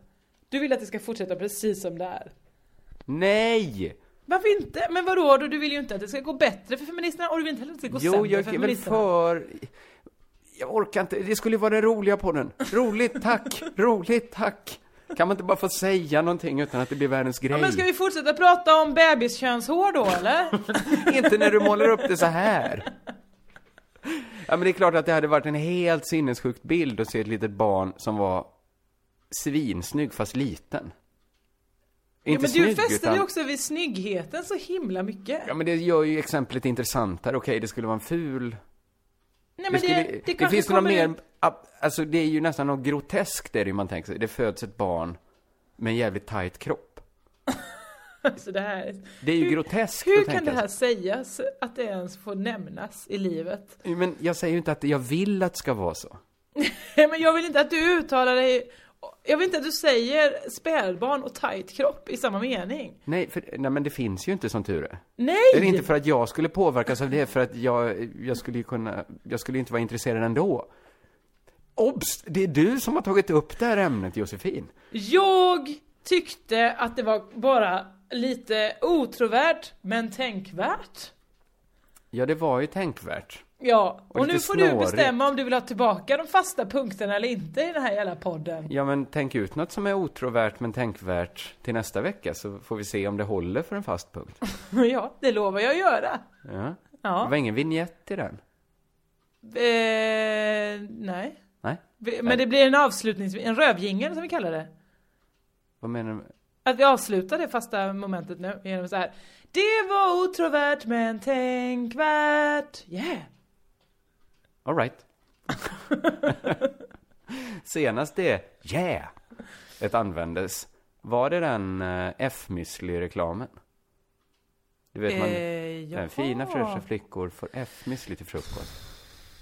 [SPEAKER 5] Du vill att det ska fortsätta precis som det är.
[SPEAKER 4] Nej!
[SPEAKER 5] Varför inte? Men vadå då? Du vill ju inte att det ska gå bättre för feministerna och du vill inte heller att det ska gå
[SPEAKER 4] Jo,
[SPEAKER 5] sämre
[SPEAKER 4] jag
[SPEAKER 5] för
[SPEAKER 4] är väl
[SPEAKER 5] feministerna.
[SPEAKER 4] för... Jag orkar inte. Det skulle ju vara den roliga podden. Roligt, tack. Roligt, tack. Kan man inte bara få säga någonting utan att det blir världens grej?
[SPEAKER 5] Ja, men ska vi fortsätta prata om bebiskönshår då eller?
[SPEAKER 4] Inte när du målar upp det så här. Ja, men det är klart att det hade varit en helt sinnessjuk bild att se ett litet barn som var svinsnygg fast liten.
[SPEAKER 5] ja,
[SPEAKER 4] Inte
[SPEAKER 5] men du
[SPEAKER 4] snygg,
[SPEAKER 5] fäster
[SPEAKER 4] utan-
[SPEAKER 5] dig också vid snyggheten så himla mycket.
[SPEAKER 4] Ja, men det gör ju exemplet intressantare. Okej, det skulle vara en ful...
[SPEAKER 5] Nej men det,
[SPEAKER 4] skulle,
[SPEAKER 5] det, kanske
[SPEAKER 4] finns något
[SPEAKER 5] kommer
[SPEAKER 4] mer...
[SPEAKER 5] ut-
[SPEAKER 4] ab- Alltså, det är ju nästan något groteskt det är det ju man tänker sig. Det föds ett barn med en jävligt tajt kropp.
[SPEAKER 5] Alltså, det här.
[SPEAKER 4] Det är ju groteskt
[SPEAKER 5] Hur
[SPEAKER 4] att
[SPEAKER 5] kan det
[SPEAKER 4] tänka
[SPEAKER 5] här
[SPEAKER 4] sig.
[SPEAKER 5] sägas att det ens får nämnas i livet?
[SPEAKER 4] Men jag säger ju inte att jag vill att det ska vara så.
[SPEAKER 5] Nej, men jag vill inte att du uttalar dig Jag vill inte att du säger spädbarn och tight kropp i samma mening
[SPEAKER 4] Nej, för, nej men det finns ju inte som tur är.
[SPEAKER 5] Nej!
[SPEAKER 4] Det är inte för att jag skulle påverkas av det, för att jag, jag skulle ju kunna, jag skulle ju inte vara intresserad ändå. Obs! Det är du som har tagit upp det här ämnet, Josefin.
[SPEAKER 5] Jag tyckte att det var bara lite otrovärt men tänkvärt
[SPEAKER 4] Ja, det var ju tänkvärt.
[SPEAKER 5] Ja,
[SPEAKER 4] Och
[SPEAKER 5] och, nu
[SPEAKER 4] lite
[SPEAKER 5] får du
[SPEAKER 4] snårigt.
[SPEAKER 5] bestämma om du vill ha tillbaka de fasta punkterna eller inte i den här jävla podden
[SPEAKER 4] Ja, men tänk ut något som är otrovärt men tänkvärt till nästa vecka, så får vi se om det håller för en fast punkt.
[SPEAKER 5] Ja, det lovar jag att göra
[SPEAKER 4] Ja.
[SPEAKER 5] Ja.
[SPEAKER 4] Det var ingen vignett i den.
[SPEAKER 5] eh, Nej
[SPEAKER 4] Nej,
[SPEAKER 5] Men det blir en avslutnings... En rövjingel som vi kallar det
[SPEAKER 4] vad menar du?
[SPEAKER 5] Att vi avslutar det fasta momentet nu genom så här. Det var otrovärt men tänkvärt. Yeah!
[SPEAKER 4] All right. Senast det yeah ett användes, var det den eh, F-müsli-reklamen? Du vet man,
[SPEAKER 5] Eh, jaha.
[SPEAKER 4] den fina fräscha flickor får F-müsli till frukost.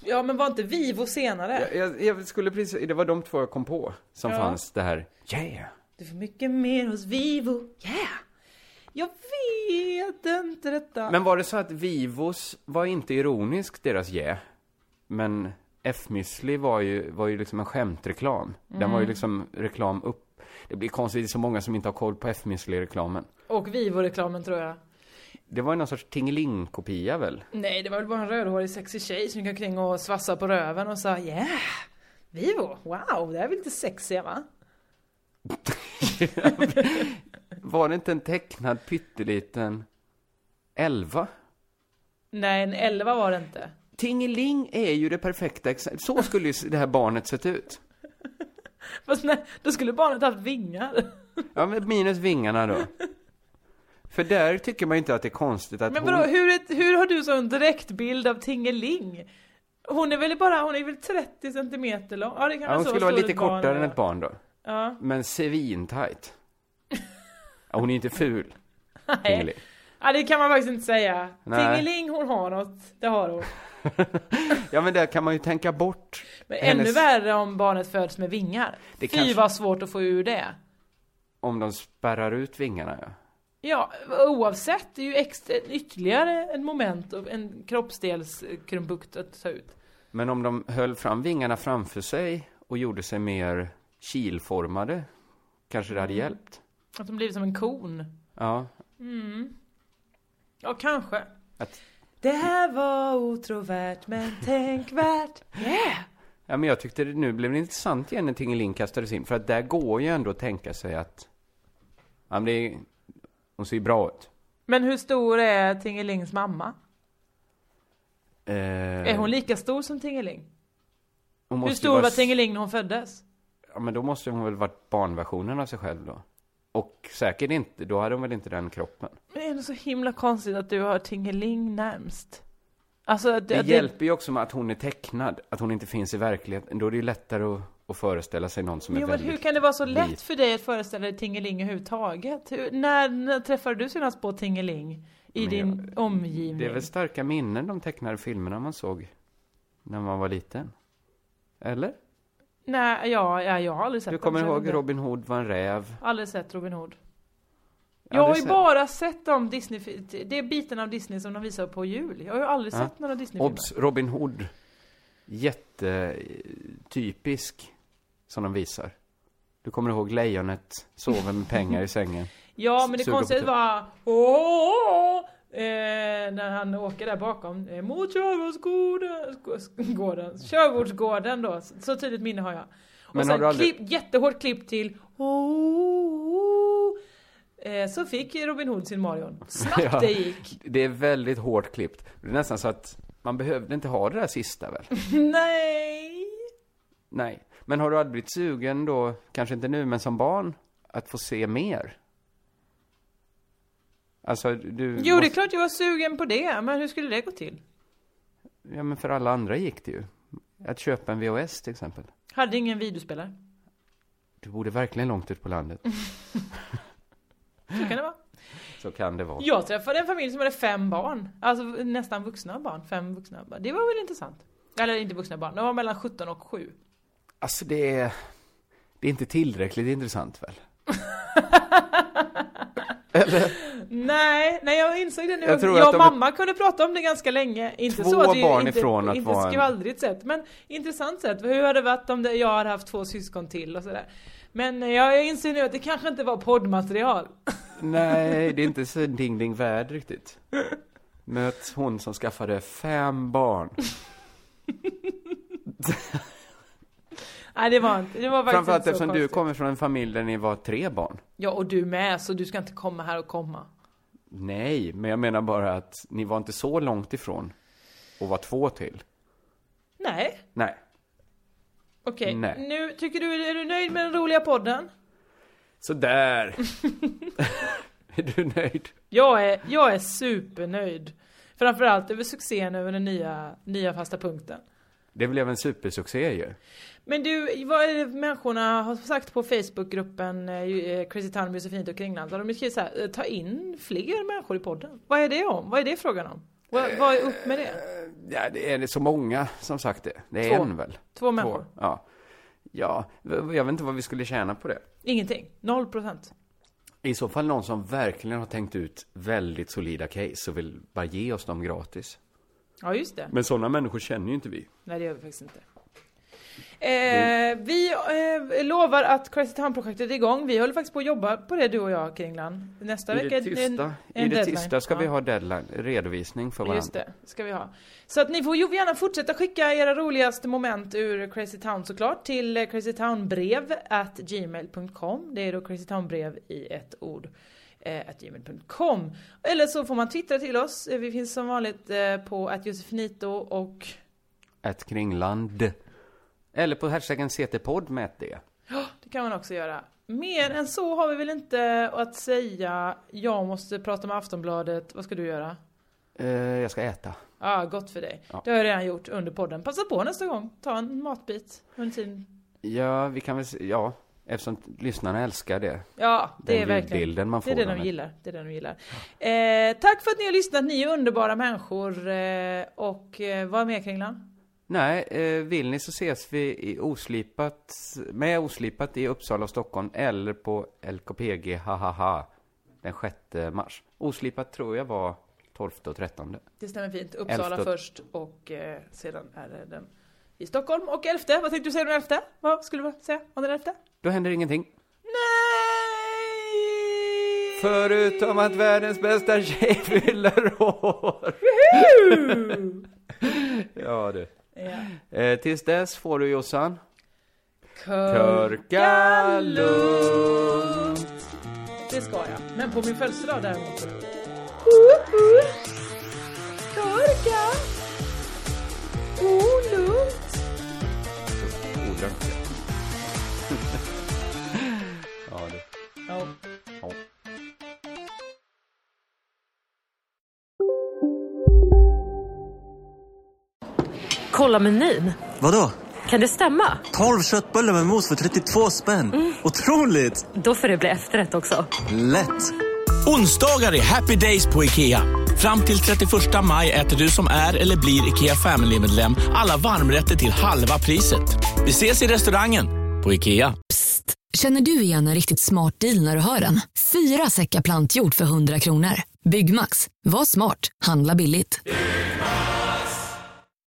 [SPEAKER 5] Ja men var inte Vivo senare?
[SPEAKER 4] Jag, jag, jag skulle precis, det var de två jag kom på som
[SPEAKER 5] Ja.
[SPEAKER 4] fanns det här yeah.
[SPEAKER 5] Du får mycket mer hos Vivo. Yeah! Jag vet inte detta.
[SPEAKER 4] Men var det så att Vivos var inte ironisk, deras yeah, men F-müsli var ju, var ju liksom en skämtreklam. Den
[SPEAKER 5] Mm.
[SPEAKER 4] var ju liksom reklam upp. Det blir konstigt, det är så många som inte har koll på F-müsli-reklamen.
[SPEAKER 5] Och Vivo-reklamen tror jag.
[SPEAKER 4] Det var ju någon sorts tingeling-kopia väl?
[SPEAKER 5] Nej det var väl bara en rödhårig sexig tjej som gick omkring och svassade på röven och sa yeah! Vivo, wow, det här är väl lite sexiga va?
[SPEAKER 4] Var det inte en tecknad pytteliten elva?
[SPEAKER 5] Nej en 11 var det inte.
[SPEAKER 4] Tingeling är ju det perfekta exemplet. Så skulle ju det här barnet sett ut.
[SPEAKER 5] Fast nej, då skulle barnet haft vingar.
[SPEAKER 4] Ja, men minus vingarna då. För där tycker man ju inte att det är konstigt att
[SPEAKER 5] Men
[SPEAKER 4] hon...
[SPEAKER 5] vadå, hur, är- hur har du sån direktbild av Tingeling? Hon är väl bara, hon är väl 30 centimeter lång? Ja det kan
[SPEAKER 4] Ja, hon
[SPEAKER 5] så
[SPEAKER 4] skulle vara
[SPEAKER 5] stor
[SPEAKER 4] lite
[SPEAKER 5] ett barn
[SPEAKER 4] kortare
[SPEAKER 5] är.
[SPEAKER 4] än ett barn då.
[SPEAKER 5] Ja.
[SPEAKER 4] Men svintajt. Ja, hon är ju inte ful.
[SPEAKER 5] Nej.
[SPEAKER 4] Tingeling.
[SPEAKER 5] ja, det kan man faktiskt inte säga.
[SPEAKER 4] Nej.
[SPEAKER 5] Tingeling hon har något, det har hon.
[SPEAKER 4] ja, men där kan man ju tänka bort.
[SPEAKER 5] Men ännu
[SPEAKER 4] hennes-
[SPEAKER 5] värre om barnet föds med vingar.
[SPEAKER 4] Det
[SPEAKER 5] Fy
[SPEAKER 4] kanske-
[SPEAKER 5] vad svårt att få ur det.
[SPEAKER 4] Om de spärrar ut vingarna, ja.
[SPEAKER 5] Ja, oavsett, det är ju extra, ytterligare en moment och en kroppsdelskrumbukt att ta ut.
[SPEAKER 4] Men om de höll fram vingarna framför sig och gjorde sig mer kilformade, kanske det hade
[SPEAKER 5] Mm.
[SPEAKER 4] hjälpt.
[SPEAKER 5] Att de blir som en kon.
[SPEAKER 4] Ja,
[SPEAKER 5] Mm. Ja, kanske.
[SPEAKER 4] Att-
[SPEAKER 5] Det här var otrovärt men tänkvärt. Yeah!
[SPEAKER 4] Ja, men jag tyckte det, nu blev det intressant igen när Tingeling kastades in. För att där går ju ändå att tänka sig att... Ja, men det är, hon ser ju bra ut.
[SPEAKER 5] Men hur stor är Tingelings mamma?
[SPEAKER 4] Eh,
[SPEAKER 5] Är hon lika stor som Tingeling?
[SPEAKER 4] hon måste
[SPEAKER 5] Hur
[SPEAKER 4] ju
[SPEAKER 5] stor
[SPEAKER 4] vara
[SPEAKER 5] var
[SPEAKER 4] s-
[SPEAKER 5] Tingeling när hon föddes?
[SPEAKER 4] Ja, men då måste hon väl varit barnversionen av sig själv då. Och säkert inte, då hade hon väl inte den kroppen.
[SPEAKER 5] Men det är nog så himla konstigt att du har Tingeling närmst. Alltså, att-
[SPEAKER 4] Det,
[SPEAKER 5] att
[SPEAKER 4] hjälper ju också med att hon är tecknad, att hon inte finns i verkligheten. Då är det ju lättare att, att föreställa sig någon som är
[SPEAKER 5] Jo, men
[SPEAKER 4] väldigt...
[SPEAKER 5] hur kan det vara så lätt
[SPEAKER 4] lit.
[SPEAKER 5] för dig att föreställa dig Tingeling överhuvudtaget? Hur, när, när träffade du senast på Tingeling? I
[SPEAKER 4] Men
[SPEAKER 5] din omgivning?
[SPEAKER 4] Det är väl starka minnen de tecknade filmerna man såg när man var liten? Eller?
[SPEAKER 5] Nej, ja, ja, jag har aldrig sett
[SPEAKER 4] Du
[SPEAKER 5] den,
[SPEAKER 4] kommer
[SPEAKER 5] så jag vet
[SPEAKER 4] ihåg
[SPEAKER 5] inte.
[SPEAKER 4] Robin Hood var en räv?
[SPEAKER 5] Aldrig sett Robin Hood.
[SPEAKER 4] det
[SPEAKER 5] Jag har ju
[SPEAKER 4] ser-
[SPEAKER 5] bara sett de Disney... Det är biten av Disney som de visar på jul. Jag har ju aldrig
[SPEAKER 4] Ja.
[SPEAKER 5] sett några Disney-filmer.
[SPEAKER 4] Obs! Robin Hood. Jättetypisk. Som de visar. Du kommer ihåg lejonet sover med pengar i sängen.
[SPEAKER 5] Ja, men det
[SPEAKER 4] Suger på
[SPEAKER 5] konstiga
[SPEAKER 4] det.
[SPEAKER 5] var... Åh, åh, åh, eh, när han åker där bakom. Eh, mot Körgårdsgården. sko- sk- gården. Körgårdsgården då. Så så tydligt minne har jag. Och
[SPEAKER 4] Men har
[SPEAKER 5] sen
[SPEAKER 4] du aldrig-
[SPEAKER 5] klipp, jättehårt klipp till... Åh, åh, åh. eh, så fick Robin Hood sin Marion. Snabbt
[SPEAKER 4] Ja.
[SPEAKER 5] det gick.
[SPEAKER 4] Det är väldigt hårt klippt. Det är nästan så att man behövde inte ha det där sista väl?
[SPEAKER 5] Nej.
[SPEAKER 4] Nej. Men har du aldrig blivit sugen då, kanske inte nu, men som barn, att få se mer? Alltså, du...
[SPEAKER 5] Jo, det är
[SPEAKER 4] måste-
[SPEAKER 5] klart jag var sugen på det. Men hur skulle det gå till?
[SPEAKER 4] Ja, men för alla andra gick det ju. Att köpa en VHS till exempel.
[SPEAKER 5] Hade ingen videospelare.
[SPEAKER 4] Du bodde verkligen långt ut på landet.
[SPEAKER 5] Så kan det
[SPEAKER 4] Mm.
[SPEAKER 5] vara.
[SPEAKER 4] Så kan det vara.
[SPEAKER 5] Jag träffade en familj som hade fem barn. Alltså nästan vuxna barn. Fem vuxna barn. Det var väl intressant? Eller inte vuxna barn, de var mellan 17 och 7.
[SPEAKER 4] Alltså det är... Det är inte tillräckligt intressant väl?
[SPEAKER 5] Nej, nej jag insåg det nu.
[SPEAKER 4] Jag
[SPEAKER 5] Jag,
[SPEAKER 4] tror att
[SPEAKER 5] och
[SPEAKER 4] de-
[SPEAKER 5] mamma kunde prata om det ganska länge. Inte
[SPEAKER 4] Två
[SPEAKER 5] så att det,
[SPEAKER 4] barn
[SPEAKER 5] inte,
[SPEAKER 4] ifrån att
[SPEAKER 5] inte
[SPEAKER 4] vara en-
[SPEAKER 5] skvallrigt sett, men intressant sett. Hur hade det varit om det, jag hade haft två syskon till och sådär. Men eh, jag, jag inser nu att det kanske inte var poddmaterial.
[SPEAKER 4] Nej, det är inte så ding ding värld riktigt. Möt hon som skaffade fem barn.
[SPEAKER 5] Nej det var inte, det var faktiskt
[SPEAKER 4] Framförallt
[SPEAKER 5] inte så
[SPEAKER 4] eftersom du
[SPEAKER 5] konstigt.
[SPEAKER 4] kommer från en familj där ni var tre barn.
[SPEAKER 5] Ja och du med, så du ska inte komma här och komma.
[SPEAKER 4] Nej, men jag menar bara att ni var inte så långt ifrån och var två till.
[SPEAKER 5] Nej,
[SPEAKER 4] Nej.
[SPEAKER 5] okej.
[SPEAKER 4] Nej.
[SPEAKER 5] Nu, tycker du, är du nöjd med den roliga podden?
[SPEAKER 4] Så där. är du nöjd?
[SPEAKER 5] Jag är, jag är supernöjd. Framförallt över succén över den nya, nya fasta punkten.
[SPEAKER 4] Det blev en supersuccé ju.
[SPEAKER 5] Men du, vad är det människorna har sagt på Facebookgruppen eh, ju- eh, Crazy Town, Josefint och Kringland? Har de skrivit så här, eh, ta in fler människor i podden? Vad är det om? Vad är det frågan om? Vad, vad är upp med det?
[SPEAKER 4] Ja, det är det så många som sagt det. Det är
[SPEAKER 5] Två.
[SPEAKER 4] en väl?
[SPEAKER 5] Två människor?
[SPEAKER 4] Ja. Ja, jag vet inte vad vi skulle tjäna på det.
[SPEAKER 5] Ingenting? Noll procent?
[SPEAKER 4] I så fall någon som verkligen har tänkt ut väldigt solida case och vill bara ge oss dem gratis.
[SPEAKER 5] Ja, just det.
[SPEAKER 4] Men sådana människor känner ju inte vi.
[SPEAKER 5] Nej, det gör vi faktiskt inte. Eh, vi eh, lovar att Crazy Town-projektet är igång. Vi håller faktiskt på att jobba på det du och jag, Kringland. Nästa
[SPEAKER 4] I
[SPEAKER 5] vecka
[SPEAKER 4] det
[SPEAKER 5] är det en-
[SPEAKER 4] tysta,
[SPEAKER 5] en
[SPEAKER 4] i det
[SPEAKER 5] deadline.
[SPEAKER 4] tysta ska
[SPEAKER 5] Ja.
[SPEAKER 4] vi ha deadline, redovisning för
[SPEAKER 5] Just
[SPEAKER 4] varandra.
[SPEAKER 5] det, ska vi ha. Så att ni får ju gärna fortsätta skicka era roligaste moment ur Crazy Town såklart till eh, crazytownbrev at gmail.com. Det är då crazytownbrev i ett ord. eh, At gmail.com. Eller så får man twittra till oss. Eh, Vi finns som vanligt eh, på att Josefinito och
[SPEAKER 4] Ett kringland. Eller på hashtaggen CT-podd med ett D.
[SPEAKER 5] det kan man också göra. Mer än så har vi väl inte att säga. Jag måste prata med Aftonbladet. Vad ska du göra?
[SPEAKER 4] Eh, jag ska äta.
[SPEAKER 5] Ja, ah, gott för dig. Det har jag redan gjort under podden. Passa på nästa gång. Ta en matbit under tiden.
[SPEAKER 4] Ja, vi kan väl, s- ja. Eftersom t- lyssnarna älskar det.
[SPEAKER 5] Ja, det
[SPEAKER 4] Den
[SPEAKER 5] är verkligen.
[SPEAKER 4] ljudbilden man
[SPEAKER 5] det är
[SPEAKER 4] får
[SPEAKER 5] det
[SPEAKER 4] av
[SPEAKER 5] de
[SPEAKER 4] det.
[SPEAKER 5] gillar. Det är det de gillar. Eh, tack för att ni har lyssnat. Ni är underbara människor. Eh, och eh, vad mer Kringlan?
[SPEAKER 4] Nej, eh, vill ni så ses vi i oslipat, med oslipat i Uppsala och Stockholm eller på LKPG hahaha den 6 mars. Oslipat tror jag var 12 och 13.
[SPEAKER 5] Det stämmer fint. Uppsala
[SPEAKER 4] Elfte.
[SPEAKER 5] först och eh, sedan är det den i Stockholm. Och elfte, vad tänkte du säga om den elfte? Vad skulle du säga om den elfte?
[SPEAKER 4] Då händer ingenting. Nej! Förutom att världens bästa tjej fyller år. ja du. Eh, tills dess får du Jossan. Körka lugnt.
[SPEAKER 5] Det ska jag. Men på min födelsedag däremot. Körka! Olugnt!
[SPEAKER 4] Ordrömt. ja du.
[SPEAKER 5] Ja.
[SPEAKER 4] Ja.
[SPEAKER 8] Kolla menyn.
[SPEAKER 9] Vadå?
[SPEAKER 8] Kan det stämma? Mm.
[SPEAKER 9] 12 köttbullar med mos för 32 spänn. Otroligt!
[SPEAKER 8] Då får det bli efterrätt också.
[SPEAKER 9] Lätt!
[SPEAKER 10] Onsdagar är happy days på IKEA. Fram till 31 maj äter du som är eller blir IKEA Family-medlem alla varmrätter till halva priset. Vi ses i restaurangen på IKEA.
[SPEAKER 11] Känner du igen en riktigt smart deal när du hör den? Fyra säckar plantjord för 100 kronor. Byggmax. Var smart. Handla billigt.